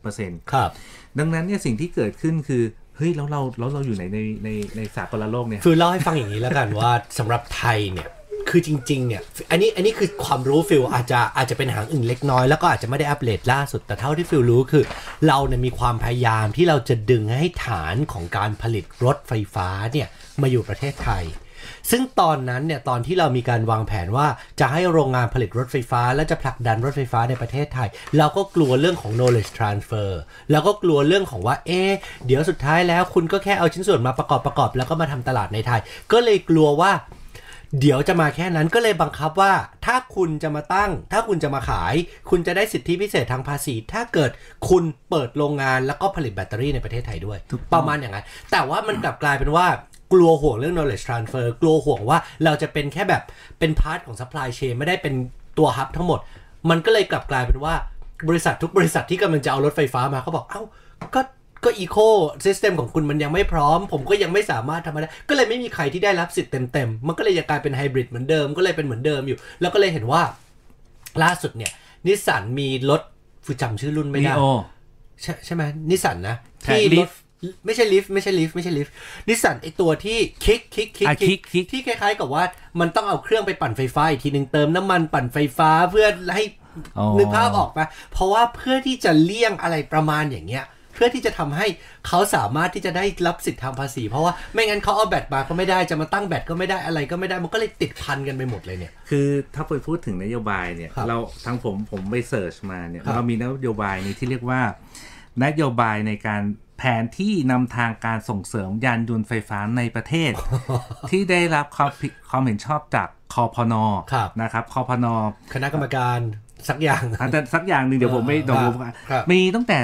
Speaker 3: 36%
Speaker 2: ครับ
Speaker 3: ดังนั้นเนี่ยสิ่งที่เกิดขึ้นคือเฮ้ยแล้วเราแล้วเราอยู่ไหนในในในสากลโลกเนี่ย
Speaker 2: ฟิลเล่าให้ฟังอย่างนี้แล้วกัน ว่าสำหรับไทยเนี่ยคือจริงๆเนี่ยอันนี้อันนี้คือความรู้ฟิลอาจจะอาจจะเป็นหางอื่นเล็กน้อยแล้วก็อาจจะไม่ได้อัปเดตล่าสุดแต่เท่าที่ฟิลรู้คือ เราเนี่ยมีความพยายามที่เราจะดึงให้ฐานของการผลิตรถไฟฟ้าเนี่ยมาอยู่ประเทศไทย ซึ่งตอนนั้นเนี่ยตอนที่เรามีการวางแผนว่าจะให้โรงงานผลิตรถไฟฟ้า และจะผลักดันรถไฟฟ้าในประเทศไทย เราก็กลัวเรื่องของ knowledge transfer แล้วก็กลัวเรื่องของว่าเอ๊ะเดี๋ยวสุดท้ายแล้วคุณก็แค่เอาชิ้นส่วนมาประกอบประกอบ แล้วก็มาทำตลาดในไทย ก็เลยกลัวว่า เดี๋ยวจะมาแค่นั้นก็เลยบังคับว่า ถ้าคุณจะมาตั้ง ถ้าคุณจะมาขาย คุณจะได้สิทธิพิเศษทางภาษี ถ้าเกิดคุณเปิดโรงงานแล้วก็ผลิตแบตเตอรี่ในประเทศไทยด้วย
Speaker 3: ถูกต้อง
Speaker 2: ประมาณอย่างนั้น แต่ว่ามันกลับกลายเป็นว่ากลัวห่วงเรื่อง knowledge transfer กลัวห่วงว่าเราจะเป็นแค่แบบเป็นพาร์ทของ supply chain ไม่ได้เป็นตัวฮับทั้งหมด มันก็เลยกลับกลายเป็นว่าบริษัททุกบริษัทที่กำลังจะเอารถไฟฟ้ามาเขาบอกเอ้าก็ก็อีโคซิสเต็มของคุณมันยังไม่พร้อม ผมก็ยังไม่สามารถทำมาได้ ก็เลยไม่มีใครที่ได้รับสิทธิ์เต็มๆมันก็เลยยังกลายเป็นไฮบริดเหมือนเดิมก็เลยเป็นเหมือนเดิมอยู่ แล้วก็เลยเห็นว่าล่าสุดเนี่ยนิสสันมีรถฟูจำชื่อรุ่นไม่ได้
Speaker 3: Neo
Speaker 2: ใช่ใช่ไหมนิสสันนะท
Speaker 3: ใช่
Speaker 2: ี่รถ
Speaker 3: Leaf
Speaker 2: ไม่ใช่ลิฟไม่ใช่ลิฟไม่ใช่ลิฟนิสสันไอตัวที่คิกคิกคิก
Speaker 3: อ่ะ kick kick
Speaker 2: ที่คล้ายๆกับว่ามันต้องเอาเครื่องไปปั่นไฟฟ้าอีกทีหนึ่งเติมน้ำมันปั่นไฟฟ้าเพื่อให้
Speaker 3: อ๋อ
Speaker 2: นึกภาพออกปะเพราะว่าเพื่อที่จะเลี่ยงอะไรประมาณอย่างเงี้ย เพื่อที่จะทำให้เขาสามารถที่จะได้รับสิทธิทางภาษี เพราะว่าไม่งั้นเขาเอาแบตมาก็ไม่ได้จะมาตั้งแบตก็ไม่ได้อะไรก็ไม่ได้มันก็เลยติดพันกันไปหมดเลยเนี่ย
Speaker 3: คือถ้าไปพูดถึงนโยบายเนี่ย
Speaker 2: ครับ
Speaker 3: เราทางผมผมไปเสิร์ชมาเนี่ย
Speaker 2: ครับ
Speaker 3: เรามีนโยบายนี้ที่เรียกว่า นโยบายในการแผนที่นำทางการส่งเสริมยานยนต์ไฟฟ้าในประเท
Speaker 2: (laughs)
Speaker 3: ศ ที่ได้รับความผิดความเห็นชอบจากคอพน
Speaker 2: ครับ
Speaker 3: นะครับคอพน
Speaker 2: คณะกรรมการสักอย่าง
Speaker 3: อาจจะสักอย่างหนึ่งเดี๋ยวผมไม่
Speaker 2: เออ
Speaker 3: ดอง
Speaker 2: ครับ
Speaker 3: มีตั้งแต่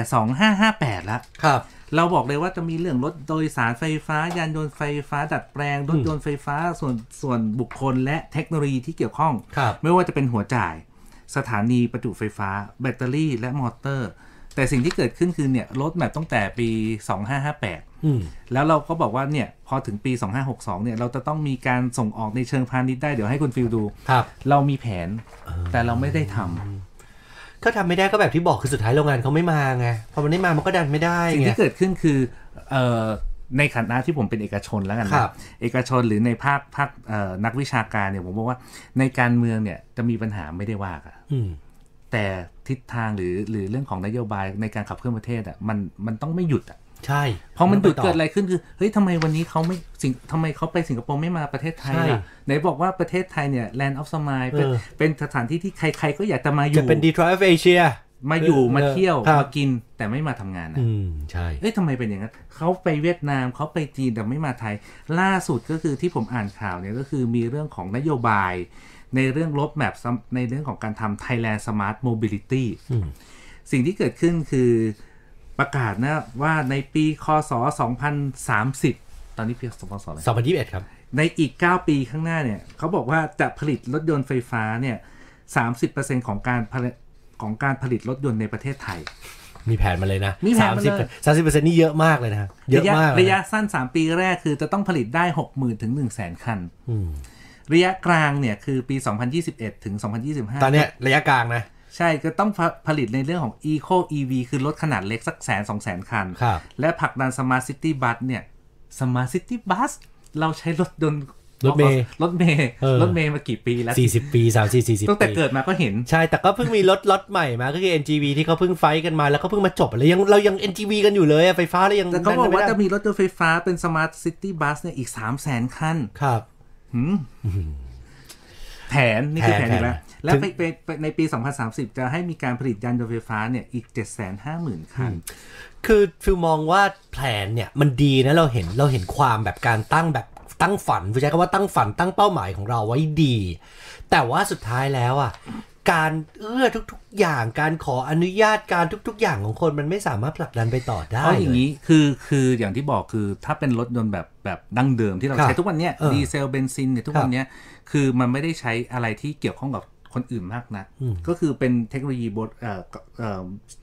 Speaker 3: 2558แล้ว
Speaker 2: ครับ
Speaker 3: เราบอกเลยว่าจะมีเรื่องรถโดยสารไฟฟ้ายานยนต์ไฟฟ้าดัดแปลง รถยนต์ไฟฟ้าส่วนส่วนบุคคลและเทคโนโลยีที่เกี่ยวข้อง
Speaker 2: ครับ
Speaker 3: ไม่ว่าจะเป็นหัวจ่าย สถานีประจุไฟฟ้า แบตเตอรี่และมอเตอร์ แต่สิ่งที่เกิดขึ้นคือเนี่ยรถแมพตั้งแต่ปี 2558
Speaker 2: อืม
Speaker 3: แล้วเราก็บอกว่าเนี่ยพอถึงปี 2562 เนี่ยเราจะต้องมีการส่งออกในเชิงพาณิชย์ได้เดี๋ยวให้คุณฟิลดู
Speaker 2: ครับ
Speaker 3: เรามีแผนแต่เราไม่ได้ทำ
Speaker 2: ก็ทำไม่ได้ก็แบบที่บอกคือสุดท้ายโรงงานเขาไม่มาไงพอมันไม่มามันก็ดันไม่ได้
Speaker 3: สิ่ง
Speaker 2: ไง
Speaker 3: ที่เกิดขึ้นคือเอ่อในฐานะที่ผมเป็นเอกชนแล้วกัน
Speaker 2: ค
Speaker 3: นะ
Speaker 2: รับ
Speaker 3: เอกชนหรือในภาคภาคเอ่อนักวิชาการเนี่ยผมบอกว่าในการเมืองเนี่ยจะมีปัญหาไม่ได้ว่ากันแต่ทิศทางหรือหรือเรื่องของนโยบายในการขับเคลื่อนประเทศอ่ะมันมันต้องไม่หยุดอ่ะ
Speaker 2: ใช่
Speaker 3: พอมันหยุด
Speaker 2: ต้งปต่
Speaker 3: เกิดอะไรขึ้นคือเฮ้ยทำไมวันนี้เขาไม่สิงทำไมเขาไปสิงคโปร์ไม่มาประเทศไทย
Speaker 2: ใช่
Speaker 3: ล่ะไหนบอกว่าประเทศไทยเนี่ย land of smile เป็น
Speaker 2: เออ
Speaker 3: เป็นสถานที่ที่ใคร ๆ ก็อยากจะมาอ
Speaker 2: จะ
Speaker 3: ยู่
Speaker 2: เป็นดีทรอยต์เอเชีย
Speaker 3: มาอยู่มา
Speaker 2: เออ
Speaker 3: เที่ยว
Speaker 2: ครับ
Speaker 3: มากินแต่ไม่มาทำงานอะ
Speaker 2: อืม ใช่
Speaker 3: เอ้ยทำไมเป็นอย่างนั้นเขาไปเวียดนามเขาไปจีนแต่ไม่มาไทย ล่าสุดก็คือที่ผมอ่านข่าวเนี่ยก็คือมีเรื่องของนโยบาย ในเรื่องลบแมพในเรื่องของการทำ Thailand Smart Mobility
Speaker 2: อืม
Speaker 3: สิ่งที่เกิดขึ้นคือประกาศนะว่าในปีคศ 2030 ตอนนี้เพียงสองพศอะไร
Speaker 2: สองพันยี่สิบเอ็ดครับ
Speaker 3: ในอีก 9 ปีข้างหน้าเนี่ยเขาบอกว่าจะผลิตรถยนต์ไฟฟ้าเนี่ย30%ของการผลิตของการผลิตรถยนต์ในประเทศไทย
Speaker 2: มีแผนมาเลยนะ
Speaker 3: มีแผน
Speaker 2: สาม
Speaker 3: มา
Speaker 2: สิบ
Speaker 3: เลย
Speaker 2: สามสิบเปอร์เซ็นต์นี่เยอะมากเลยนะเยอะมากเลย
Speaker 3: ระยะระยะสั้น 3 ปีแรกคือจะต้องผลิตได้ 60,000 ถึง 100,000 คัน
Speaker 2: อืม
Speaker 3: ระยะกลางเนี่ยคือปี 2021 ถึง 2025
Speaker 2: ตอนเนี้ยระยะกลางนะ
Speaker 3: ใช่ก็ต้องผผลิตในเรื่องของ Eco EV คือรถขนาดเล็กสักแสนสองแสนคัน
Speaker 2: ครับ
Speaker 3: และผลักดัน Smart City Bus เนี่ย Smart City Bus เราใช้รถยนต์
Speaker 2: รถเมล์
Speaker 3: รถเมย์
Speaker 2: เออ
Speaker 3: รถเมย์มากี่ปีแล้ว
Speaker 2: สี่สิบปีสามสี่สี่สิบ
Speaker 3: ตั้งแต่
Speaker 2: ปี
Speaker 3: เกิดมาก็เห็น
Speaker 2: ใช่แต่ก็เพิ่งมีรถล็อตใหม่มาก็คือ NGV ที่เขาเพิ่งไฟท์กันมาแล้วก็เพิ่งมาจบเลยยังเรายัง NGV กันอยู่เลยอะไฟฟ้าแล้วยัง
Speaker 3: แต่เขาบอกว่า
Speaker 2: นั่นไม่ได้
Speaker 3: จะมีรถยนต์ไฟฟ้าเป็น Smart City Bus เนี่ยอีก 3 0 0 0 0 0 คัน
Speaker 2: ครับ
Speaker 3: หืมแผน นี่คือแผน
Speaker 2: แผน
Speaker 3: อีกแล้ว
Speaker 2: แผน
Speaker 3: และไปไปไปในปี 2030 จะให้มีการผลิตยานยนต์ไฟฟ้าเนี่ยอีก 750,000 คัน
Speaker 2: คือฟิลมองว่าแผนเนี่ยมันดีนะเราเห็นเราเห็นความแบบการตั้งแบบตั้งฝันผู้ใช้คำว่าตั้งฝันตั้งเป้าหมายของเราไว้ดี แต่ว่าสุดท้ายแล้วอ่ะการเอื้อทุกๆ อย่างการขออนุญาตการทุก ๆ อย่างของคนมันไม่สามารถผลักดันไปต่อได้
Speaker 3: เพราะ
Speaker 2: เล
Speaker 3: อย่างนี้คือคืออย่างที่บอกคือถ้าเป็นรถยนต์แบบแบบดั้งเดิมที่เรา
Speaker 2: ครับ
Speaker 3: ใช้ทุกวันเนี้ย
Speaker 2: เออ
Speaker 3: ดีเซลเบนซินเนี่ยทุก
Speaker 2: ครับ
Speaker 3: วันเนี้ยคือมันไม่ได้ใช้อะไรที่เกี่ยวข้องกับคนอื่นมากนะ
Speaker 2: อืม
Speaker 3: ก็คือเป็นเทคโนโลยีบทเอ่อเอ่อ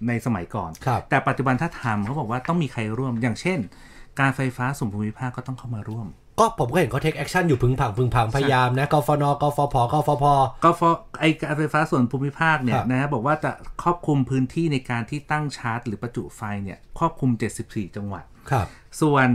Speaker 3: ในสมัยก่อน
Speaker 2: ครับ
Speaker 3: แต่ปัจจุบันถ้าทำเขาบอกว่าต้องมีใครร่วม อย่างเช่น การไฟฟ้าส่วนภูมิภาคก็ต้องเข้ามาร่วม
Speaker 2: ก็ผมก็เห็นเขาเทคแอคชั่นอยู่พึงผังพึงผังพยายามนะกฟนกฟผกฟพ
Speaker 3: ก็ฟอไอการไฟฟ้าส่วนภูมิภาคเนี่
Speaker 2: ค
Speaker 3: ย
Speaker 2: รับ
Speaker 3: นะฮะบอกว่าจะครอบคลุมพื้นที่ในการที่ตั้งชาร์จ หรือประจุไฟเนี่ยครอบคลุม 74 จังหวัด
Speaker 2: ครับ
Speaker 3: ส่วน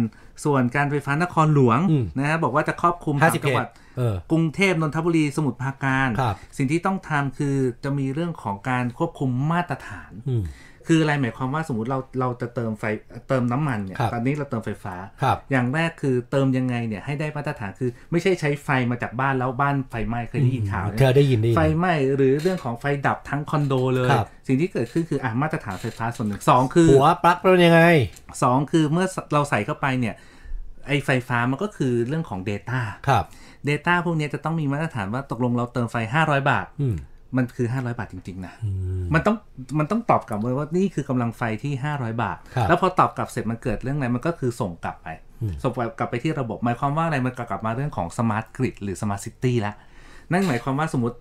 Speaker 3: ส่วนการไฟฟ้านครหลวง
Speaker 2: อืม
Speaker 3: นะฮะบอกว่าจะครอบคลุม
Speaker 2: 50
Speaker 3: สามจังหวัด
Speaker 2: เขตเออก
Speaker 3: รุงเทพนนทบุรีสมุทรปราการ
Speaker 2: ครับ
Speaker 3: สิ่งที่ต้องทำคือจะมีเรื่องของการควบคุมมาตรฐาน
Speaker 2: อืม
Speaker 3: คืออะไรหมายความว่าสมมติเราเราจะเติมไฟเติมน้ำมันเนี่ย
Speaker 2: ครับ
Speaker 3: ตอนนี้เราเติมไฟฟ้า
Speaker 2: ครับ
Speaker 3: อย่างแรกคือเติมยังไงเนี่ยให้ได้มาตรฐานคือไม่ใช่ใช้ไฟมาจากบ้านแล้วบ้านไฟไหม้เคยได้ยินข่าว
Speaker 2: อืมเคยได้ยินได้ยิน
Speaker 3: ไฟไหม้หรือเรื่องของไฟดับทั้งคอนโดเลย
Speaker 2: ครับ
Speaker 3: สิ่งที่เกิดขึ้นคืออ่ะมาตรฐานไฟฟ้าส่วนหนึ่งสองคือ
Speaker 2: หัวปลั๊กเป็นยังไง
Speaker 3: สองคือเมื่อเราใส่เข้าไปเนี่ยไอไฟฟ้ามันก็คือเรื่องของ Data
Speaker 2: ครับ
Speaker 3: Data พวกเนี้ยจะต้องมีมาตรฐานว่าตกลงเราเติมไฟ 500 บาท
Speaker 2: อืม
Speaker 3: มันคือ 500 บาทจริง ๆ นะ มันต้องมันต้องตอบกลับมาว่านี่คือกำลังไฟที่ 500 บาท
Speaker 2: ครับ
Speaker 3: แล้วพอตอบกลับเสร็จมันเกิดเรื่องอะไรมันก็คือส่งกลับไป ส่งกลับไปที่ระบบ หมายความว่าอะไรมันกลับมาเรื่องของ Smart Grid หรือ Smart City ละนั่นหมายความว่าสมมติ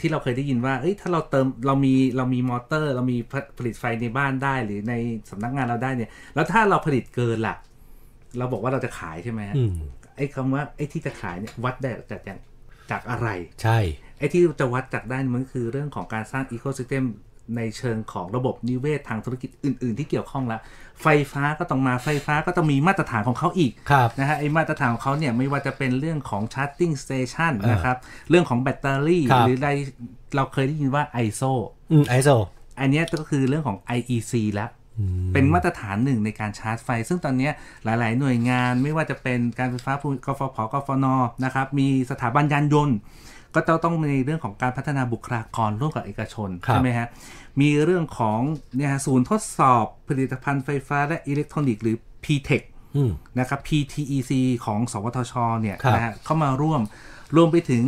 Speaker 3: ที่เราเคยได้ยินว่าเอ้ยถ้าเราเติมเรามีเรามีมอเตอร์ เรามีผลิตไฟในบ้านได้หรือในสำนักงานเราได้เนี่ย แล้วถ้าเราผลิตเกินล่ะ เราบอกว่าเราจะขายใช่ไหมฮะ
Speaker 2: อืม
Speaker 3: ไอ้คำว่าไอ้ที่จะขายเนี่ยวัดได้จากอย่างจากอะไร
Speaker 2: ใช่
Speaker 3: ไอ้ที่จะวัดจากได้านมันก็คือเรื่องของการสร้างอีโค y ิสเต็มในเชิงของระบบนิเวศทางธุรกิจอื่น ๆ ที่เกี่ยวข้องละไฟฟ้าก็ต้องมาไฟฟ้าก็ต้องมีมาตรฐานของเขาอีก
Speaker 2: ครับ
Speaker 3: นะฮะไอ้มาตรฐานของเขาเนี่ยไม่ว่าจะเป็นเรื่องของชาร์จติ้งสเตชันนะครับ เรื่องของแบตเตอรี่
Speaker 2: ครับ
Speaker 3: หรืออะไรเราเคยได้ยินว่า ISO
Speaker 2: อืมไอโซ
Speaker 3: อันเนี้ยก็คือเรื่องของ IEC แล้ว เป็นมาตรฐานหนึ่งในการชาร์จไฟ ซึ่งตอนเนี้ยหลาย ๆ หน่วยงานไม่ว่าจะเป็นการไฟฟ้าภูมิกฟผกฟนนะครับ มีสถาบันยานยนต์ ก็ต้องต้องมีเรื่องของการพัฒนาบุคลากรร่วมกับเอกชน
Speaker 2: ครับ
Speaker 3: ใช่ไหมฮะ มีเรื่องของเนี่ยฮะศูนย์ทดสอบผลิตภัณฑ์ไฟฟ้าและอิเล็กทรอนิกส์หรือ PTEC
Speaker 2: อืม
Speaker 3: นะครับ PTEC ของ สวทช เนี่ย
Speaker 2: ครับ
Speaker 3: นะฮะเข้ามาร่วม รวมไปถึง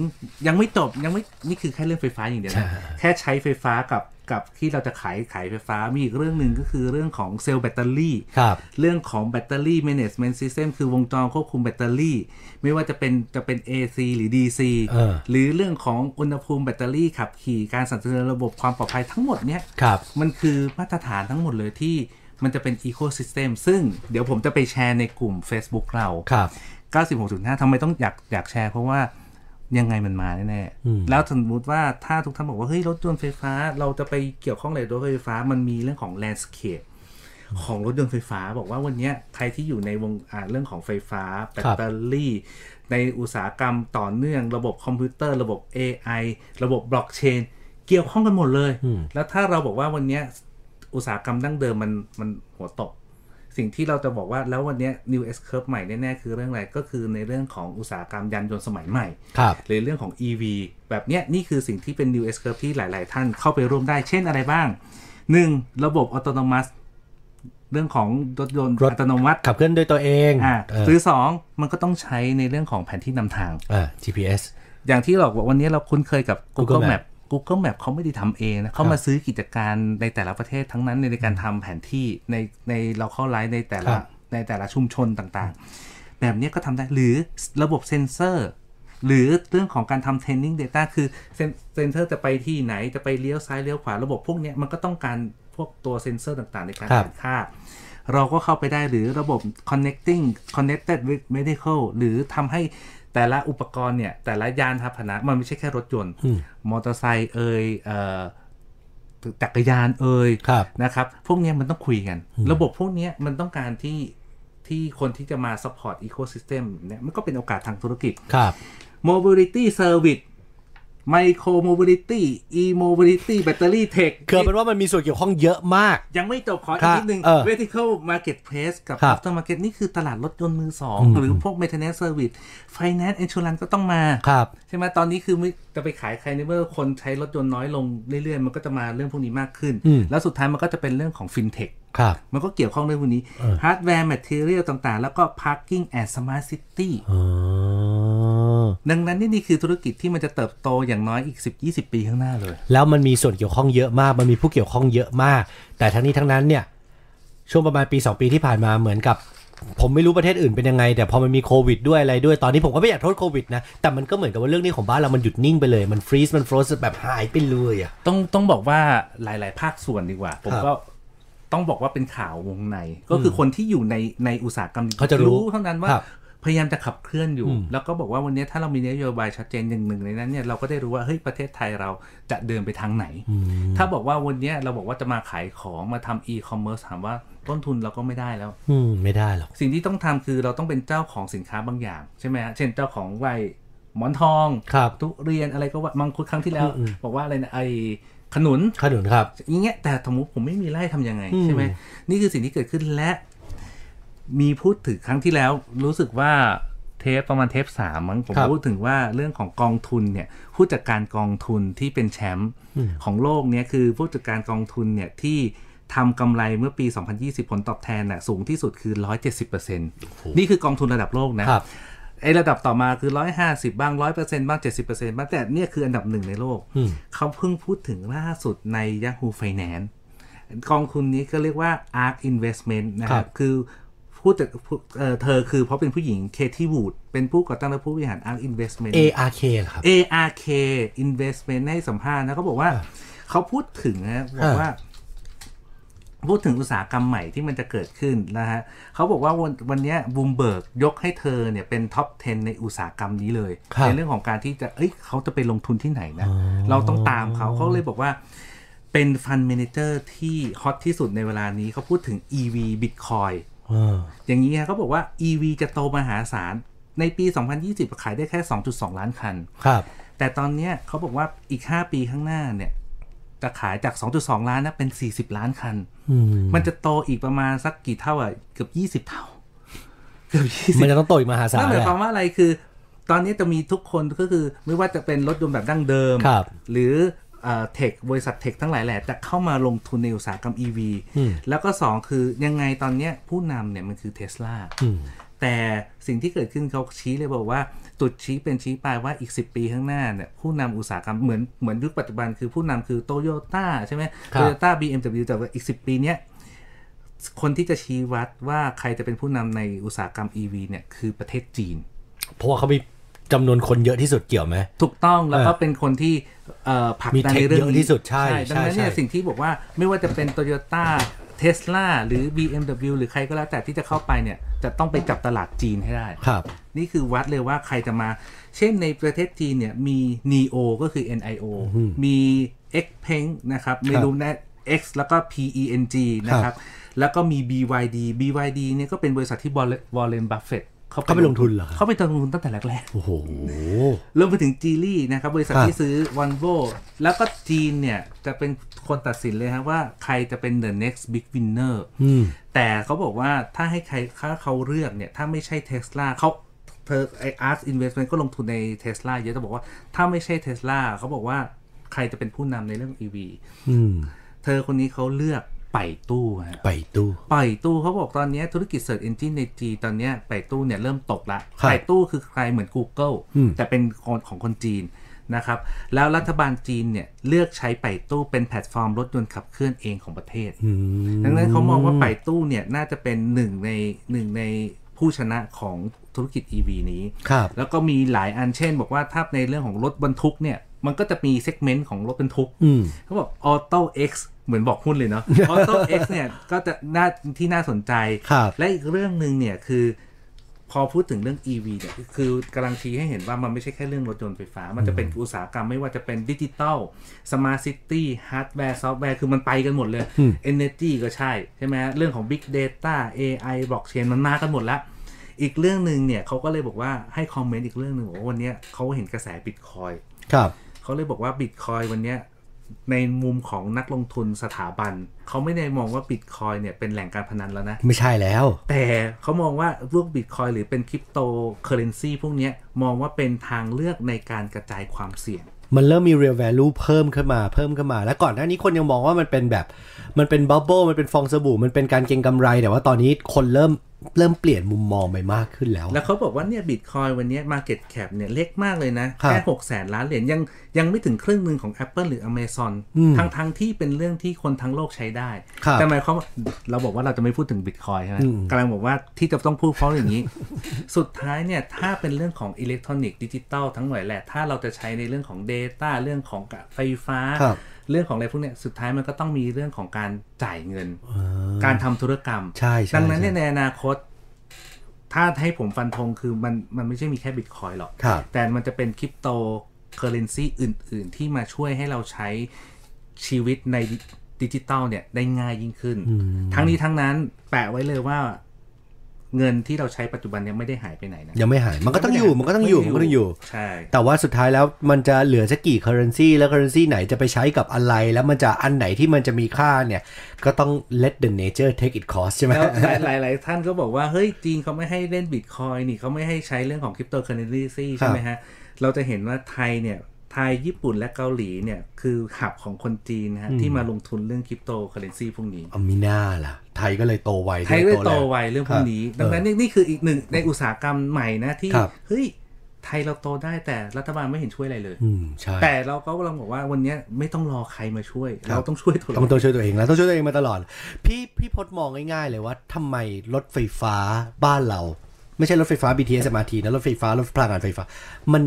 Speaker 3: ยังไม่จบยังไม่นี่คือแค่เรื่องไฟฟ้าอย่างเดียว
Speaker 2: ใช่
Speaker 3: นะแค่ใช้ไฟฟ้ากับกับที่เราจะขายขายไฟฟ้า มีอีกเรื่องหนึ่งก็คือเรื่องของเซลล์แบตเตอรี่
Speaker 2: ครับ
Speaker 3: เรื่องของแบตเตอรี่ management system คือวงจรควบคุมแบตเตอรี่ ไม่ว่าจะเป็นจะเป็น AC หรือ DC
Speaker 2: เออ
Speaker 3: หรือเรื่องของอุณหภูมิแบตเตอรี่ขับขี่การสั่นสะเทือนระบบความปลอดภัยทั้งหมดเนี่ย
Speaker 2: ครับ
Speaker 3: มันคือมาตรฐานทั้งหมดเลยที่มันจะเป็น Ecosystem ซึ่งเดี๋ยวผมจะไปแชร์ในกลุ่ม Facebook เรา
Speaker 2: ครับ
Speaker 3: 96.5ทำไมต้องอยากอยากแชร์เพราะว่ายังไงมันมาแน่
Speaker 2: อืม
Speaker 3: ๆ แล้วสมมติว่าถ้าทุกท่านบอกว่า เฮ้ย รถยนต์ไฟฟ้า เราจะไปเกี่ยวข้องอะไรรถไฟฟ้ามันมีเรื่องของ landscape ของรถยนต์ไฟฟ้าบอกว่าวันเนี้ยใครที่อยู่ในวงอ่าเรื่องของไฟฟ้าแบตเตอรี่ ในอุตสาหกรรมต่อเนื่อง ระบบคอมพิวเตอร์ระบบ AI ระบบบล็อกเชนเกี่ยวข้องกันหมดเลย แล้วถ้าเราบอกว่าวันเนี้ยอุตสาหกรรมดั้งเดิมมันมันหัวตก สิ่งที่เราจะบอกว่าแล้ววันเนี้ย New S Curve ใหม่แน่ๆคือเรื่องอะไรก็คือในเรื่องของอุตสาหกรรมยานยนต์สมัยใหม่
Speaker 2: ครับ
Speaker 3: หรือเรื่องของ EV แบบเนี้ยนี่คือสิ่งที่เป็น New S Curve ที่หลายๆ ท่านเข้าไปร่วมได้เช่นอะไรบ้าง 1. ระบบอัตโนมัติ เรื่องของรถยนต์
Speaker 2: รถ
Speaker 3: อัตโนมัติ
Speaker 2: ขับเคลื่อนด้วยตัวเอง
Speaker 3: อ่า
Speaker 2: เออ
Speaker 3: หรือ 2 มันก็ต้องใช้ในเรื่องของแผนที่นำทาง
Speaker 2: อ่า GPS
Speaker 3: อย่างที่เราบอกวันนี้เราคุ้นเคยกับ
Speaker 2: Google
Speaker 3: Google
Speaker 2: Map
Speaker 3: Map Google Map เขาไม่ได้ทำเองนะเขามาซื้อกิจการในแต่ละประเทศทั้งนั้นในในการทำแผนที่ในในเราเข้าไลฟ์ในแต่ละ
Speaker 2: ครับ
Speaker 3: ในแต่ละชุมชนต่างๆ แบบเนี้ยก็ทำได้หรือระบบเซ็นเซอร์ หรือเรื่องของการทำ training data คือเซ็นเซ็นเซอร์จะไปที่ไหนจะไปเลี้ยวซ้ายเลี้ยวขวาระบบพวกเนี้ยมันก็ต้องการพวกตัวเซ็นเซอร์ต่างๆ ในการ
Speaker 2: ครับ
Speaker 3: เก็บค่า เราก็เข้าไปได้หรือระบบ connecting connected with medical หรือทำให้แต่ละอุปกรณ์เนี่ย แต่ละยานพาหนะมันไม่ใช่แค่รถยนต์ มอเตอร์ไซค์เอ่ยเอ่อจักรยานเอ่ย
Speaker 2: ครับ
Speaker 3: นะครับ พวกเนี้ยมันต้องคุยกัน ระบบพวกเนี้ยมันต้องการที่ที่คนที่จะมา support ecosystem เนี่ยมันก็เป็นโอกาสทางธุรกิจ
Speaker 2: ครับ
Speaker 3: mobility service micro mobility e mobility battery tech
Speaker 2: คือเป็นว่ามันมีส่วนเกี่ยวข้องเยอะมาก
Speaker 3: ยังไม่จบขอ
Speaker 2: ค
Speaker 3: อี
Speaker 2: รั
Speaker 3: ก
Speaker 2: บ
Speaker 3: นิดนึง
Speaker 2: เออ
Speaker 3: vertical marketplace กับ
Speaker 2: ครับ
Speaker 3: aftermarket นี่คือตลาดรถยนต์มือสองหรือพวก maintenance service finance insurance ก็ต้องมา
Speaker 2: ครับ
Speaker 3: ใช่ไหมตอนนี้คือไม่จะไปขายใครในเมื่อคนใช้รถยนต์น้อยลงเรื่อยๆ มันก็จะมาเรื่องพวกนี้มากขึ้น
Speaker 2: อืม
Speaker 3: แล้วสุดท้ายมันก็จะเป็นเรื่องของฟินเทค
Speaker 2: ครับ
Speaker 3: มันก็เกี่ยวข้องเรื่องพวกนี้ฮาร์ดแวร์แมทเทอเรียลต่างๆ แล้วก็ Parking and Smart City
Speaker 2: อ๋อ
Speaker 3: ดังนั้นนี่นี่คือธุรกิจที่มันจะเติบโตอย่างน้อยอีก 10-20 ปีข้างหน้าเลย
Speaker 2: แล้วมันมีส่วนเกี่ยวข้องเยอะมาก มันมีผู้เกี่ยวข้องเยอะมาก แต่ทั้งนี้ทั้งนั้นเนี่ย ช่วงประมาณปี 2 ปีที่ผ่านมาเหมือนกับ ผมไม่รู้ประเทศอื่นเป็นยังไง แต่พอมันมีโควิดด้วยอะไรด้วย ตอนนี้ผมก็ไม่อยากโทษโควิดนะ แต่มันก็เหมือนกับว่าเรื่องนี้ของบ้านเรามันหยุดนิ่งไปเลย มันฟรีซ มันฟรอสแบบหายไปเลยอะ
Speaker 3: ต้องต้องบอกว่าหลาย ๆ ภาคส่วนดีกว่า ผม
Speaker 2: ครับ
Speaker 3: ก็ต้องบอกว่าเป็นข่าววงใน ก็คือคนที่อยู่ในในอุตสาหกรรม
Speaker 2: เขาจะรู้
Speaker 3: เท่านั้นว่า
Speaker 2: ครับ
Speaker 3: พยายามจะขับเคลื่อนอยู่
Speaker 2: อืม
Speaker 3: แล้วก็บอกว่าวันนี้ถ้าเรามีนโยบายชัดเจนอย่างหนึ่งในนั้นเนี่ยเราก็ได้รู้ว่าเฮ้ยประเทศไทยเราจะเดินไปทางไหน ถ้าบอกว่าวันนี้เราบอกว่าจะมาขายของมาทำอีคอมเมิร์ซถามว่าต้นทุนเราก็ไม่ได้แล้ว
Speaker 2: อืม ไม่ได้หรอก
Speaker 3: สิ่งที่ต้องทำคือเราต้องเป็นเจ้าของสินค้าบางอย่าง ใช่ไหมฮะเช่นเจ้าของไวหมอนทอง
Speaker 2: ครับ
Speaker 3: ทุเรียนอะไรก็ว่ามังคุดครั้งที่แล้ว
Speaker 2: อืม
Speaker 3: บอกว่าอะไรนะไอขนุน
Speaker 2: ขนุนครับ
Speaker 3: อย่างเงี้ยแต่สมมติผมไม่มีไร่ทำยังไง
Speaker 2: อืม
Speaker 3: ใช่ไหมนี่คือสิ่งที่เกิดขึ้นและ มีพูดถึงครั้งที่แล้ว รู้สึกว่าเทปประมาณเทปสามมั้งผมพูดถึงว่าเรื่องของกองทุนเนี่ยผู้จัดการกองทุนที่เป็นแชมป์ของโลกเนี่ยคือผู้จัดการกองทุนเนี่ยที่ทำกำไรเมื่อปี 2020 ผลตอบแทนน่ะสูงที่สุดคือ 170%นี่คือกองทุนระดับโลกนะ
Speaker 2: ครับ
Speaker 3: ไอระดับต่อมาคือ 150 บ้าง 100%บ้าง 70%บ้างแต่เนี่ยคืออันดับหนึ่งในโลก
Speaker 2: อืม
Speaker 3: เขาเพิ่งพูดถึงล่าสุดใน Yahoo Finance กองทุนนี้ก็เรียกว่า ARK Investment นะค
Speaker 2: ครั
Speaker 3: รับ
Speaker 2: บ
Speaker 3: คือพูดแต่ผู้เอ่อเธอคือเพราะเป็นผู้หญิงเคที่วูดเป็นผู้ก่อตั้งและผู้บริหาร ARK Investment
Speaker 2: ARK เหรอครับ
Speaker 3: ARK Investment ให้สัมภาษณ์นะเขาบอกว่าเขาพูดถึงนะบอกว่า พูดถึงอุตสาหกรรมใหม่ที่มันจะเกิดขึ้นนะฮะเขาบอกว่าวันวันเนี้บูมเบิร์กยกให้เธอเนี่ยเป็นท็อป 10 ในอุตสาหกรรมนี้เลย
Speaker 2: ครับ
Speaker 3: ในเรื่องของการที่จะเอ้ยเขาจะไปลงทุนที่ไหนนะ เราต้องตามเขาเขาเลยบอกว่าเป็นฟันเมนเจอร์ที่ฮอตที่สุดในเวลานี้เขาพูดถึง EV Bitcoin
Speaker 2: อ่า
Speaker 3: อย่างนี้ฮะเขาบอกว่า EV จะโตมหาศาลในปี 2020 ขายได้แค่ 2.2 ล้านคัน
Speaker 2: ครับ
Speaker 3: แต่ตอนเนี้ยเขาบอกว่าอีก 5 ปีข้างหน้าเนี่ย จะขายจาก 2.2 ล้านนะเป็น 40 ล้านคัน
Speaker 2: อืม
Speaker 3: มันจะโตอีกประมาณสักกี่เท่าอ่ะ เกือบ 20 เท่า เกือบ 20
Speaker 2: มันจะต้องโตอีกมหาศาล
Speaker 3: นั่น
Speaker 2: แห
Speaker 3: หมาย
Speaker 2: ละ
Speaker 3: ความว่าอะไรคือ ตอนนี้จะมีทุกคนก็คือไม่ว่าจะเป็นรถยนต์แบบดั้งเดิม
Speaker 2: ครับ
Speaker 3: หรือเทคบริษัทเทคทั้งหลายแหละจะเข้ามาลงทุนในอุตสาหกรรม EV
Speaker 2: อืม
Speaker 3: แล้วก็ 2 คือยังไงตอนเนี้ยผู้นำเนี่ยมันคือเทสลา
Speaker 2: อืม
Speaker 3: แต่สิ่งที่เกิดขึ้นเขาชี้เลยบอกว่าจุดชี้เป็นชี้ปลายว่าอีก 10 ปีข้างหน้าเนี่ยผู้นำอุตสาหกรรมเหมือนเหมือนยุคปัจจุบันคือผู้นำคือโตโยต้าใช่ไหม
Speaker 2: ครั
Speaker 3: โต
Speaker 2: บ
Speaker 3: โยต้าบีเอ็มดับแต่ว่าอีก 10 ปีเนี้ยคนที่จะชี้วัดว่าใครจะเป็นผู้นำในอุตสาหกรรม EV เนี่ยคือประเทศจีน
Speaker 2: เพราะว่าเขามีจำนวนคนเยอะที่สุดเกี่ยวไหม
Speaker 3: ถูกต้องแล้วก็
Speaker 2: เออ
Speaker 3: เป็นคนที่เอ่อผลัก
Speaker 2: มี
Speaker 3: ดัน
Speaker 2: เทค
Speaker 3: ในเรื่อง
Speaker 2: เยอะ
Speaker 3: นี้
Speaker 2: ที่สุดใช่ใช่
Speaker 3: ดังนั้นเนี่ย
Speaker 2: ใช่
Speaker 3: สิ่งที่บอกว่าไม่ว่าจะเป็น t o y ยต้าเทสลาหรือ BMW หรือใครก็แล้วแต่ที่จะเข้าไปเนี่ยจะต้องไปจับตลาดจีนให้ได้
Speaker 2: ครับ
Speaker 3: นี่คือวัดเลยว่าใครจะมา เช่นในประเทศจีนเนี่ยมี NIO ก็คือ NIO มี XPeng นะครับไม่รู้นะ X แล้วก็ PENG นะค
Speaker 2: ครั
Speaker 3: รั
Speaker 2: บบ
Speaker 3: แล้วก็มี BYD BYD เนี่ยก็เป็นบริษัทที่วอลเลนบัฟเฟต
Speaker 2: เขาไปลงทุนเหรอครับ
Speaker 3: เขาไปลงทุนตั้งแต่แรกๆ
Speaker 2: โอ้โห
Speaker 3: รวมไปถึงจีลี่นะครับ บริษัท
Speaker 2: ครับ
Speaker 3: ที่ซื้อวันโวแล้วก็จีนเนี่ย จะเป็นคนตัดสินเลยครับว่าใครจะเป็น the next big winner
Speaker 2: อืม
Speaker 3: แต่เขาบอกว่าถ้าให้ใครถ้าเขาเลือกเนี่ย ถ้าไม่ใช่เทสลาเขาเธอไออาร์ตอินเวสเมนต์ก็ลงทุนในเทสลาเยอะแต่บอกว่าถ้าไม่ใช่เทสลาเขาบอกว่าใครจะเป็นผู้นำในเรื่อง EV
Speaker 2: อืม
Speaker 3: เธอคนนี้เขาเลือกไปตู้ฮะ
Speaker 2: ไปตู้
Speaker 3: ปล่อยตู้เขาบอกตอนเนี้ยธุรกิจ Search Engine ในจีนตอนเนี้ยปล่อยตู้เนี่ยเริ่มตกละ
Speaker 2: ครับ
Speaker 3: ปล่อยตู้คือใครเหมือน Google
Speaker 2: อืม
Speaker 3: แต่เป็นคนของคนจีนนะครับ แล้วรัฐบาลจีนเนี่ยเลือกใช้ปล่อยตู้เป็นแพลตฟอร์มรถยนต์ขับเคลื่อนเองของประเทศ
Speaker 2: อืม
Speaker 3: ดังนั้นเขามองว่าปล่อยตู้เนี่ยน่าจะเป็นหนึ่งในหนึ่งใน ผู้ชนะของธุรกิจ EV นี้
Speaker 2: ครับ
Speaker 3: แล้วก็มีหลายอันเช่น บอกว่าถ้าในเรื่องของรถบรรทุกเนี่ยมันก็จะมีเซกเมนต์ของรถบรรทุก
Speaker 2: อืม
Speaker 3: เขาบอก Auto X เหมือนบอกหุ้นเล
Speaker 2: (laughs)
Speaker 3: ยเนาะ Auto X เนี่ยก็จะน่าที่น่าสนใจ
Speaker 2: ครับ
Speaker 3: และอีกเรื่องหนึ่งเนี่ยคือ พอพูดถึงเรื่อง EV เนี่ยคือกำลังชี้ให้เห็นว่ามันไม่ใช่แค่เรื่องรถยนต์ไฟฟ้า มันจะเป็นอุตสาหกรรมไม่ว่าจะเป็นดิจิตอลสมาร์ทซิตี้ฮาร์ดแวร์ซอฟต์แวร์คือมันไปกันหมดเลย
Speaker 2: อืม
Speaker 3: Energy ก็ใช่ ใช่ไหมฮะเรื่องของ Big Data AI Blockchain มันมากันหมดแล้ว อีกเรื่องหนึ่งเนี่ยเขาก็เลยบอกว่าให้คอมเมนต์อีกเรื่องหนึ่งบอกว่าวันเนี้ยเขาเห็นกระแสบิตคอย
Speaker 2: ครับ
Speaker 3: เขาเลยบอกว่าบิตคอยวันเนี้ยในมุมของนักลงทุนสถาบัน เขาไม่ได้มองว่าบิตคอยเนี่ยเป็นแหล่งการพนันแล้วนะ
Speaker 2: ไม่ใช่แล้ว
Speaker 3: แต่เขามองว่าพวกบิตคอยหรือเป็นคริปโตเคอเรนซีพวกเนี้ยมองว่าเป็นทางเลือกในการกระจายความเสี่ยง
Speaker 2: มันเริ่มมี real value เพิ่มขึ้นมาเพิ่มขึ้นมา แล้วก่อนหน้านี้คนยังมองว่ามันเป็นแบบ มันเป็นบับเบิลมันเป็นฟองสบู่มันเป็นการเก็งกำไร แต่ว่าตอนนี้คนเริ่มเริ่มเปลี่ยนมุมมองไปมากขึ้นแล้ว
Speaker 3: แล้วเขาบอกว่าเนี่ยบิตคอยวันเนี้มาเก็ตแคปเนี่ยเล็กมากเลยนะ
Speaker 2: ครับ
Speaker 3: แค่หกแสนล้านเหรียญยังยังไม่ถึงครึ่งหนึ่งของ Apple หรือ Amazon
Speaker 2: อืม
Speaker 3: ทั้งทั้งที่เป็นเรื่องที่คนทั้งโลกใช้ได้
Speaker 2: ครับ
Speaker 3: แต่หมายความว่าเราบอกว่าเราจะไม่พูดถึงบิตคอยใช่ไหม
Speaker 2: อืม
Speaker 3: กำลังบอกว่าที่จะต้องพูดเพราะอย่างนี้ สุดท้ายเนี่ยถ้าเป็นเรื่องของอิเล็กทรอนิกส์ดิจิตอลทั้งหลายแหละ ถ้าเราจะใช้ในเรื่องของ Data เรื่องของไฟฟ้า
Speaker 2: ครับ
Speaker 3: เรื่องของอะไรพวกเนี้ยสุดท้ายมันก็ต้องมีเรื่องของการจ่ายเงิน การทำธุรกรรม
Speaker 2: ใช่ใช่
Speaker 3: ดังนั้นเนี่ย
Speaker 2: ใช่
Speaker 3: ในอนาคต ถ้าให้ผมฟันธงคือมันมันไม่ใช่มีแค่บิตคอยหรอก
Speaker 2: ครับ
Speaker 3: แต่มันจะเป็นคริปโตเคอเรนซีอื่น ๆ ที่มาช่วยให้เราใช้ชีวิตในดิจิตอลเนี่ยได้ง่ายยิ่งขึ้น
Speaker 2: อืม
Speaker 3: ทั้งนี้ทั้งนั้นแปะไว้เลยว่า เงินที่เราใช้ปัจจุบันเนี่ยไม่ได้หายไปไหนนะ
Speaker 2: ยังไม่หาย มันก็ต้องอยู่มันก็ต้องอยู่มันก็ต้องอยู่
Speaker 3: ใช่
Speaker 2: แต่ว่าสุดท้ายแล้วมันจะเหลือสักกี่ currency แล้ว currency ไหนจะไปใช้กับอะไร แล้วมันจะอันไหนที่มันจะมีค่าเนี่ย ก็ต้อง let the nature take it cost ใช่ไหม
Speaker 3: แล้ว (laughs) หลายหลายหลายท่านก็บอกว่าเฮ้ยจีนเขาไม่ให้เล่นบิตคอยนี่เขาไม่ให้ใช้เรื่องของคริปโตเคอเรนซีใช่ไหมฮะ เราจะเห็นว่าไทยเนี่ย ไทยญี่ปุ่นและเกาหลีเนี่ย คือหับของคนจีนนะฮะ
Speaker 2: อืม
Speaker 3: ที่มาลงทุนเรื่องคริปโตเคอเรนซีพวกนี้
Speaker 2: เอามีหน้าล่ะ ไทยก็เลยโตไว
Speaker 3: ไทยเลยโต
Speaker 2: แรง
Speaker 3: ไวเรื่องพวกนี้
Speaker 2: ครับ
Speaker 3: ดังนั้นนี่นี่คืออีกหนึ่งในอุตสาหกรรมใหม่นะที่
Speaker 2: ครับ
Speaker 3: เฮ้ยไทยเราโตได้แต่รัฐบาลไม่เห็นช่วยอะไรเลย
Speaker 2: อืมใช่
Speaker 3: แต่เราก็กำลังบอกว่าวันเนี้ยไม่ต้องรอใครมาช่วย
Speaker 2: ครับ
Speaker 3: เราต้องช่วยตัวเรา
Speaker 2: ต้องต้องช่วยตัวเองแล้วต้องช่วยตัวเองมาตลอด พี่พี่พจน์มองง่ายๆเลยว่าทำไมรถไฟฟ้าบ้านเรา ไม่ใช่รถไฟฟ้า BTS MRT นะรถไฟฟ้ารถพลังงานไฟฟ้า มัน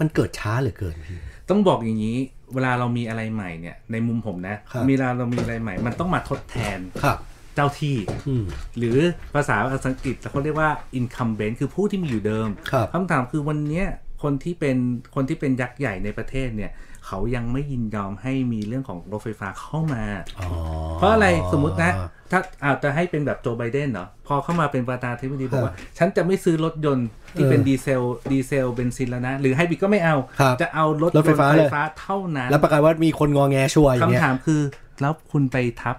Speaker 2: มันเกิดช้าเหลือเกินพี่
Speaker 3: ต้องบอกอย่างนี้ เวลาเรามีอะไรใหม่เนี่ย ในมุมผมนะ
Speaker 2: ครับ
Speaker 3: มีเวลาเรามีอะไรใหม่ มันต้องมาทดแทน
Speaker 2: ครับ
Speaker 3: เจ้าที่
Speaker 2: อืม
Speaker 3: หรือภาษาอังกฤษเขาเรียกว่า incumbent คือผู้ที่มีอยู่เดิม
Speaker 2: ครับ
Speaker 3: คำถามคือวันเนี้ยคนที่เป็นคนที่เป็นยักษ์ใหญ่ในประเทศเนี่ย เขายังไม่ยินยอมให้มีเรื่องของรถไฟฟ้าเข้ามา
Speaker 2: อ๋อ
Speaker 3: เพราะอะไรสมมตินะ ถ้าอาจจะให้เป็นแบบโจไบเดนเหรอ พอเข้ามาเป็นประธานาธิบดีบอกว่า ฉันจะไม่ซื้อรถยนต์ที่เป็น
Speaker 2: เออ
Speaker 3: ดีเซลดีเซลเบนซินแล้วนะ หรือไฮบริดก็ไม่เอา
Speaker 2: ครับ
Speaker 3: จะเอารถ
Speaker 2: รถไฟฟ้าเลย
Speaker 3: ยนต์เท่านั้น
Speaker 2: แล้วประกาศว่ามีคนงอแงช่วยอย่า
Speaker 3: คำ
Speaker 2: งเงี้ย
Speaker 3: ถามคือ แล้วคุณไปทับ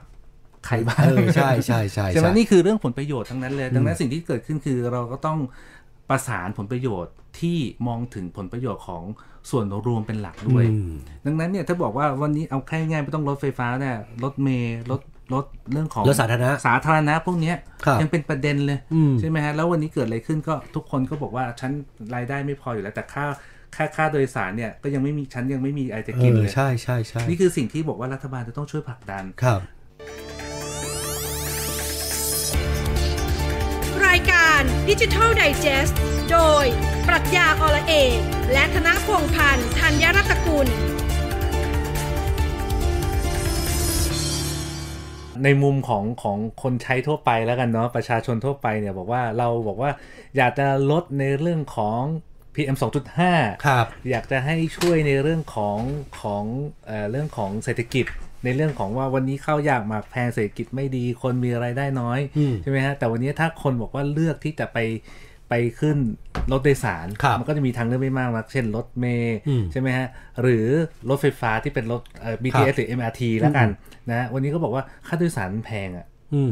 Speaker 3: ใครบ้าง
Speaker 2: เออใช่ใช่ใช่
Speaker 3: ใช่ไหมนี่คือเรื่องผลประโยชน์ทั้งนั้นเลย ดังนั้นสิ่งที่เกิดขึ้นคือเราก็ต้องประสานผลประโยชน์ที่มองถึงผลประโยชน์ของส่วนรวมเป็นหลักด้วย
Speaker 2: อืม
Speaker 3: ดังนั้นเนี่ยถ้าบอกว่าวันนี้เอาแค่ง่ายๆไม่ต้องรถไฟฟ้าเนี่ยรถเมล์รถรถเรื่องของ
Speaker 2: รถสาธารณะ
Speaker 3: สาธารณะพวกเนี้ย
Speaker 2: ครับ
Speaker 3: ยังเป็นประเด็นเลย
Speaker 2: อืม
Speaker 3: ใช่ไหมฮะแล้ววันนี้เกิดอะไรขึ้นก็ทุกคนก็บอกว่าฉันรายได้ไม่พออยู่แล้วแต่ค่าค่าค่าโดยสารเนี่ยก็ยังไม่มีฉันยังไม่มีอะไรจะ
Speaker 2: เอ
Speaker 3: กิน
Speaker 2: อ
Speaker 3: เลย
Speaker 2: ใช่ใช่ใช่
Speaker 3: นี่คือสิ่งที่บอกว่ารัฐบาลจะต้องช่วยผลักดัน
Speaker 2: ครับ
Speaker 1: รายการดิจิทัลไดจ e s t โดย ปรัชญาอละเอก และธนพงษ์พันธ์ธัญรัตนกุล
Speaker 3: ในมุมของของคนใช้ทั่วไปแล้วกันเนาะประชาชนทั่วไปเนี่ยบอกว่าเราบอกว่าอยากจะลดในเรื่องของ PM 2.5
Speaker 2: ครับ
Speaker 3: อยากจะให้ช่วยในเรื่องของของเอ่อเรื่องของเศรษฐกิจ ในเรื่องของว่าวันนี้ข้าวยากหมากแพงเศรษฐกิจไม่ดี คนมีไรายได้น้อย
Speaker 2: อืม
Speaker 3: ใช่ไหมฮะแต่วันนี้ถ้าคนบอกว่าเลือกที่จะไปไปขึ้นรถโดยสาร
Speaker 2: ครับ
Speaker 3: มันก็จะมีทางเลือกไม่มากนักเช่นรถเมย์
Speaker 2: อืม
Speaker 3: ใช่ไหมฮะหรือรถไฟฟ้าที่เป็นรถเอ่อ BTS หรือ MRT แล้วกันนะวันนี้ก็บอกว่าค่าโดยสารมันแพงอะ
Speaker 2: ืม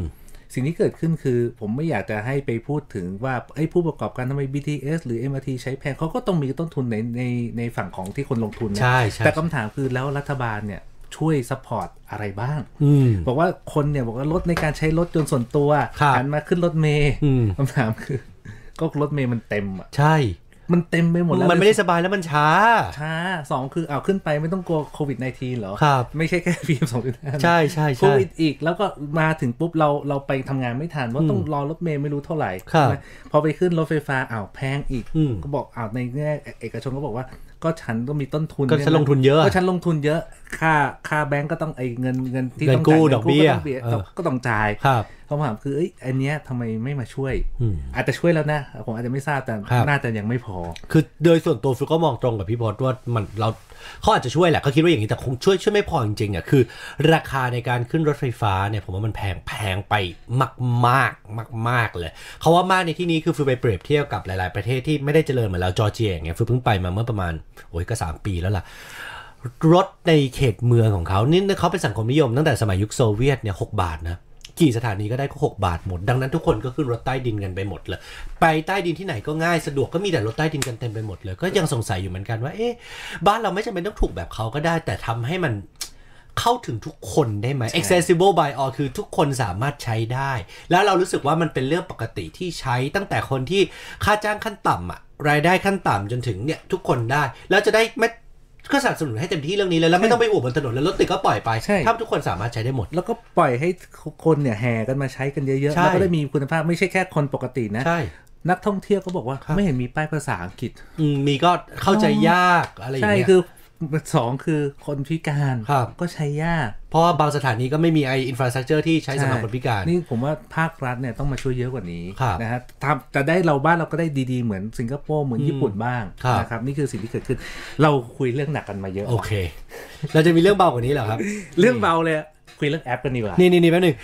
Speaker 3: สิ่งที่เกิดขึ้นคือผมไม่อยากจะให้ไปพูดถึงว่าไอ้ยผู้ประกอบการทำไม BTS หรือ MRT ใช้แพงเขาก็ต้องมีต้นทุนในในในฝั่งของที่คนลงทุนนะ
Speaker 2: ใช่ใช่
Speaker 3: แต่คำถามคือแล้วรัฐบาลเนี่ยช่วยซัพพอร์ตอะไรบ้าง
Speaker 2: อืม
Speaker 3: บอกว่าคนเนี่ยบอกว่าลดในการใช้รถยนต์ส่วนตัว
Speaker 2: ครับ
Speaker 3: หัมาขึ้นรถเมย์
Speaker 2: อืม
Speaker 3: คำถามคือ ก็รถเมย์มันเต็มอะ
Speaker 2: ใช่
Speaker 3: มันเต็มไปหมดแล้ว
Speaker 2: มันไม่ได้สบายแล้วมันช้า
Speaker 3: ช้าสองคือเอาวขึ้นไปไม่ต้องกลัวโควิด -19 เหรอ
Speaker 2: ครับ
Speaker 3: ไม่ใช่แค่ (laughs) พีเอ็มสองจุดห้า
Speaker 2: ใช่ใช่
Speaker 3: โค
Speaker 2: ใช่
Speaker 3: วิดอีกแล้วก็มาถึงปุ๊บเราเราไปทำงานไม่ทันว่าต้องรอรถเมล์ไม่รู้เท่าไหร่
Speaker 2: ครับ
Speaker 3: ใช่ไหมพอไปขึ้นรถไฟฟ้าอ้าวแพงอีก
Speaker 2: อืม
Speaker 3: ก็บอกอ้าวในแง่เอกชนก็บอกว่า ก็ฉันต้องมีต้นทุน
Speaker 2: ก็ฉัน
Speaker 3: ใช่ไหม
Speaker 2: ลงทุนเยอะ
Speaker 3: ก็ฉันลงทุนเยอะค่าค่าแบงก์ก็ต้องไอ้เงินเงินที่
Speaker 2: เงิน
Speaker 3: ต้อง
Speaker 2: กู้
Speaker 3: จ่ายเงิน
Speaker 2: ดอกเบี้ย
Speaker 3: ก็ต้อง
Speaker 2: เออ
Speaker 3: ต้องก็ต้องจ่าย
Speaker 2: ครับ
Speaker 3: คำถามคือเอ้ยอันเนี้ยทำไมไม่มาช่วย
Speaker 2: อืม
Speaker 3: อาจจะช่วยแล้วนะ ผมอาจจะไม่ทราบแต่
Speaker 2: ครับ
Speaker 3: น่าจะยังไม่พอ
Speaker 2: คือโดยส่วนตัวฟลุกก็มองตรงกับพี่พอดว่ามันเราเขาอาจจะช่วยแหละเขาคิดว่าอย่างนี้แต่คงช่วยช่วยไม่พอจริงๆอ่ะคือ ราคาในการขึ้นรถไฟฟ้าเนี่ยผมว่ามันแพงแพงไปมากมากมากมากๆเลยเขาว่ามากในที่นี้คือฟลุกไปเปรียบเทียบกับหลาย ๆ ประเทศที่ไม่ได้เจริญเหมือนเราจอร์เจียอย่างเงี้ยฟลุกเพิ่งไปมาเมื่อประมาณโอ้ยก็สามปีแล้วล่ะ รถในเขตเมืองของเขานี่เขาเป็นสังคมนิยมตั้งแต่สมัยยุคโซเวียตเนี่ยหบาทนะ กี่สถานีก็ได้ก็ 6 บาทหมด ดังนั้นทุกคนก็ขึ้นรถใต้ดินกันไปหมดเลย ไปใต้ดินที่ไหนก็ง่ายสะดวกก็มีแต่รถใต้ดินกันเต็มไปหมดเลย ก็ยังสงสัยอยู่เหมือนกันว่าเอ๊ะบ้านเราไม่จำเป็นต้องถูกแบบเขาก็ได้ แต่ทำให้มันเข้าถึงทุกคนได้ไหม accessible by all คือทุกคนสามารถใช้ได้ แล้วเรารู้สึกว่ามันเป็นเรื่องปกติที่ใช้ตั้งแต่คนที่ค่าจ้างขั้นต่ำอะรายได้ขั้นต่ำจนถึงเนี่ยทุกคนได้แล้วจะได้ไม่ก็สนับสนุนให้เต็มที่เรื่องนี้เลยแล้วไม่ต้องไปอวดบนถนนแล้วรถติดก็ปล่อยไป
Speaker 3: ใช่
Speaker 2: ถ้าทุกคนสามารถใช้ได้หมด
Speaker 3: แล้วก็ปล่อยให้คนเนี่ยแห่กันมาใช้กันเยอะๆ
Speaker 2: ใช่
Speaker 3: แล้วก็ได้มีคุณภาพไม่ใช่แค่คนปกตินะ
Speaker 2: ใช่
Speaker 3: นักท่องเที่ยวก็บอกว่า
Speaker 2: ครับ
Speaker 3: ไม่เห็นมีป้ายภาษาอังกฤษ
Speaker 2: อืมมีก็เข้าใจยากอะไรอย่าง
Speaker 3: ใช่
Speaker 2: เงี้ย
Speaker 3: คือสองคือคนพิการ
Speaker 2: ครับ
Speaker 3: ก็ใช้ยาก
Speaker 2: เพราะว่าบางสถานีก็ไม่มีไออินฟราสตรักเจอร์ที่ใช้สำหรับคนพิการ
Speaker 3: นี่ผมว่าภาครัฐเนี่ยต้องมาช่วยเยอะกว่านี้
Speaker 2: ครับ
Speaker 3: นะฮะทำจะได้เราบ้านเราก็ได้ดีๆ เหมือนสิงคโปร์เหมือนญี่ปุ่นบ้าง
Speaker 2: ครับ
Speaker 3: นะครับนี่คือสิ่งที่เกิดขึ้น เราคุยเรื่องหนักกันมาเยอะ
Speaker 2: โอเค เราจะมีเรื่องเบากว่านี้เหรอครับ
Speaker 3: เรื่องเบาเลยอะคุยเรื่องแอปกันดีกว่า
Speaker 2: นี่นี่นี่แป๊บหนึ่ง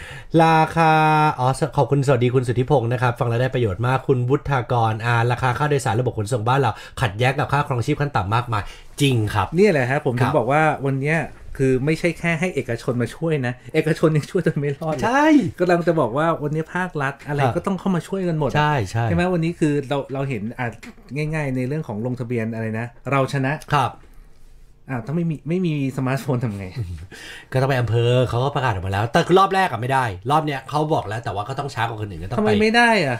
Speaker 2: ราคาอ๋อขอบคุณสวัสดีคุณสุทธิพงศ์นะครับ ฟังแล้วได้ประโยชน์มากคุณวุฒากรอ่าราคาค่าโดยสารระบบขนส่งบ้านเรา ขัดแย้งกับค่าครองชีพขั้นต่ำมากมาย จริงครับ
Speaker 3: เนี่ยแหละฮะผม
Speaker 2: ครั
Speaker 3: ถึง
Speaker 2: บ
Speaker 3: บอกว่าวันเนี้ยคือไม่ใช่แค่ให้เอกชนมาช่วยนะ เอกชนยังช่วยจนไม่รอดเลย
Speaker 2: ใช่
Speaker 3: กำลังจะบอกว่าวันนี้ภาครัฐอะไร
Speaker 2: ครับ
Speaker 3: ก็ต้องเข้ามาช่วยกันหมดอะ
Speaker 2: ใช่ใช่
Speaker 3: ใช่ไหมวันนี้คือเราเราเห็นอ่ะง่าย ๆ ในเรื่องของลงทะเบียนอะไรนะ เราชนะครับ อ่าถ้าไม่มีไม่มีสมาร์ทโฟนทำไง
Speaker 2: ก็ต้องไปอำเภอเขาก็ประกาศออกมาแล้ว แต่รอบแรกอะไม่ได้ รอบเนี้ยเขาบอกแล้วแต่ว่าก็ต้องช้ากว่าคนอื่นก็ต้อง
Speaker 3: ทำไม
Speaker 2: ไป
Speaker 3: ไม่ได้อ่ะ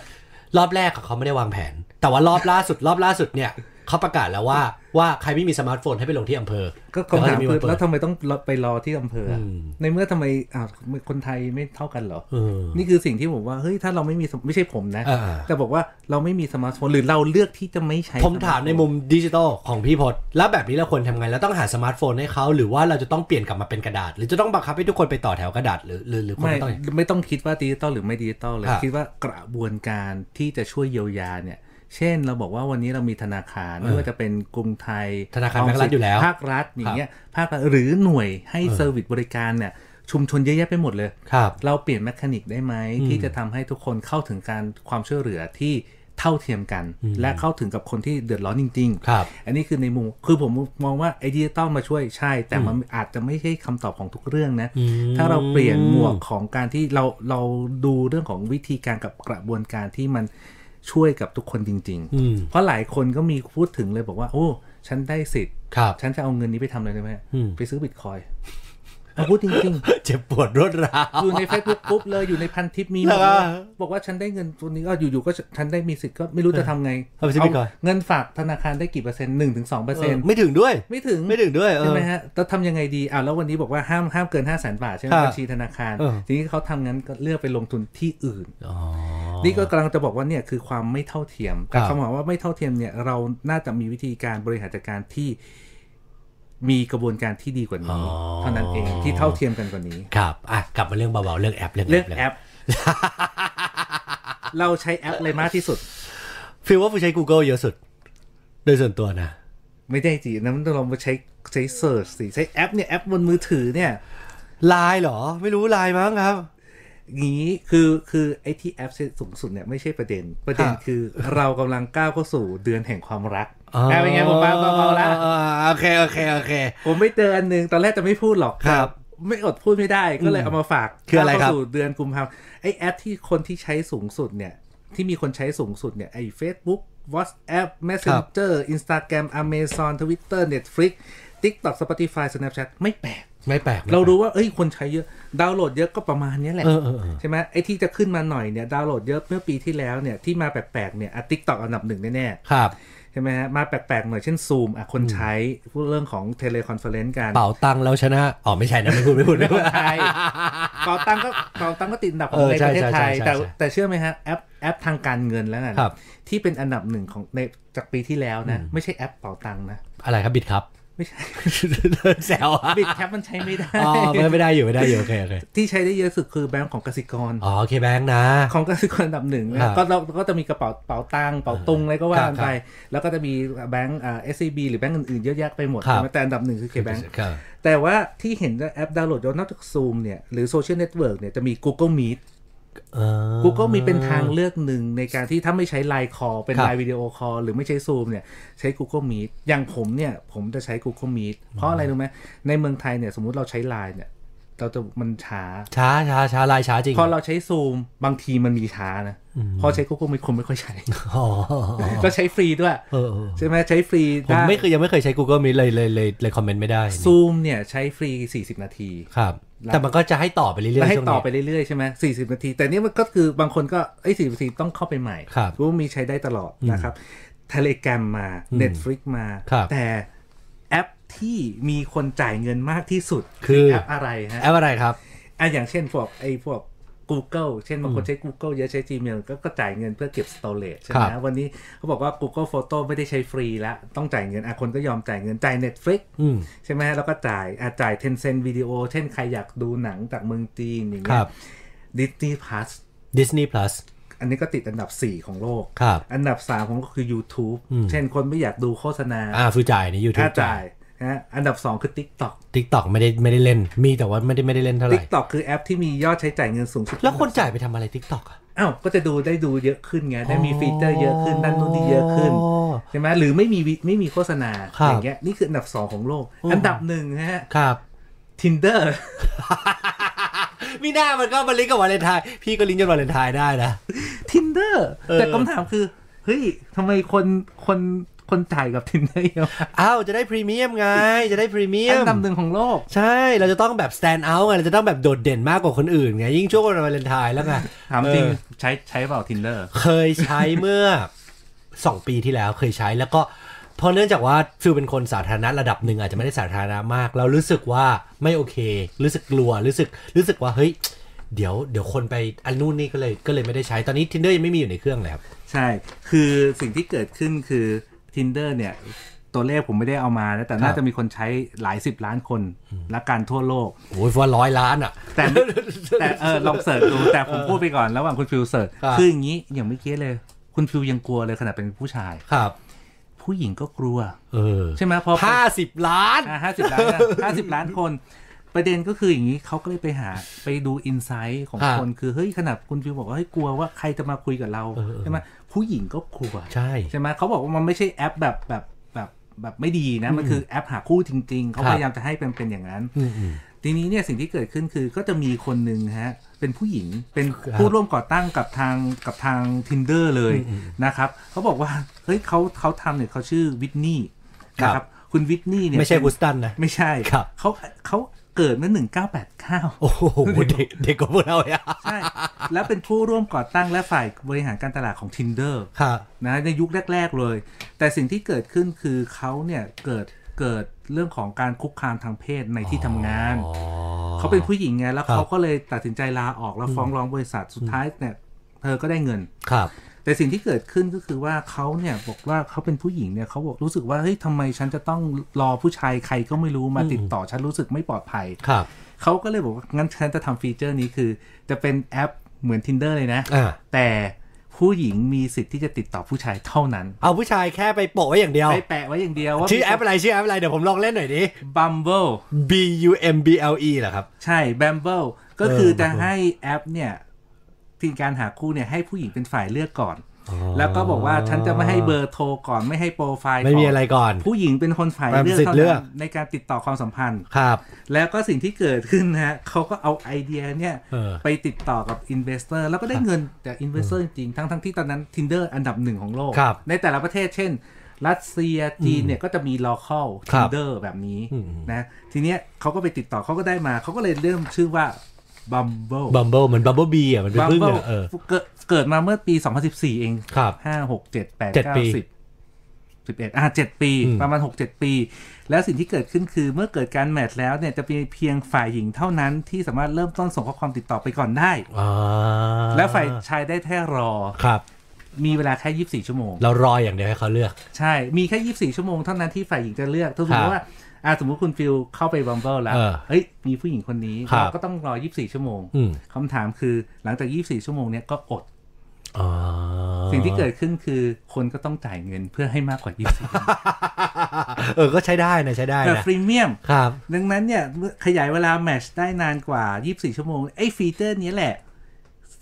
Speaker 2: รอบแรกอะเขาไม่ได้วางแผน แต่ว่ารอบล่าสุด รอบล่าสุดเนี่ยเขาประกาศแล้วว่าว่าใครไม่มีสมาร์ทโฟนให้ไปลงที่อำเภอ
Speaker 3: ก็คำถามคือ
Speaker 2: แล้
Speaker 3: แล้ว ว
Speaker 2: ก็จะมีวันเปิด
Speaker 3: ทำไมต้องไปรอที่อำเภออะ
Speaker 2: อืม
Speaker 3: ในเมื่อทำไมอ่าคนไทยไม่เท่ากันเหรอ
Speaker 2: เออ
Speaker 3: นี่คือสิ่งที่ผมว่าเฮ้ยถ้าเราไม่มีสมไม่ใช่ผมนะ
Speaker 2: อ่า
Speaker 3: แต่บอกว่าเราไม่มีสมาร์ทโฟนหรือเราเลือกที่จะไม่ใช้
Speaker 2: ผมถามในมุมดิจิตอลของพี่พศแล้วแบบนี้เราควรทำไงเราต้องหาสมาร์ทโฟนให้เขาหรือว่าเราจะต้องเปลี่ยนกลับมาเป็นกระดาษ หรือจะต้องบังคับให้ทุกคนไปต่อแถวกระดาษหรือหรือหรือคน
Speaker 3: ไม่
Speaker 2: ต้อง
Speaker 3: ไม่ต้องคิดว่าดิจิตอลหรือไม่ดิจิตอลเลย
Speaker 2: ครับ
Speaker 3: คิดว่ากระบวนการที่จะช่วยเยียวยาเนี่ย เช่นเราบอกว่าวันนี้เรามีธนาคารไม่ว่าจะเป็นกรุงไทย
Speaker 2: ธนาคาร
Speaker 3: ม
Speaker 2: ภาครัฐ
Speaker 3: สิน
Speaker 2: อยู่แล้ว
Speaker 3: ภาครัฐอย่างเงี้ยภาครัฐหรือหน่วยให้เซอร์วิสบริการเนี่ยชุมชนเยอะแยะไปหมดเลย
Speaker 2: ครับ
Speaker 3: เราเปลี่ยนแมคานิกได้ไหมที่จะทำให้ทุกคนเข้าถึงการความช่วยเหลือที่เท่าเทียมกัน และเข้าถึงกับคนที่เดือดร้อนจริง ๆ
Speaker 2: ครับ
Speaker 3: อันนี้คือในมุมคือผมมองว่าไอดิจิตอลมาช่วยใช่ แต่มันอาจจะไม่ใช่คำตอบของทุกเรื่องนะ
Speaker 2: อืม
Speaker 3: ถ้าเราเปลี่ยนหมวกของการที่เราเราดูเรื่องของวิธีการกับกระบวนการที่มันช่วยกับทุกคนจริง
Speaker 2: อืม
Speaker 3: ๆ เพราะหลายคนก็มีพูดถึงเลยบอกว่า โอ้ ฉันได้สิทธิ์
Speaker 2: ครับ (laughs)
Speaker 3: ฉันจะเอาเงินนี้ไปทำอะไรได้ไหม
Speaker 2: อืม
Speaker 3: ไปซื้อบิตคอยน์เอาพูดจริง ๆ
Speaker 2: เจ็บปวดรวดร้าว
Speaker 3: อยู่ใน Facebook ปุ๊บเลยอยู่ในพันทิปมีห
Speaker 2: เห
Speaker 3: ม
Speaker 2: ร
Speaker 3: ด
Speaker 2: อ
Speaker 3: เลยบอกว่าฉันได้เงินตัวนี้ก็อยู่ๆก็ฉันได้มีสิทธิ์ก็ไม่รู้จะทำไง
Speaker 2: เอาไปซื้อบิตคอยน์
Speaker 3: เเงินฝากธนาคารได้กี่เปอร์เซ็นต์หนึ่งถึงสองเปอร์
Speaker 2: เอ
Speaker 3: เซ็น
Speaker 2: อ
Speaker 3: ต์
Speaker 2: ไม่ถึงด้วย
Speaker 3: ไม่ถึง
Speaker 2: ไม่ถึงด้วยเออ
Speaker 3: ใช่ไหมฮะแล้วทำยังไงดีอ่าแล้ววันนี้บอกว่าห้ามห้ามเกินห้าแสนบาทใช่ไหม
Speaker 2: ครับ
Speaker 3: บัญชีธนาคาร
Speaker 2: เออ
Speaker 3: ทีนี้เขาทำงั้นก็เลือกไปลงทุนที่อื่น
Speaker 2: อ๋อ
Speaker 3: นี่ก็กำลังจะบอกว่าเนี่ยคือความไม่เท่าเทียม
Speaker 2: ครั
Speaker 3: แต่
Speaker 2: บ
Speaker 3: คำว่าไม่เท่าเทียมเนี่ยเราน่าจะมีวิธีการบริหารจัดการที่มีกระบวนการที่ดีกว่านี้เท่านั้นเองที่เท่าเทียมกันกว่านี้
Speaker 2: ครับอ่ะกลับมาเรื่องเบาๆเรื่องแอปเรื่อง
Speaker 3: เรื่อง
Speaker 2: เรื่อง
Speaker 3: แอป เราใช้แอป (laughs) อะไรมากที่สุด
Speaker 2: ฟีลว่าผู้ใช้ Google เยอะสุด โดยส่วนตัวนะ
Speaker 3: ไม่ได้จีนั้นเรามาใช้ใช้เซิร์ชสิ ใช้แอปเนี่ย แอปบนมือถือเนี่ย
Speaker 2: ลายเหรอ ไม่รู้ลายมั้งครับ
Speaker 3: งี้คือคือไอ้ที่แอปสูงสุดเนี่ยไม่ใช่ประเด็น ประเด็น
Speaker 2: ครับ
Speaker 3: คือเรากำลังก้าวเข้าสู่เดือนแห่งความรัก
Speaker 2: า
Speaker 3: แอปเป็นไงผมเบาเบาๆละ
Speaker 2: อ่าโอเค โอเค โอเค
Speaker 3: ผมไม่เตือนหนึ่งตอนแรกจะไม่พูดหรอก
Speaker 2: ครับ
Speaker 3: แต่ไม่อดพูดไม่ได้ก็เลยเอามาฝาก
Speaker 2: คืออะไรครับ
Speaker 3: ก้าวเข้าสู่เดือนกุมภาพันธ์ไอ้แอปที่คนที่ใช้สูงสุดเนี่ย ที่มีคนใช้สูงสุดเนี่ยไอ้ Facebook WhatsApp Messenger Instagram Amazon Twitter Netflix TikTok Spotify Snapchat ไม่แปลก
Speaker 2: ไม่แปลกไม่แปลก
Speaker 3: เรารู้ว่า เอ้ย คนใช้เยอะ ดาวน์โหลดเยอะก็ประมาณเนี้ยแหละ
Speaker 2: เออเออเออ
Speaker 3: ใช่ไหมไอ้ที่จะขึ้นมาหน่อยเนี่ย ดาวน์โหลดเยอะเมื่อปีที่แล้วเนี่ย ที่มาแปลกๆเนี่ยติ๊กต็อกอันดับหนึ่งแน่
Speaker 2: ครับ
Speaker 3: ๆ ใช่ไหมฮะมาแปลกๆหน่อยเช่นซูมอ่ะคนใช้พูดเรื่องของเทเลคอนเฟอเรนซ์กัน
Speaker 2: เป่าตังค์แล้วชนะ อ๋อไม่ใช่นะไม่พูดไม่พูดไม่พูด
Speaker 3: ไทยเป๋าตังก็เป๋าตังก็ติดอันดับขอ
Speaker 2: เอง อ
Speaker 3: ใน
Speaker 2: ใช่
Speaker 3: ประเทศ
Speaker 2: ใช่
Speaker 3: ไทย
Speaker 2: ใช่ใช่
Speaker 3: แต่
Speaker 2: ใช่
Speaker 3: แต่เชื่อไหมฮะแอปแอปทางการเงินแล้วนะครับ ที่เป็นอันดับหนึ่งของในจากปีที่แล้วนะ ไม่ใช่แอปเป๋าตังนะ
Speaker 2: อะไรครับบิด (laughs) ครับ
Speaker 3: ไม่ใช่
Speaker 2: แซวอะ
Speaker 3: บิดแคปมันใช้ไม่ได้
Speaker 2: อ๋อไม่ไม่ได้อยู่ไม่ได้อยู่โอเคโอเค
Speaker 3: ที่ใช้ได้เยอะสุดคือแบงก์ของกสิกร
Speaker 2: อ๋อโอเคแบงค์นะ
Speaker 3: ของกสิกรอันดับหนึ่งนะครับ ก็เราก็จะมีกระเป๋าเป๋าตังค์เป๋าตุงอะไรก็ว่ากันไป
Speaker 2: ครับ
Speaker 3: แล้วก็จะมีแบงก์เอชซีบีหรือแบงก์อื่นๆเยอะแยะไปหมด
Speaker 2: ครับ
Speaker 3: ใช่ไหมแต่อันดับหนึ่งคือเคแบง
Speaker 2: ครับ
Speaker 3: แต่ว่าที่เห็นว่าแอปดาวน์โหลดย้อนนอกจากซูมเนี่ยหรือโซเชียลเน็ตเวิร์กเนี่ยจะมี Google Meet
Speaker 2: เออ
Speaker 3: Google Meet เป็นทางเลือกหนึ่งในการที่ถ้าไม่ใช้ไลน์คอลเป็น
Speaker 2: ครับ
Speaker 3: ไลน์วิดีโอคอลหรือไม่ใช้ซูมเนี่ยใช้ Google Meet อย่างผมเนี่ยผมจะใช้ Google Meet เพราะอะไรรู้ไหมในเมืองไทยเนี่ยสมมุติเราใช้ไลน์เนี่ยเราจะมันช้า
Speaker 2: ช้าช้าช้าลายช้าจริง
Speaker 3: พอเราใช้ซูมบางทีมันมีช้านะ พอใช้ Google Meet คนไม่ค่อยใช้
Speaker 2: อ๋อ
Speaker 3: ก็ใช้ฟรีด้วย
Speaker 2: เออเออ
Speaker 3: ใช่ไหมใช้ฟรี
Speaker 2: ผม
Speaker 3: ด้
Speaker 2: ไม่เคยยังไม่เคยใช้ Google Meet เลยเลยเลยเลยคอมเมนต์ไม่ได้
Speaker 3: ซูมเนี่ยใช้ฟรี 40 นาที
Speaker 2: ครับ แต่มันก็จะให้ต่อไปเรื่อยๆ
Speaker 3: แล้วให้
Speaker 2: ช่วง
Speaker 3: ต่อ
Speaker 2: นี้
Speaker 3: ไปเรื่อยๆ ใช่ไหม40 นาที แต่นี่มันก็คือบางคนก็ไอ้40 นาทีต้องเข้าไปใหม่
Speaker 2: ครับ
Speaker 3: รู้มีใช้ได้ตลอดนะครับเทเลกรมมา Netflix มา
Speaker 2: ครับ
Speaker 3: แต่แอปที่มีคนจ่ายเงินมากที่สุด
Speaker 2: คือ
Speaker 3: แอปอะไรฮะ
Speaker 2: แอปอะไรครับ
Speaker 3: อ่ะอย่างเช่นพวกไอ้พวก Google เช่นบางคนใช้ Google เยอะใช้ Gmail ก็ก็จ่ายเงินเพื่อเก็บ storage ใช่ไหม
Speaker 2: ครับ
Speaker 3: วันนี้เขาบอกว่า Google Photo ไม่ได้ใช้ฟรีแล้วต้องจ่ายเงินอ่ะคนก็ยอมจ่ายเงินจ่าย Netflix
Speaker 2: อืม
Speaker 3: ใช่ไหมแล้วก็จ่ายอาจ่ายเทนเซนวิดีโอ เช่นใครอยากดูหนังจากเมืองจีนอย่าง
Speaker 2: ค
Speaker 3: เงี้
Speaker 2: รั
Speaker 3: ย
Speaker 2: บ
Speaker 3: ดิสนีย์พาส
Speaker 2: Disney Plus
Speaker 3: อันนี้ก็ติดอันดับ 4 ของโลก
Speaker 2: ครับ
Speaker 3: อันดับ 3 ของโลกคือ YouTube เช่นคนไม่อยากดูโฆษณา
Speaker 2: อ่าฟูจ่ายใน
Speaker 3: ถ้า
Speaker 2: YouTube
Speaker 3: จ่ายนะฮะอันดับ 2 คือ TikTok
Speaker 2: TikTok ไม่ได้ไม่ได้เล่น มีแต่ว่าไม่ได้ไม่ได้เล่นเท่าไหร่
Speaker 3: TikTok คือแอปที่มียอดใช้จ่ายเงินสูงสุด
Speaker 2: แล้วคนจ่ายไปทำอะไร TikTok อ่ะ
Speaker 3: อ้าวก็จะดูได้ดูเยอะขึ้นไง ได้มี
Speaker 2: อ๋อ
Speaker 3: ฟีเจอร์เยอะขึ้นด้านนู้นนี่เยอะขึ้นใช่ไหมหรือไม่มีวิไม่มีโฆษณา
Speaker 2: ครับ
Speaker 3: อย่างเงี้ยนี่คืออันดับ 2 ของโลก อันดับหนึ่งนะฮะ
Speaker 2: ครับ
Speaker 3: Tinder
Speaker 2: (laughs) มีหน้ามันก็มาลิงก์กับวาเลนไทน์พี่ก็ลิงก์จนวาเลนไทน์ได้นะ
Speaker 3: Tinder
Speaker 2: เออ
Speaker 3: แต่คำถามคือ เฮ้ยทำไมคนคนคนจ่ายกับ Tinder เยอะ
Speaker 2: อ้าวจะได้พรีเมียมไง จะได้พรีเมียม
Speaker 3: อันดับหนึ่งของโลก
Speaker 2: ใช่ เราจะต้องแบบ stand out ไง เราจะต้องแบบโดดเด่นมากกว่าคนอื่นไง ยิ่งช่วงวันวาเลนไทน์แล้วไง
Speaker 3: ถามจริง
Speaker 2: เออ
Speaker 3: ใช้ใช้เปล่า Tinder
Speaker 2: เคยใช้เมื่อ (laughs) 2 ปีที่แล้วเคยใช้แล้วก็เพราะเนื่องจากว่าฟิลเป็นคนสาธารณะระดับหนึ่งอาจจะไม่ได้สาธารณะมาก เรารู้สึกว่าไม่โอเค รู้สึกกลัวรู้สึกรู้สึกว่าเฮ้ย เดี๋ยวเดี๋ยวคนไปอันนู่นนี่ก็เลยก็เลยไม่ได้ใช้ตอนนี้ tinder ยังไม่มีอยู่ในเครื่องเลยครับ
Speaker 3: ใช่ คือสิ่งที่เกิดขึ้นคือ Tinder เนี่ย ตัวเลขผมไม่ได้เอามานะแต่
Speaker 2: ค
Speaker 3: น่า
Speaker 2: รับ
Speaker 3: จะมีคนใช้หลายสิบล้านคน และการทั่วโลก
Speaker 2: โอ้ยว่าร้อยล้านอ่ะ
Speaker 3: แต่ไม่แต่เออลองเสิร์ชดู แต่ผมพูดไปก่อนระหว่างคุณฟิวเสิร์ช
Speaker 2: ครับ
Speaker 3: คืออย่างนี้อย่างเมื่อกี้เลย คุณฟิวยังกลัวเลยขนาดเป็นผู้ชาย
Speaker 2: ครับ
Speaker 3: ผู้หญิงก็กลัว
Speaker 2: เออ
Speaker 3: ใช่ไหมพอ
Speaker 2: ห้าสิบล้าน
Speaker 3: ห้าสิบล้านห้าสิบล้านคน ประเด็นก็คืออย่างนี้เขาก็เลยไปหาไปดูอินไซต์ของ
Speaker 2: อ่า
Speaker 3: คนคือเฮ้ยขนาดคุณฟิวบอกว่าเฮ้ยกลัวว่าใครจะมาคุยกับเรา
Speaker 2: เออเออ
Speaker 3: ใช่ไหมผู้หญิงก็กลัว
Speaker 2: ใช่
Speaker 3: ไหมเขาบอกว่ามันไม่ใช่แอปแบบแบบแบบแบบไม่ดีนะ มันคือแอปหาคู่จริง ๆ เขา
Speaker 2: ครับ
Speaker 3: พยายามจะให้เป็นเป็นอย่างนั้น
Speaker 2: อืมอืม
Speaker 3: ทีนี้เนี่ยสิ่งที่เกิดขึ้นคือก็จะมีคนหนึ่งฮะ เป็นผู้หญิงเป็นผู้ร่วมก่อตั้งกับทางกับทาง tinder เลยนะครับเขาบอกว่าเฮ้ยเขาเขาทำเนี่ยเขาชื่อวิทนี่
Speaker 2: ครับ
Speaker 3: นะครับคุณวิทนี่เนี่ย
Speaker 2: ไม่ใช่
Speaker 3: เป็น
Speaker 2: วูสตันนะ
Speaker 3: ไม่ใช่
Speaker 2: ครับ
Speaker 3: เขาเขาเกิดเมื่อ 1989
Speaker 2: โอ้โหเด็กเด็กกว่าพวกเราอ่ะ
Speaker 3: ใช่ แล้วเป็นผู้ร่วมก่อตั้งและฝ่ายบริหารการตลาดของ Tinder
Speaker 2: ค่ะ
Speaker 3: นะในยุคแรก ๆ เลย แต่สิ่งที่เกิดขึ้นคือเขาเนี่ย เกิดเกิดเรื่องของการคุกคามทางเพศในที่ทำงาน เขาเป็นผู้หญิงไง แล้ว
Speaker 2: ครับ
Speaker 3: เขาก็เลยตัดสินใจลาออกแล้วฟ้องร้องบริษัทสุดท้ายเนี่ยเธอก็ได้เงิน
Speaker 2: ครับ
Speaker 3: แต่สิ่งที่เกิดขึ้นก็คือว่าเขาเนี่ยบอกว่าเขาเป็นผู้หญิงเนี่ยเขาบอกรู้สึกว่าเฮ้ยทำไมฉันจะต้องรอผู้ชายใครก็ไม่รู้มาติดต่อฉันรู้สึกไม่ปลอดภัย
Speaker 2: ครับ
Speaker 3: เขาก็เลยบอกว่า งั้นฉันจะทำฟีเจอร์นี้คือ จะเป็นแอปเหมือน tinder เลยนะ
Speaker 2: อ่า
Speaker 3: แต่ผู้หญิงมีสิทธิ์ที่จะติดต่อผู้ชายเท่านั้น
Speaker 2: เอาผู้ชายแค่ไปโปะไว้อย่างเดียว
Speaker 3: ไปแปะไว้อย่างเดียวว่า
Speaker 2: ชื่อแอปอะไรชื่อแอปอะไร เดี๋ยวผมลองเล่นหน่อยดิ
Speaker 3: Bumble
Speaker 2: B U M B L E เหรอครับ
Speaker 3: ใช่ Bumble ก็คือจะให้แอปเนี่ยทีการหาคู่เนี่ยให้ผู้หญิงเป็นฝ่ายเลือกก่อน แล้วก็บอกว่าฉันจะไม่ให้เบอร์โทรก่อนไม่ให้โปรไฟล์
Speaker 2: ไม่มี
Speaker 3: ก่น
Speaker 2: อะไรก่อน
Speaker 3: ผู้หญิงเป็นคนฝ่าย
Speaker 2: เป็น
Speaker 3: เลือก
Speaker 2: สิทธิ์
Speaker 3: เท่า
Speaker 2: เลื
Speaker 3: นั้
Speaker 2: อก
Speaker 3: นในการติดต่อความสัมพันธ์
Speaker 2: ครับ
Speaker 3: แล้วก็สิ่งที่เกิดขึ้นนะฮะเขาก็เอาไอเดียเนี่ย
Speaker 2: เออ
Speaker 3: ไปติดต่อกับอินเวสเตอร์แล้วก็ได้เงินจากอินเวสเตอร์จริงๆ ทั้งทั้งที่ตอนนั้น Tinder อันดับหนึ่งของโลก
Speaker 2: ครับ
Speaker 3: ในแต่ละประเทศเช่น รัสเซียจีนเนี่ยก็จะมี local
Speaker 2: ครับ
Speaker 3: Tinder แบบนี้นะทีเนี้ยเขาก็ไปติดต่อเขาก็ได้มา เขาก็เลยเริ่มชื่อว่า Bumble
Speaker 2: บัมเบิลเหมือนบัมเบิลบีอ่ะ มันเป็นพึ่ง
Speaker 3: Bumble
Speaker 2: อ่ะเออ
Speaker 3: เกิดเกิดมาเมื่อปี 2014 เอง
Speaker 2: ครับ
Speaker 3: 5 6 7 8
Speaker 2: เจ็ดปี
Speaker 3: 9 10 11อ่ะ7ปี ประมาณ 6-7 ปี แล้วสิ่งที่เกิดขึ้นคือเมื่อเกิดการแมทช์แล้วเนี่ยจะมีเพียงฝ่ายหญิงเท่านั้นที่สามารถเริ่มต้นส่งข้อความติดต่อไปก่อนได้
Speaker 2: อ่า
Speaker 3: และฝ่ายชายได้แค่รอ
Speaker 2: ครับ
Speaker 3: มีเวลาแค่ 24 ชั่วโมง
Speaker 2: เรารออย่างเดียวให้เขาเลือก
Speaker 3: ใช่ มีแค่ 24 ชั่วโมงเท่านั้นที่ฝ่ายหญิงจะเลือกถ้าสมม
Speaker 2: ครับ
Speaker 3: ติว่าอ่ะสมมติคุณฟิลเข้าไปบัมเบิลแล้ว
Speaker 2: เออ
Speaker 3: เฮ้ย มีผู้หญิงคนนี้
Speaker 2: ครับ
Speaker 3: เราก็ต้องรอ 24 ชั่วโมง
Speaker 2: อืม
Speaker 3: คำถามคือหลังจาก 24 ชั่วโมงเนี้ยก็อด
Speaker 2: อ๋อ
Speaker 3: สิ่งที่เกิดขึ้นคือคนก็ต้องจ่ายเงินเพื่อให้มากกว่า 24
Speaker 2: เออก็ใช้ได้นะใช้ได้
Speaker 3: แต่
Speaker 2: นะ
Speaker 3: ฟรีเมียม
Speaker 2: ครับ
Speaker 3: ดังนั้นเนี่ยเมื่อขยายเวลาแมชได้นานกว่า 24 ชั่วโมง ไอ้ฟีเจอร์เนี้ยแหละ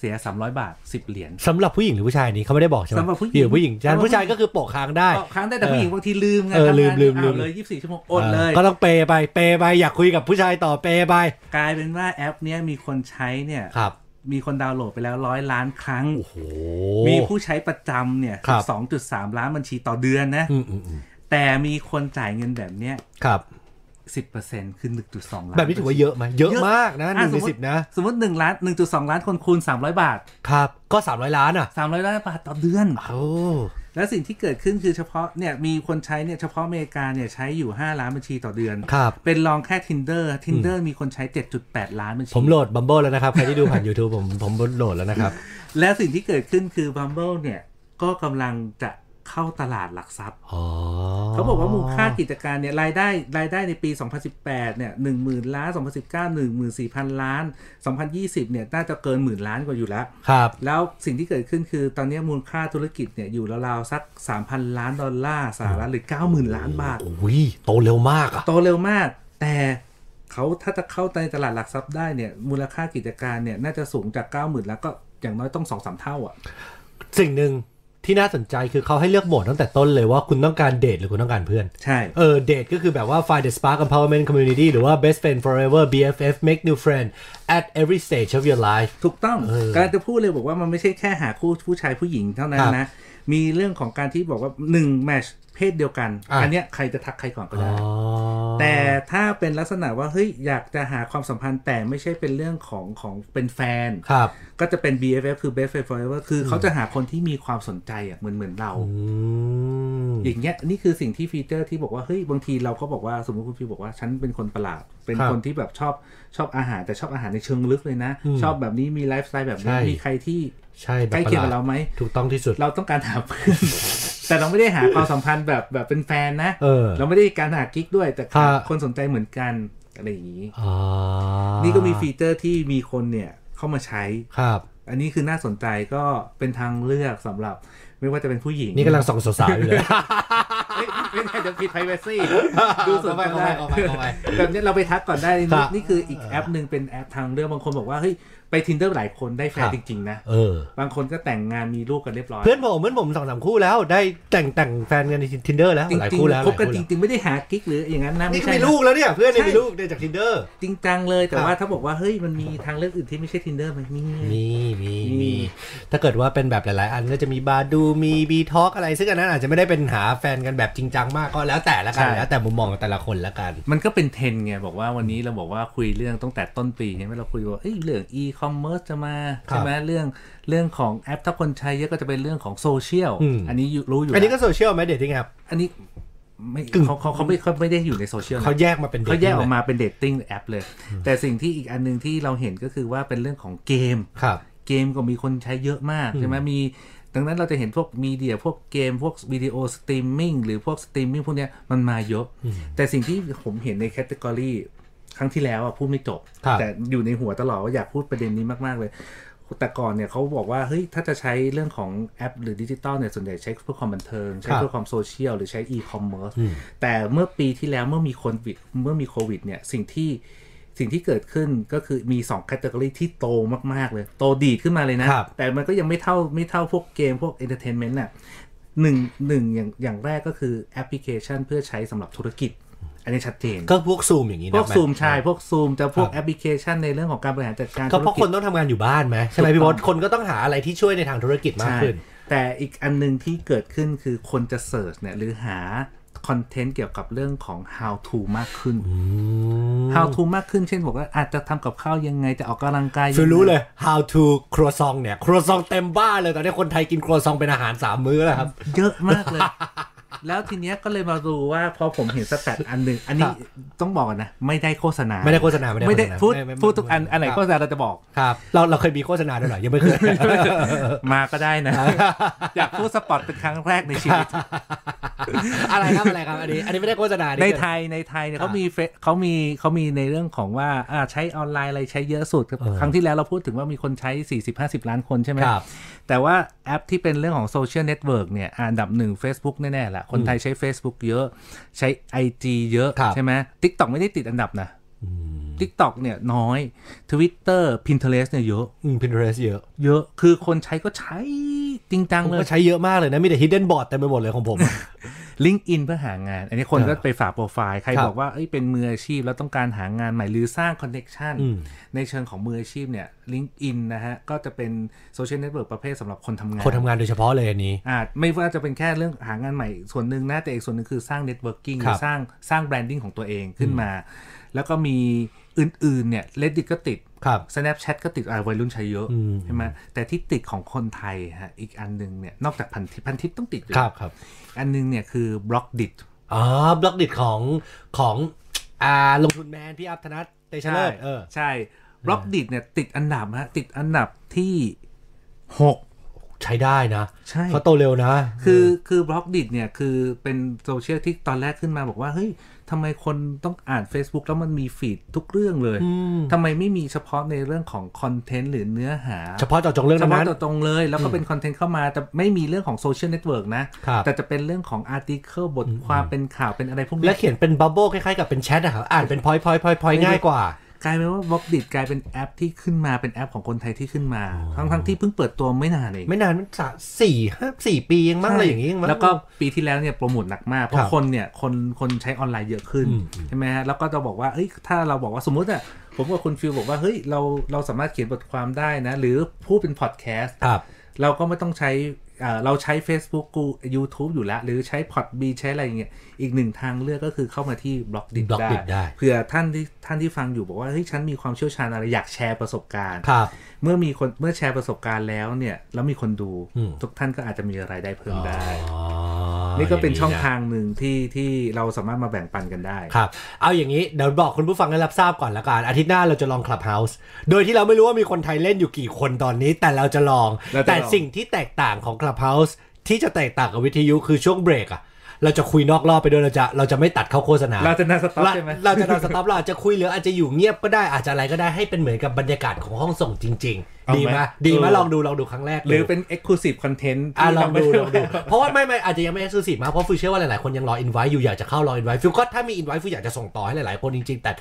Speaker 3: เสีย 300 บาท 10 เหรียญ
Speaker 2: สำหรับผู้หญิงหรือผู้ชายนี่เขาไม่ได้บอกใช่ไหม
Speaker 3: สำหรับผู้หญิง
Speaker 2: เดี๋ยวผู้หญิงฉะนั้นผู้ชายก็คือโปะค้างได้
Speaker 3: เอาครั้งได้แต่ผู้หญิงบางทีลืมไง
Speaker 2: เออ
Speaker 3: ทำงาน
Speaker 2: ลืมลืม
Speaker 3: อ้าว
Speaker 2: ลืม
Speaker 3: เลย 24 ชั่วโมงอดเลย
Speaker 2: ก็ต้องเปย์ไปเปย์ไปอยากคุยกับผู้ชายต่อเปย์ไป
Speaker 3: กลายเป็นว่าแอปเนี้ยมีคนใช้เนี่ย
Speaker 2: ครับ
Speaker 3: มีคนดาวน์โหลดไปแล้วร้อยล้านครั้ง
Speaker 2: โอ้
Speaker 3: มีผู้ใช้ประจำเนี่ย
Speaker 2: ครับ
Speaker 3: สองจุดสามล้านบัญชีต่อเดือนนะ
Speaker 2: อืมอืมอืม
Speaker 3: แต่มีคนจ่ายเงินแบบเนี้ย
Speaker 2: ครับ
Speaker 3: สิบเปอร์เซ็นต์คือหนึ่งจุดสองล้าน
Speaker 2: แบบนี้ถือว่าเยอะไหมเยอะมากนะห
Speaker 3: อ่
Speaker 2: นึ่งใน
Speaker 3: มมุติ
Speaker 2: สิบนะ
Speaker 3: สมมติหนึ่งล้านหนึ่งจุดสองล้านคนคูณสามร้อยบาท
Speaker 2: ครับ ก็ 300 ล้านอ่ะ
Speaker 3: สามร้อยล้านบาทต่อเดือน
Speaker 2: โอ้
Speaker 3: แล้วสิ่งที่เกิดขึ้นคือเฉพาะเนี่ยมีคนใช้เนี่ยเฉพาะอเมริกาเนี่ยใช้อยู่ห้าล้านบัญชีต่อเดือน
Speaker 2: ครับ
Speaker 3: เป็นรองแค่ tinder tinder มีคนใช้ 7.8 ล้านบัญชี
Speaker 2: ผมโหลดบัมเบิลแล้วนะครับ ใครที่ดูผ่าน YouTube ผมผมโหลดแล้วนะครับ
Speaker 3: และสิ่งที่เกิดขึ้นคือ Bumble เนี่ย ก็กำลังจะเข้าตลาดหลักทรัพย์
Speaker 2: อ๋อ
Speaker 3: เขาบอกว่ามูลค่ากิจการเนี่ยรายได้รายได้ในปี 2018 เนี่ย 10,000 ล้าน 2019 14,000 ล้าน 2020 เนี่ย น่าจะเกินหมื่นล้านกว่าอยู่แล้ว
Speaker 2: ครับ
Speaker 3: แล้วสิ่งที่เกิดขึ้นคือตอนนี้มูลค่าธุรกิจเนี่ย อยู่ราวๆสัก 3,000 ล้านดอลลาร์สหรัฐหรือ 90,000 ล้านบาท
Speaker 2: โอ้ยโตเร็วมากอ่ะ
Speaker 3: โตเร็วมาก แต่เขาถ้าจะเข้าในตลาดหลักทรัพย์ได้เนี่ยมูลค่ากิจการเนี่ยน่าจะสูงจาก 90,000 แล้วก็อย่างน้อยต้อง2-3เท่าอ่ะ
Speaker 2: สิ่งหนึ่งที่น่าสนใจคือเขาให้เลือกโหมดตั้งแต่ต้นเลยว่าคุณต้องการเดทหรือคุณต้องการเพื่อน
Speaker 3: ใช่
Speaker 2: เออเดทก็คือแบบว่า find the spark empowerment community หรือว่า best friend forever BFF make new friend at every stage of your life
Speaker 3: ถูกต้อง
Speaker 2: เออก
Speaker 3: ำลังจะพูดเลยบอกว่ามันไม่ใช่แค่หาคู่ผู้ชายผู้หญิงเท่านั้
Speaker 2: คน รับ
Speaker 3: นะ มีเรื่องของการที่บอกว่าหนึ่งแมชเพศเดียวกัน
Speaker 2: อ่ะ
Speaker 3: นเนี้ยใครจะทักใครก่อนก็
Speaker 2: อ๋
Speaker 3: ได้
Speaker 2: อ
Speaker 3: แต่ถ้าเป็นลักษณะว่าเฮ้ยอยากจะหาความสัมพันธ์แต่ไม่ใช่เป็นเรื่องของของเป็นแฟน
Speaker 2: ครับ
Speaker 3: ก็จะเป็น BFF คือ best friend forever คือเขาจะหาคนที่มีความสนใจอ่ะเหมือนเหมือนเรา
Speaker 2: อืม
Speaker 3: อย่างเงี้ยนี่คือสิ่งที่ฟีเจอร์ที่บอกว่าเฮ้ยบางทีเราก็บอกว่าสมมติคุณพี่บอกว่าฉันเป็นคนประหลาด เป็น
Speaker 2: ครับ
Speaker 3: คนที่แบบชอบชอบอาหารแต่ชอบอาหารในเชิงลึกเลยนะ ชอบแบบนี้มีไลฟ์สไตล์แบบนี้
Speaker 2: ใช่
Speaker 3: มีใครที่
Speaker 2: ใช่แบบ
Speaker 3: ใกล้เคียงกับ
Speaker 2: ประหด
Speaker 3: เราไหม
Speaker 2: ถูกต้องที่สุด
Speaker 3: เราต้องการหาเพื่อน (laughs) แต่เราไม่ได้หาความสัมพันธ์แบบแบบเป็นแฟนนะ
Speaker 2: เออ
Speaker 3: ไม่ได้การหากิ๊กด้วย แต่
Speaker 2: ครับ
Speaker 3: คนสนใจเหมือนกันอะไรอย่างนี้
Speaker 2: อ๋อ
Speaker 3: นี่ก็มีฟีเจอร์ที่มีคนเนี่ยเข้ามาใช้
Speaker 2: ครับ
Speaker 3: อันนี้คือน่าสนใจก็เป็นทางเลือกสำหรับ ไม่ว่าจะเป็นผู้หญิง
Speaker 2: นี่กำลังส่องสาวๆอยู่เลย
Speaker 3: เฮ้ยไม่ใช่จะผิด privacy ดูส่วนตัว
Speaker 2: เข้าไป
Speaker 3: ได้
Speaker 2: เข้าไปเข้าไป
Speaker 3: แบบนี้เราไปทักก่อนได้นี่
Speaker 2: ครับ
Speaker 3: นี่คืออีกแอปหนึ่งเป็นแอปทางเลือกบางคนบอกว่าเฮ้ยไป tinder หลายคนได้แฟ
Speaker 2: คน รับ
Speaker 3: จริงๆนะ
Speaker 2: เออ
Speaker 3: บางคนก็แต่งงานมีลูกกันเรียบร้อย
Speaker 2: เพื่อนผมเพื่อนผมสองสามคู่แล้วได้แต่งแต่งแฟนกันใน tinder แล้ว
Speaker 3: จริง
Speaker 2: หลาย
Speaker 3: ๆ
Speaker 2: คู่แล้ว
Speaker 3: คบกัน
Speaker 2: ห
Speaker 3: จ
Speaker 2: ลายคู่แล้ว
Speaker 3: ริงๆ ไม่ได้หากิ๊กหรืออย่างนั้นนะ
Speaker 2: นี่
Speaker 3: ไม่
Speaker 2: ก็
Speaker 3: ใช่
Speaker 2: มี
Speaker 3: นะ
Speaker 2: ลูกแล้วเนี่ยเพื่อนเนี่ย
Speaker 3: ใช่
Speaker 2: มีลูกเนี่ยจาก tinder
Speaker 3: จริงจังเลยแต่
Speaker 2: ครับ
Speaker 3: ว่าถ้าบอกว่าเฮ้ยมันมีทางเลือกอื่นที่ไม่ใช่ tinder ไหมันมี
Speaker 2: มีมี
Speaker 3: มี
Speaker 2: มีถ้าเกิดว่าเป็นแบบหลาย ๆ อันก็จะมีบาดูมีบีทอกอะไร ซึ่งอันนั้นอาจจะไม่ได้เป็นหาแฟนกันแบบจริงจังมากก็แล้วแต่ละกัน
Speaker 3: ใช่
Speaker 2: แล้วแต่มุมมองของแต่ละคนละกัน
Speaker 3: มันก็เป็นเทรนด์ไงบอกว่าวันนี้เราบอกว่าคุยเรื่องตั้งแต่ต้นปีใช่ไหมเราคุยว่าเอ้ยเรื่อง e-commerce จะมา
Speaker 2: ครับ
Speaker 3: ใช่ไหมเรื่องเรื่องของแอปถ้าคนใช้เยอะก็จะเป็นเรื่องของโซเชียล
Speaker 2: อืม
Speaker 3: อันนี้อยู่รู้อยู่
Speaker 2: อันนี้
Speaker 3: แล้ว
Speaker 2: ก็โซเชียลไหมเดทติ้งแอป
Speaker 3: อันนี้ไม่
Speaker 2: กึ่ง
Speaker 3: เขาเขาเขาไม่เขาไม่ได้อยู่ในโซเชียลนะ
Speaker 2: เขาแยกมาเป็น
Speaker 3: เขาแยกออก
Speaker 2: dating
Speaker 3: มาเป็นเดทติ้งแอปเลย แต่สิ่งที่อีกอันหนึงที่เราเห็นก็คือว่าเป็นเรื่องของเกม
Speaker 2: ครับ
Speaker 3: เกมก็มีคนใช้เยอะมากใช่ไหมมีดังนั้นเราจะเห็นพวกมีเดียพวกเกม พวกวิดีโอสตรีมมิ่งหรือพวกสตรีมมิ่งพวกเนี้ยมันมาเยอะ แต่สิ่งที่ผมเห็นในแคตตากรีครั้งที่แล้วอะพูดไม่จบ
Speaker 2: ครับ
Speaker 3: แต่อยู่ในหัวตลอดว่าอยากพูดประเด็นนี้มาก ๆ เลย แต่ก่อนเนี่ยเขาบอกว่าเฮ้ยถ้าจะใช้เรื่องของแอปหรือดิจิตอลเนี่ยส่วนใหญ่ใช้เพื่อความบันเทิง ใช้เพื่อความโซเชียลหรือใช้อีคอมเมิร์ซแต่เมื่อปีที่แล้วเมื่อมีโควิดเมื่อมีโควิดเนี่ยสิ่งที่สิ่งที่เกิดขึ้นก็คือมี2แคตตากรีที่โตมาก ๆ เลย โตดีดขึ้นมาเลยนะ
Speaker 2: ครับ
Speaker 3: แต่มันก็ยังไม่เท่าไม่เท่าพวกเกมพวกเอนเตอร์เทนเมนต์น่ะหนึ่งหนึ่งอย่างอย่างแรกก็คือแอปพลิเคชันเพื่อใช้สำหรับธุรกิจ อันนี้ชัดเจน
Speaker 2: ก็พวกซูมอย่างนี้
Speaker 3: พ
Speaker 2: นะ
Speaker 3: วกซูมใช่
Speaker 2: ไห
Speaker 3: พวกซูมจะพว
Speaker 2: ค
Speaker 3: ก
Speaker 2: รับ
Speaker 3: แอปพลิเคชันในเรื่องของการบริหารจัดการ
Speaker 2: ก็เพราะ
Speaker 3: ธุ
Speaker 2: ค
Speaker 3: กิ
Speaker 2: น
Speaker 3: จ
Speaker 2: ต้องทำงานอยู่บ้านไหมใช่ไหม
Speaker 3: ถูก
Speaker 2: พี่บอส
Speaker 3: ต้อง
Speaker 2: คนก็ต้องหาอะไรที่ช่วยในทางธุรกิจมาก
Speaker 3: ใช่
Speaker 2: ขึ้น
Speaker 3: แต่อีกอันหนึ่งที่เกิดขึ้นคือคนจะเสิร์ชเนี่ยหรือหาคอนเทนต์เกี่ยวกับเรื่องของ how to มากขึ้น how to มากขึ้นเช่นบอกว่าอาจจะทำกับข้าวยังไงจะออกกำลังกายยังไง
Speaker 2: ฟิลรู้เลย how to ครัวซองเนี่ย ครัวซองเต็มบ้านเลย ตอนนี้คนไทยกินครัวซองเป็นอาหารสามมื้อแล้วครับ
Speaker 3: เยอะมากเลย (laughs) แล้วทีเนี้ยก็เลยมารู้ว่าพอผมเห็นสแตทอันหนึ่งอันนี้ต้องบอกก่อนนะ ไม่ได้โฆษณา
Speaker 2: ไม่ได้โฆษณาไม่ได้
Speaker 3: ไม่ได้
Speaker 2: โฆษณา
Speaker 3: พูด
Speaker 2: ไม่ไม่ไม่
Speaker 3: พูดทุกอันอันไหน
Speaker 2: ครับ
Speaker 3: โฆษณาเราจะบอก
Speaker 2: ครับ เราเราเคยมีโฆษณาด้วยเหรอยังไม่เคย
Speaker 3: มาก็ได้นะ อยากพูดสปอตเป็นครั้งแรกในชีวิต
Speaker 2: อะไรครับอะไรครับอันนี้ อันนี้ไม่ได้โฆษณาอั
Speaker 3: ใน
Speaker 2: คือ
Speaker 3: ไทยในไทยเนี่ย
Speaker 2: อ่า
Speaker 3: เขามีเฟซเขามีเขามีในเรื่องของว่าอ่าใช้ออนไลน์อะไรใช้เยอะสุดครับ
Speaker 2: เออ
Speaker 3: ครั้งที่แล้วเราพูดถึงว่ามีคนใช้ 40-50 ล้านคนใช่ไหม
Speaker 2: ครับ
Speaker 3: แต่ว่าแอปที่เป็นเรื่องของโซเชียลเน็ตเวิร์กเนี่ยอะอันดับหนึ่ง Facebook แน่ๆแหละคนไทยใช้ Facebook เยอะใช้ IG เยอะ
Speaker 2: ครับ
Speaker 3: ใช่ไหม TikTok ไม่ได้ติดอันดับนะ TikTok เนี่ยน้อย Twitter Pinterest เนี่ยเยอะ
Speaker 2: อืม Pinterest เยอะ
Speaker 3: เยอะคือคนใช้ก็ใช้จริงจัง
Speaker 2: ผม
Speaker 3: เลย
Speaker 2: ก็ใช้เยอะมากเลยนะมีแต่ hidden board เต็มไปหมดเลยของผม
Speaker 3: ลิงก์อินเพื่อหางาน อันนี้คนก็
Speaker 2: อ่า
Speaker 3: ไปฝากโปรไฟล์ ใคร
Speaker 2: ครับ
Speaker 3: บอกว่าเอ้ยเป็นมืออาชีพแล้วต้องการหางานใหม่หรือสร้างคอนเน็กชัน
Speaker 2: อืม
Speaker 3: ในเชิงของมืออาชีพเนี่ยลิงก์อินนะฮะ ก็จะเป็นโซเชียลเน็ตเวิร์กประเภทสำหรับคนทำงาน
Speaker 2: คนทำงานโดยเฉพาะเลยอันนี้
Speaker 3: อ่าไม่ว่าจะเป็นแค่เรื่องหางานใหม่ส่วนหนึ่งนะ แต่อีกส่วนหนึ่งคือสร้างเน็ตเวิร์กิ่งห
Speaker 2: ครั
Speaker 3: รื
Speaker 2: บ
Speaker 3: อสร้างสร้างแบรนดิ้งของตัวเองขึ้นมา แล้วก็มีอื่นๆเนี่ยเลดิก็ติด
Speaker 2: ครับ
Speaker 3: Snapchat ก็ติดอ่าวัยรุ่นใช้เยอะ
Speaker 2: อืม
Speaker 3: ใช่ไหมแต่ที่ติดของคนไทยฮะอีกอันหนึงเนี่ยนอกจากพันทิปพันทิปต้องติดอยู่
Speaker 2: ครับครับ
Speaker 3: อันหนึงเนี่ยคือบล็อกดิ
Speaker 2: อ๋อบล็อกดิทของของอ่าลงทุนแมนพี่อัพธนัทเตชะ
Speaker 3: ใช่
Speaker 2: เลิศเออ
Speaker 3: ใช่บล็อกดิดเนี่ยติดอันดับฮะติดอันดับที่หก
Speaker 2: ใช้ได้นะ
Speaker 3: ใช่
Speaker 2: เขาโตเร็วนะ
Speaker 3: คือคือบล็อกดิดเนี่ยคือเป็นโซเชียลที่ตอนแรกขึ้นมาบอกว่า เฮ้ยทำไมคนต้องอ่าน Facebook แล้วมันมีฟีดทุกเรื่องเลย
Speaker 2: ม
Speaker 3: ทำไมไม่มีเฉพาะในเรื่องของคอนเทนต์หรือเนื้อหา
Speaker 2: เฉพาะเจาะจงเรื่อง
Speaker 3: เฉพาะ
Speaker 2: นั้น
Speaker 3: ตัวตรงเลย แล้วก็เป็นคอนเทนต์เข้ามา แต่ไม่มีเรื่องของโซเชียลเน็ตเวิร์กนะ
Speaker 2: ครับ
Speaker 3: แต่จะเป็นเรื่องของอาร์ติเคิลบทความเป็นข่าวเป็นอะไรพวก
Speaker 2: และ
Speaker 3: นี้
Speaker 2: เขียนเป็นบับเบิ้ลคล้ายๆกับเป็นแชทอะครับอ่านเป็นพอยพอยพอยพอยง่ายกว่า
Speaker 3: กลายเป็นว่าบล็อกดิดกลายเป็นแอปที่ขึ้นมาเป็นแอปของคนไทยที่ขึ้นมา ทั้งทั้งๆที่เพิ่งเปิดตัวไม่นานเอง
Speaker 2: ไม่นานมันสามสี่ห้าสี่ปีเองมั้งอะไรอย่างงี้เองมั้ง
Speaker 3: แล้วก็ปีที่แล้วเนี่ยโปรโมทหนักมาก เพ
Speaker 2: ครั
Speaker 3: ราะ
Speaker 2: บ
Speaker 3: คนเนี่ยคนคนใช้ออนไลน์เยอะขึ้น
Speaker 2: อืม
Speaker 3: ใช่ไหมฮะแล้วก็จะบอกว่าเอ้ยถ้าเราบอกว่าสมมติอ่ะผมกับคุณฟิลบอกว่าเฮ้ยเราเราสามารถเขียนบทความได้นะ หรือพูดเป็นพอดแคสต์
Speaker 2: ครับ
Speaker 3: เราก็ไม่ต้องใช้เอ่อเราใช้ Facebook กู YouTube อยู่แล้ว หรือใช้พอดบีใช้อะไรอย่างเงี้ยอีกหนึ่งทางเลือกก็คือเข้ามาที่บล็อกดิ
Speaker 2: Blockdit ได้
Speaker 3: เผื่อท่านที่ท่านที่ฟังอยู่บอกว่าเฮ้ยฉันมีความเชี่ยวชาญอะไรอยากแชร์ประสบการณ์
Speaker 2: ครับ
Speaker 3: เมื่อมีคนเมื่อแชร์ประสบการณ์แล้วเนี่ย แล้วมีคนดู
Speaker 2: อืม
Speaker 3: ทุกท่านก็อาจจะมีรายได้เพิ่มได้
Speaker 2: อ๋อ
Speaker 3: นี่ก็เป็นช่อง
Speaker 2: ย่ะ
Speaker 3: ทางหนึ่งที่ที่เราสามารถมาแบ่งปันกันได้
Speaker 2: ครับ เอาอย่างนี้ เดี๋ยวบอกคุณผู้ฟังให้รับทราบก่อนละกันอาทิตย์หน้าเราจะลอง Clubhouse โดยที่เราไม่รู้ว่ามีคนไทยเล่นอยู่กี่คนตอนนี้ แต่เราจะลอง
Speaker 3: เราจะลอง
Speaker 2: แต่สิ่งที่แตกต่างของ Clubhouse ที่จะแตกต่างกับวิทยุคือช่วงเบรกอะเราจะคุยนอกรอบไปด้วยเราจะเราจะไม่ตัดเข้าโฆษณา
Speaker 3: เราจะนั่งสต็อป
Speaker 2: เรา
Speaker 3: ใช่ไหม
Speaker 2: เราจะนอนสต็อปเราอาจจะคุยหรืออาจจะอยู่เงียบก็ได้อาจจะอะไรก็ได้ให้เป็นเหมือนกับบรรยากาศของห้องส่งจริง
Speaker 3: เอา
Speaker 2: ๆ ดี
Speaker 3: ไหม
Speaker 2: ไหมดีไหม
Speaker 3: เออ
Speaker 2: ลองดูลองดูครั้งแรก
Speaker 3: หรือ
Speaker 2: ดู
Speaker 3: เป็น Exclusive Content
Speaker 2: อ่ะ
Speaker 3: ที่
Speaker 2: ลอง
Speaker 3: เราไม่
Speaker 2: ดู
Speaker 3: ได้
Speaker 2: ลองดูเพราะว่าไม่ไม่อาจจะยังไม่ exclusive มากเพราะฟิวเชื่อว่าหลาย ๆ คนยังรอ invite อยู่อยากจะเข้ารอ invite ฟิวก็ถ้ามี invite ฟิวอยากจะส่งต่อให้หลาย ๆ คนจริง ๆ แต่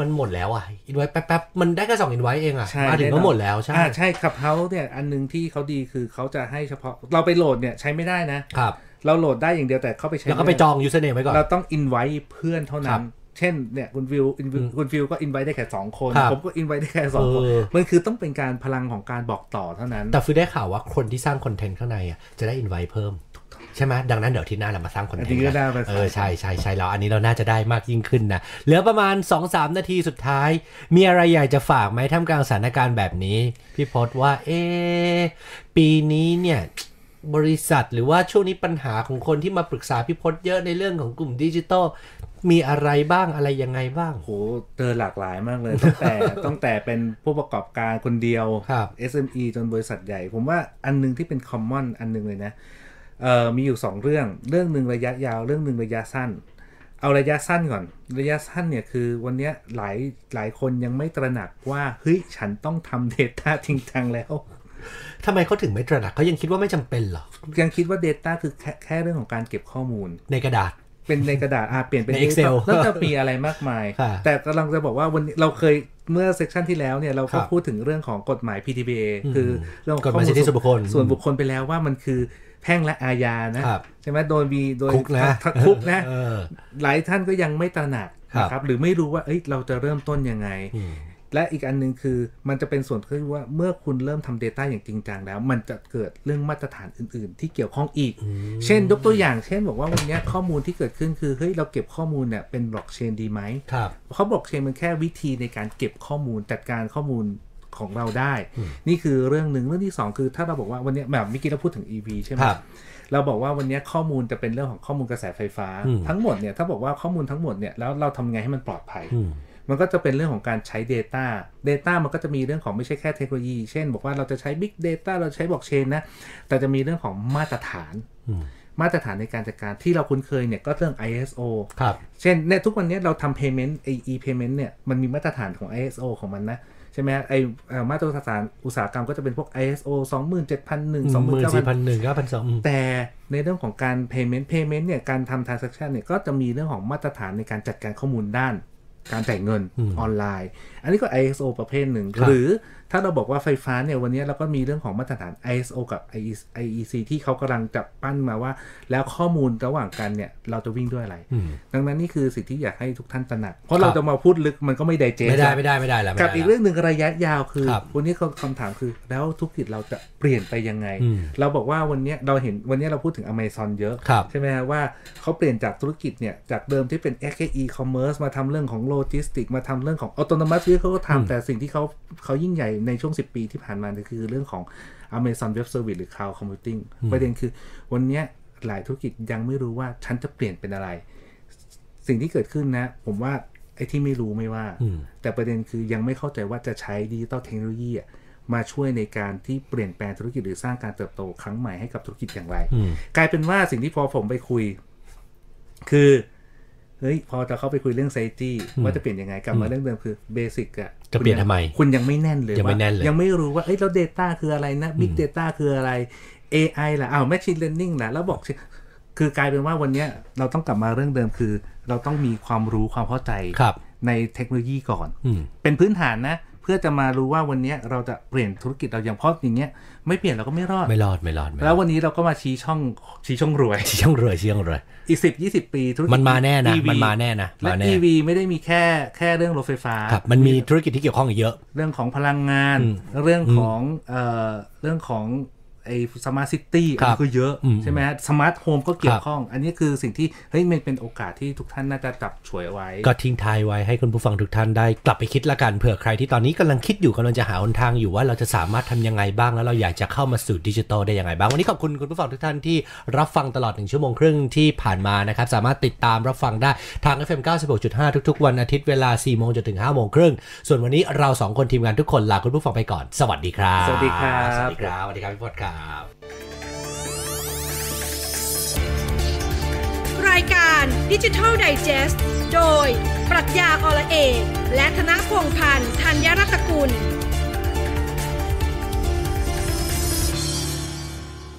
Speaker 2: มันหมดแล้วอ่ะ invite แป๊บ ๆ มันได้แค่สอง invite เองอ่ะ
Speaker 3: ใช่
Speaker 2: มาถึง
Speaker 3: น่น
Speaker 2: ก็
Speaker 3: อน
Speaker 2: หมดแล้วใช่
Speaker 3: อ่าใช่ครับเขาเนี่ยอันหนึงที่เขาดีคือเขาจะให้เฉพาะเราไปโหลดเนี่ยใช้ไม่ได้นะ
Speaker 2: ครับ
Speaker 3: เราโหลดได้อย่างเดียวแต่เข้าไปใช้
Speaker 2: แล้วก็ไป
Speaker 3: ม่ด้
Speaker 2: จอง username ไว้ก่อน
Speaker 3: เราต้องอินไว้เพื่อนเท่า
Speaker 2: ค
Speaker 3: นั้
Speaker 2: รั
Speaker 3: น
Speaker 2: บ
Speaker 3: เช่นเนี่ยคุณฟิว invite- คุณฟิวก็อินไว้ได้แค่สองคน
Speaker 2: ครับ
Speaker 3: ผมก็อินไว้ได้แค่สองคน
Speaker 2: เออ
Speaker 3: มันคือต้องเป็นการพลังของการบอกต่อเท่านั้น
Speaker 2: แต่ฟิวได้ข่าวว่าคนที่สร้างคอนเทนต์ข้างในอ่ะจะได้ invite เพิ่มใช่ไหมดังนั้นเดี๋ยวอาที่หน้าเรามาสร้างคอนเทน
Speaker 3: อาทิตย์
Speaker 2: ต์
Speaker 3: หน้า
Speaker 2: กั
Speaker 3: มาน สร้าง
Speaker 2: เออใช่ใช่ใช่แล้วอันนี้เราน่าจะได้มากยิ่งขึ้นนะเหลือประมาณ 2-3 นาทีสุดท้าย มีอะไรอยากจะฝากไหมท่ามกลางสถานการณ์แบบนี้ พี่พศว่าเอะปีนี้เนี่ย บริษัทหรือว่าช่วงนี้ปัญหาของคนที่มาปรึกษาพี่พศเยอะในเรื่องของกลุ่มดิจิทัลมีอะไรบ้างอะไรยังไงบ้าง
Speaker 3: โหเจอหลากหลายมากเลย (laughs) ตั้งแต่ตั้งแต่เป็นผู้ประกอบการคนเดียว
Speaker 2: ครับ
Speaker 3: SME จนบริษัทใหญ่ ผมว่าอันหนึงที่เป็นคอมมอนอันหนึงเลยนะเอ่อมีอยู่สองเรื่อง เรื่องหนึ่งระยะยาว เรื่องหนึ่งระยะสั้น เอาระยะสั้นก่อน ระยะสั้นเนี่ยคือวันเนี้ยหลายหลายคนยังไม่ตระหนักว่าเฮ้ยฉันต้องทำ Data จริงจังแล้ว (laughs)
Speaker 2: ทำไมเขาถึงไม่ตระหนักเขายังคิดว่าไม่จำเป็นเหรอ
Speaker 3: ยังคิดว่า Data คือแค่แค่เรื่องของการเก็บข้อมูล
Speaker 2: ในกระดาษ
Speaker 3: เป็นในกระดาษอ่าเปลี่ยนเป็น
Speaker 2: ใน Excel
Speaker 3: แล้วจะมีอะไรมากมาย
Speaker 2: ค่ะ
Speaker 3: แต่กำลังจะบอกว่าวันนี้เราเคยเมื่อเซกชันที่แล้วเนี่ย เรา
Speaker 2: ครั
Speaker 3: ก็
Speaker 2: บ
Speaker 3: พูดถึงเรื่องของกฎหมาย PTBA คือเรื่องของ
Speaker 2: กฎหมายสิทธิส่วนบุคคล
Speaker 3: ส่วนบุคคลไปแล้วว่ามันคือแพ่งและอาญานะครับ ใช่ไหมโดนมีโดย
Speaker 2: คุกนะ
Speaker 3: ทัคุกนะ
Speaker 2: เออ
Speaker 3: หลายท่านก็ยังไม่ตระหนัก
Speaker 2: ครับ
Speaker 3: นะครับหรือไม่รู้ว่าเอ้ยเราจะเริ่มต้นยังไง และอีกอันหนึ่งคือมันจะเป็นส่วนที่ว่าเมื่อคุณเริ่มทำ Data อย่างจริงจังแล้ว มันจะเกิดเรื่องมาตรฐานอื่น ๆ ที่เกี่ยวข้องอีก เช่นยกตัวอย่างเช่นบอกว่าวันเนี้ยข้อมูลที่เกิดขึ้นคือเฮ้ยเราเก็บข้อมูลเนี่ยเป็นบล็อกเชนดีไหม
Speaker 2: ครับ
Speaker 3: เพราะบล็อกเชนมันแค่วิธีในการเก็บข้อมูลจัดการข้อมูล ของเราได้ นี่คือเรื่องหนึ่งเรื่องที่สองคือถ้าเราบอกว่าวันเนี้ยแบบเมื่อกี้เราพูดถึง EV ใช่ไหม
Speaker 2: ครับ
Speaker 3: เราบอกว่าวันเนี้ยข้อมูลจะเป็นเรื่องของข้อมูลกระแสไฟฟ้า
Speaker 2: อืม
Speaker 3: ทั้งหมดเนี่ยถ้าบอกว่าข้อมูลทั้งหมดเนี่ยแล้วเราทำไงให้มันปลอดภัย
Speaker 2: อืม
Speaker 3: มันก็จะเป็นเรื่องของการใช้ Data Data มันก็จะมีเรื่องของไม่ใช่แค่เทคโนโลยี เช่น บอกว่าเราจะใช้ Big Data เราใช้บล็อกเชนนะ แต่จะมีเรื่องของมาตรฐาน
Speaker 2: อืม
Speaker 3: มาตรฐานในการจัดการที่เราคุ้นเคยเนี่ยก็เรื่อง ISO
Speaker 2: ครับ
Speaker 3: เช่นเนี่ยทุกวันเนี้ยเราทำ payment ไอ้ e payment เนี่ยมันมีมาตรฐานของ ISO ของมันนะใช่ไหมฮะไอเอ่อมาตรฐานอุตสาหกรรมก็จะเป็นพวก ISO 27001
Speaker 2: สองหมื่นสี่พัน
Speaker 3: 29000
Speaker 2: หนึ่งเก้าพันสอง
Speaker 3: แต่ในเรื่องของการ payment payment เนี่ยการทำ transaction เนี่ยก็จะมีเรื่องของมาตรฐานในการจัดการข้อมูลด้าน การจ่ายเงินออนไลน์ อันนี้ก็ ISO ประเภทหนึ่ง หรือถ้าเราบอกว่าไฟฟ้าเนี่ยวันนี้เราก็มีเรื่องของมาตรฐาน ISO กับ IEC ที่เขากำลังจับปั้นมาว่า แล้วข้อมูลระหว่างกันเนี่ยเราจะวิ่งด้วยอะไร
Speaker 2: อืม
Speaker 3: ดังนั้นนี่คือสิ่งที่อยากให้ทุกท่านตระหนัก เพ
Speaker 2: ครั
Speaker 3: ราะ
Speaker 2: บ
Speaker 3: เราจะมาพูดลึกมันก็ไม่ได้เจ
Speaker 2: ไม่ได้ไม่ได้ไม่ได้แล้วไม่
Speaker 3: กับ
Speaker 2: ได้
Speaker 3: อีก
Speaker 2: แล้ว
Speaker 3: เรื่องหนึ่งระยะยาวคือ
Speaker 2: ครับ
Speaker 3: วันนี้คำถามคือ แล้วธุรกิจเราจะเปลี่ยนไปยังไง
Speaker 2: อืม
Speaker 3: เราบอกว่าวันนี้เราเห็นวันนี้เราพูดถึง Amazon เยอะ
Speaker 2: ครับ
Speaker 3: ใช่ไหมฮะว่าเขาเปลี่ยนจากธุรกิจเนี่ยจากเดิมที่เป็น s อ e commerce มาทำเรื่องของโลจิสติกมาทำเรื่องของ autonomous ที่เขาก็
Speaker 2: อืม
Speaker 3: ทำแต่สิ่งที่เขาเขายิ่งใหญ่ในช่วง 10 ปีที่ผ่านมาเนี่ยคือเรื่องของ Amazon Web Service หรือ Cloud Computing ประเด็นคือวันเนี้ยหลายธุรกิจยังไม่รู้ว่าฉันจะเปลี่ยนเป็นอะไร สิ่งที่เกิดขึ้นนะ ผมว่าไอ้ที่ไม่รู้ไม่ว่า
Speaker 2: อืม
Speaker 3: แต่ประเด็นคือยังไม่เข้าใจว่าจะใช้ดิจิตอลเทคโนโลยีอะมาช่วยในการที่เปลี่ยนแปลงธุรกิจหรือสร้างการเติบโตครั้งใหม่ให้กับธุรกิจอย่างไร
Speaker 2: อืม
Speaker 3: กลายเป็นว่าสิ่งที่พอผมไปคุย คือเฮ้ยพอจะเข้าไปคุยเรื่องไซตี้ว่าจะเปลี่ยนยังไงกลับมาเรื่องเดิมคือเบสิกอะ
Speaker 2: จะเปลี่ยนทำไม
Speaker 3: คุณยังไม่แน่นเลย
Speaker 2: ยังไม่
Speaker 3: ว่า
Speaker 2: แน่นเลย
Speaker 3: ยังไม่รู้ว่าเอ้ยแล้ว Data คืออะไรนะ Big Data คืออะไร AI ล่ะอ้าว Machine Learning ล่ะแล้วบอกสิคือกลายเป็นว่าวันเนี้ยเราต้องกลับมาเรื่องเดิมคือ เราต้องมีความรู้ความเข้าใจ
Speaker 2: ครับ
Speaker 3: ในเทคโนโลยีก่อน
Speaker 2: อืม
Speaker 3: เป็นพื้นฐานนะ เพื่อจะมารู้ว่าวันเนี้ยเราจะเปลี่ยนธุรกิจเราอย่างเพราะอย่างเงี้ยไม่เปลี่ยนเราก็ไม่รอด
Speaker 2: ไม่รอดไม่รอดไม่รอด
Speaker 3: แล้ววันนี้เราก็มาชี้ช่องชี้ช่องรวย
Speaker 2: เชี่ยงเลยเชี่ยงเลย
Speaker 3: อีกสิบยี่สิบปีธุรกิจ
Speaker 2: มันมาแน่นะ
Speaker 3: EV
Speaker 2: มันมาแน่นะ
Speaker 3: และ
Speaker 2: มาแน่
Speaker 3: EV ไม่ได้มีแค่แค่เรื่องรถไฟฟ้า
Speaker 2: ครับมันมีธุรกิจที่เกี่ยวข้องอีกเยอะ
Speaker 3: เรื่องของพลังงาน
Speaker 2: อืม
Speaker 3: เรื่องของเอ่อเรื่องของไอ้สมาร์ทซิตี้
Speaker 2: ครับ
Speaker 3: ก็เยอะ
Speaker 2: อืม
Speaker 3: ใช่ไหมสมาร์ทโฮมก็เกี่ย
Speaker 2: ครั
Speaker 3: ว
Speaker 2: บ
Speaker 3: ข้อง อันนี้คือสิ่งที่เฮ้ยมันเป็นโอกาสที่ทุกท่านน่าจะจับฉวยเอาไว้
Speaker 2: ก็ทิ้งท้ายไว้ให้คุณผู้ฟังทุกท่านได้กลับไปคิดละกันเผื่อใครที่ตอนนี้กำลังคิดอยู่กำลังจะหาหนทางอยู่ว่าเราจะสามารถทำยังไงบ้างแล้วเราอยากจะเข้ามาสู่ดิจิทัลได้ยังไงบ้าง วันนี้ขอบคุณคุณผู้ฟังทุกท่านที่รับฟังตลอด 1 ชั่วโมงครึ่งที่ผ่านมานะครับ สามารถติดตามรับฟังได้ทาง FM 96.5 ทุกๆ วันอาทิตย์เวลา 4 โมงจนถึง 5 โมงครึ่ง ส่วนวันนี้เราสองคนทีมงานทุกคนลาคุณผู้ฟังไปก่อน สวัสดีครับ
Speaker 3: สวัสดีครับ
Speaker 2: สวัสดีครับสวัสดีครับพี่พดครับ
Speaker 1: รายการดิจิทัลไดจ e s t โดย ปรัชญาอละเอกและธนพงษ์พันธ์ธัญรัตนกุล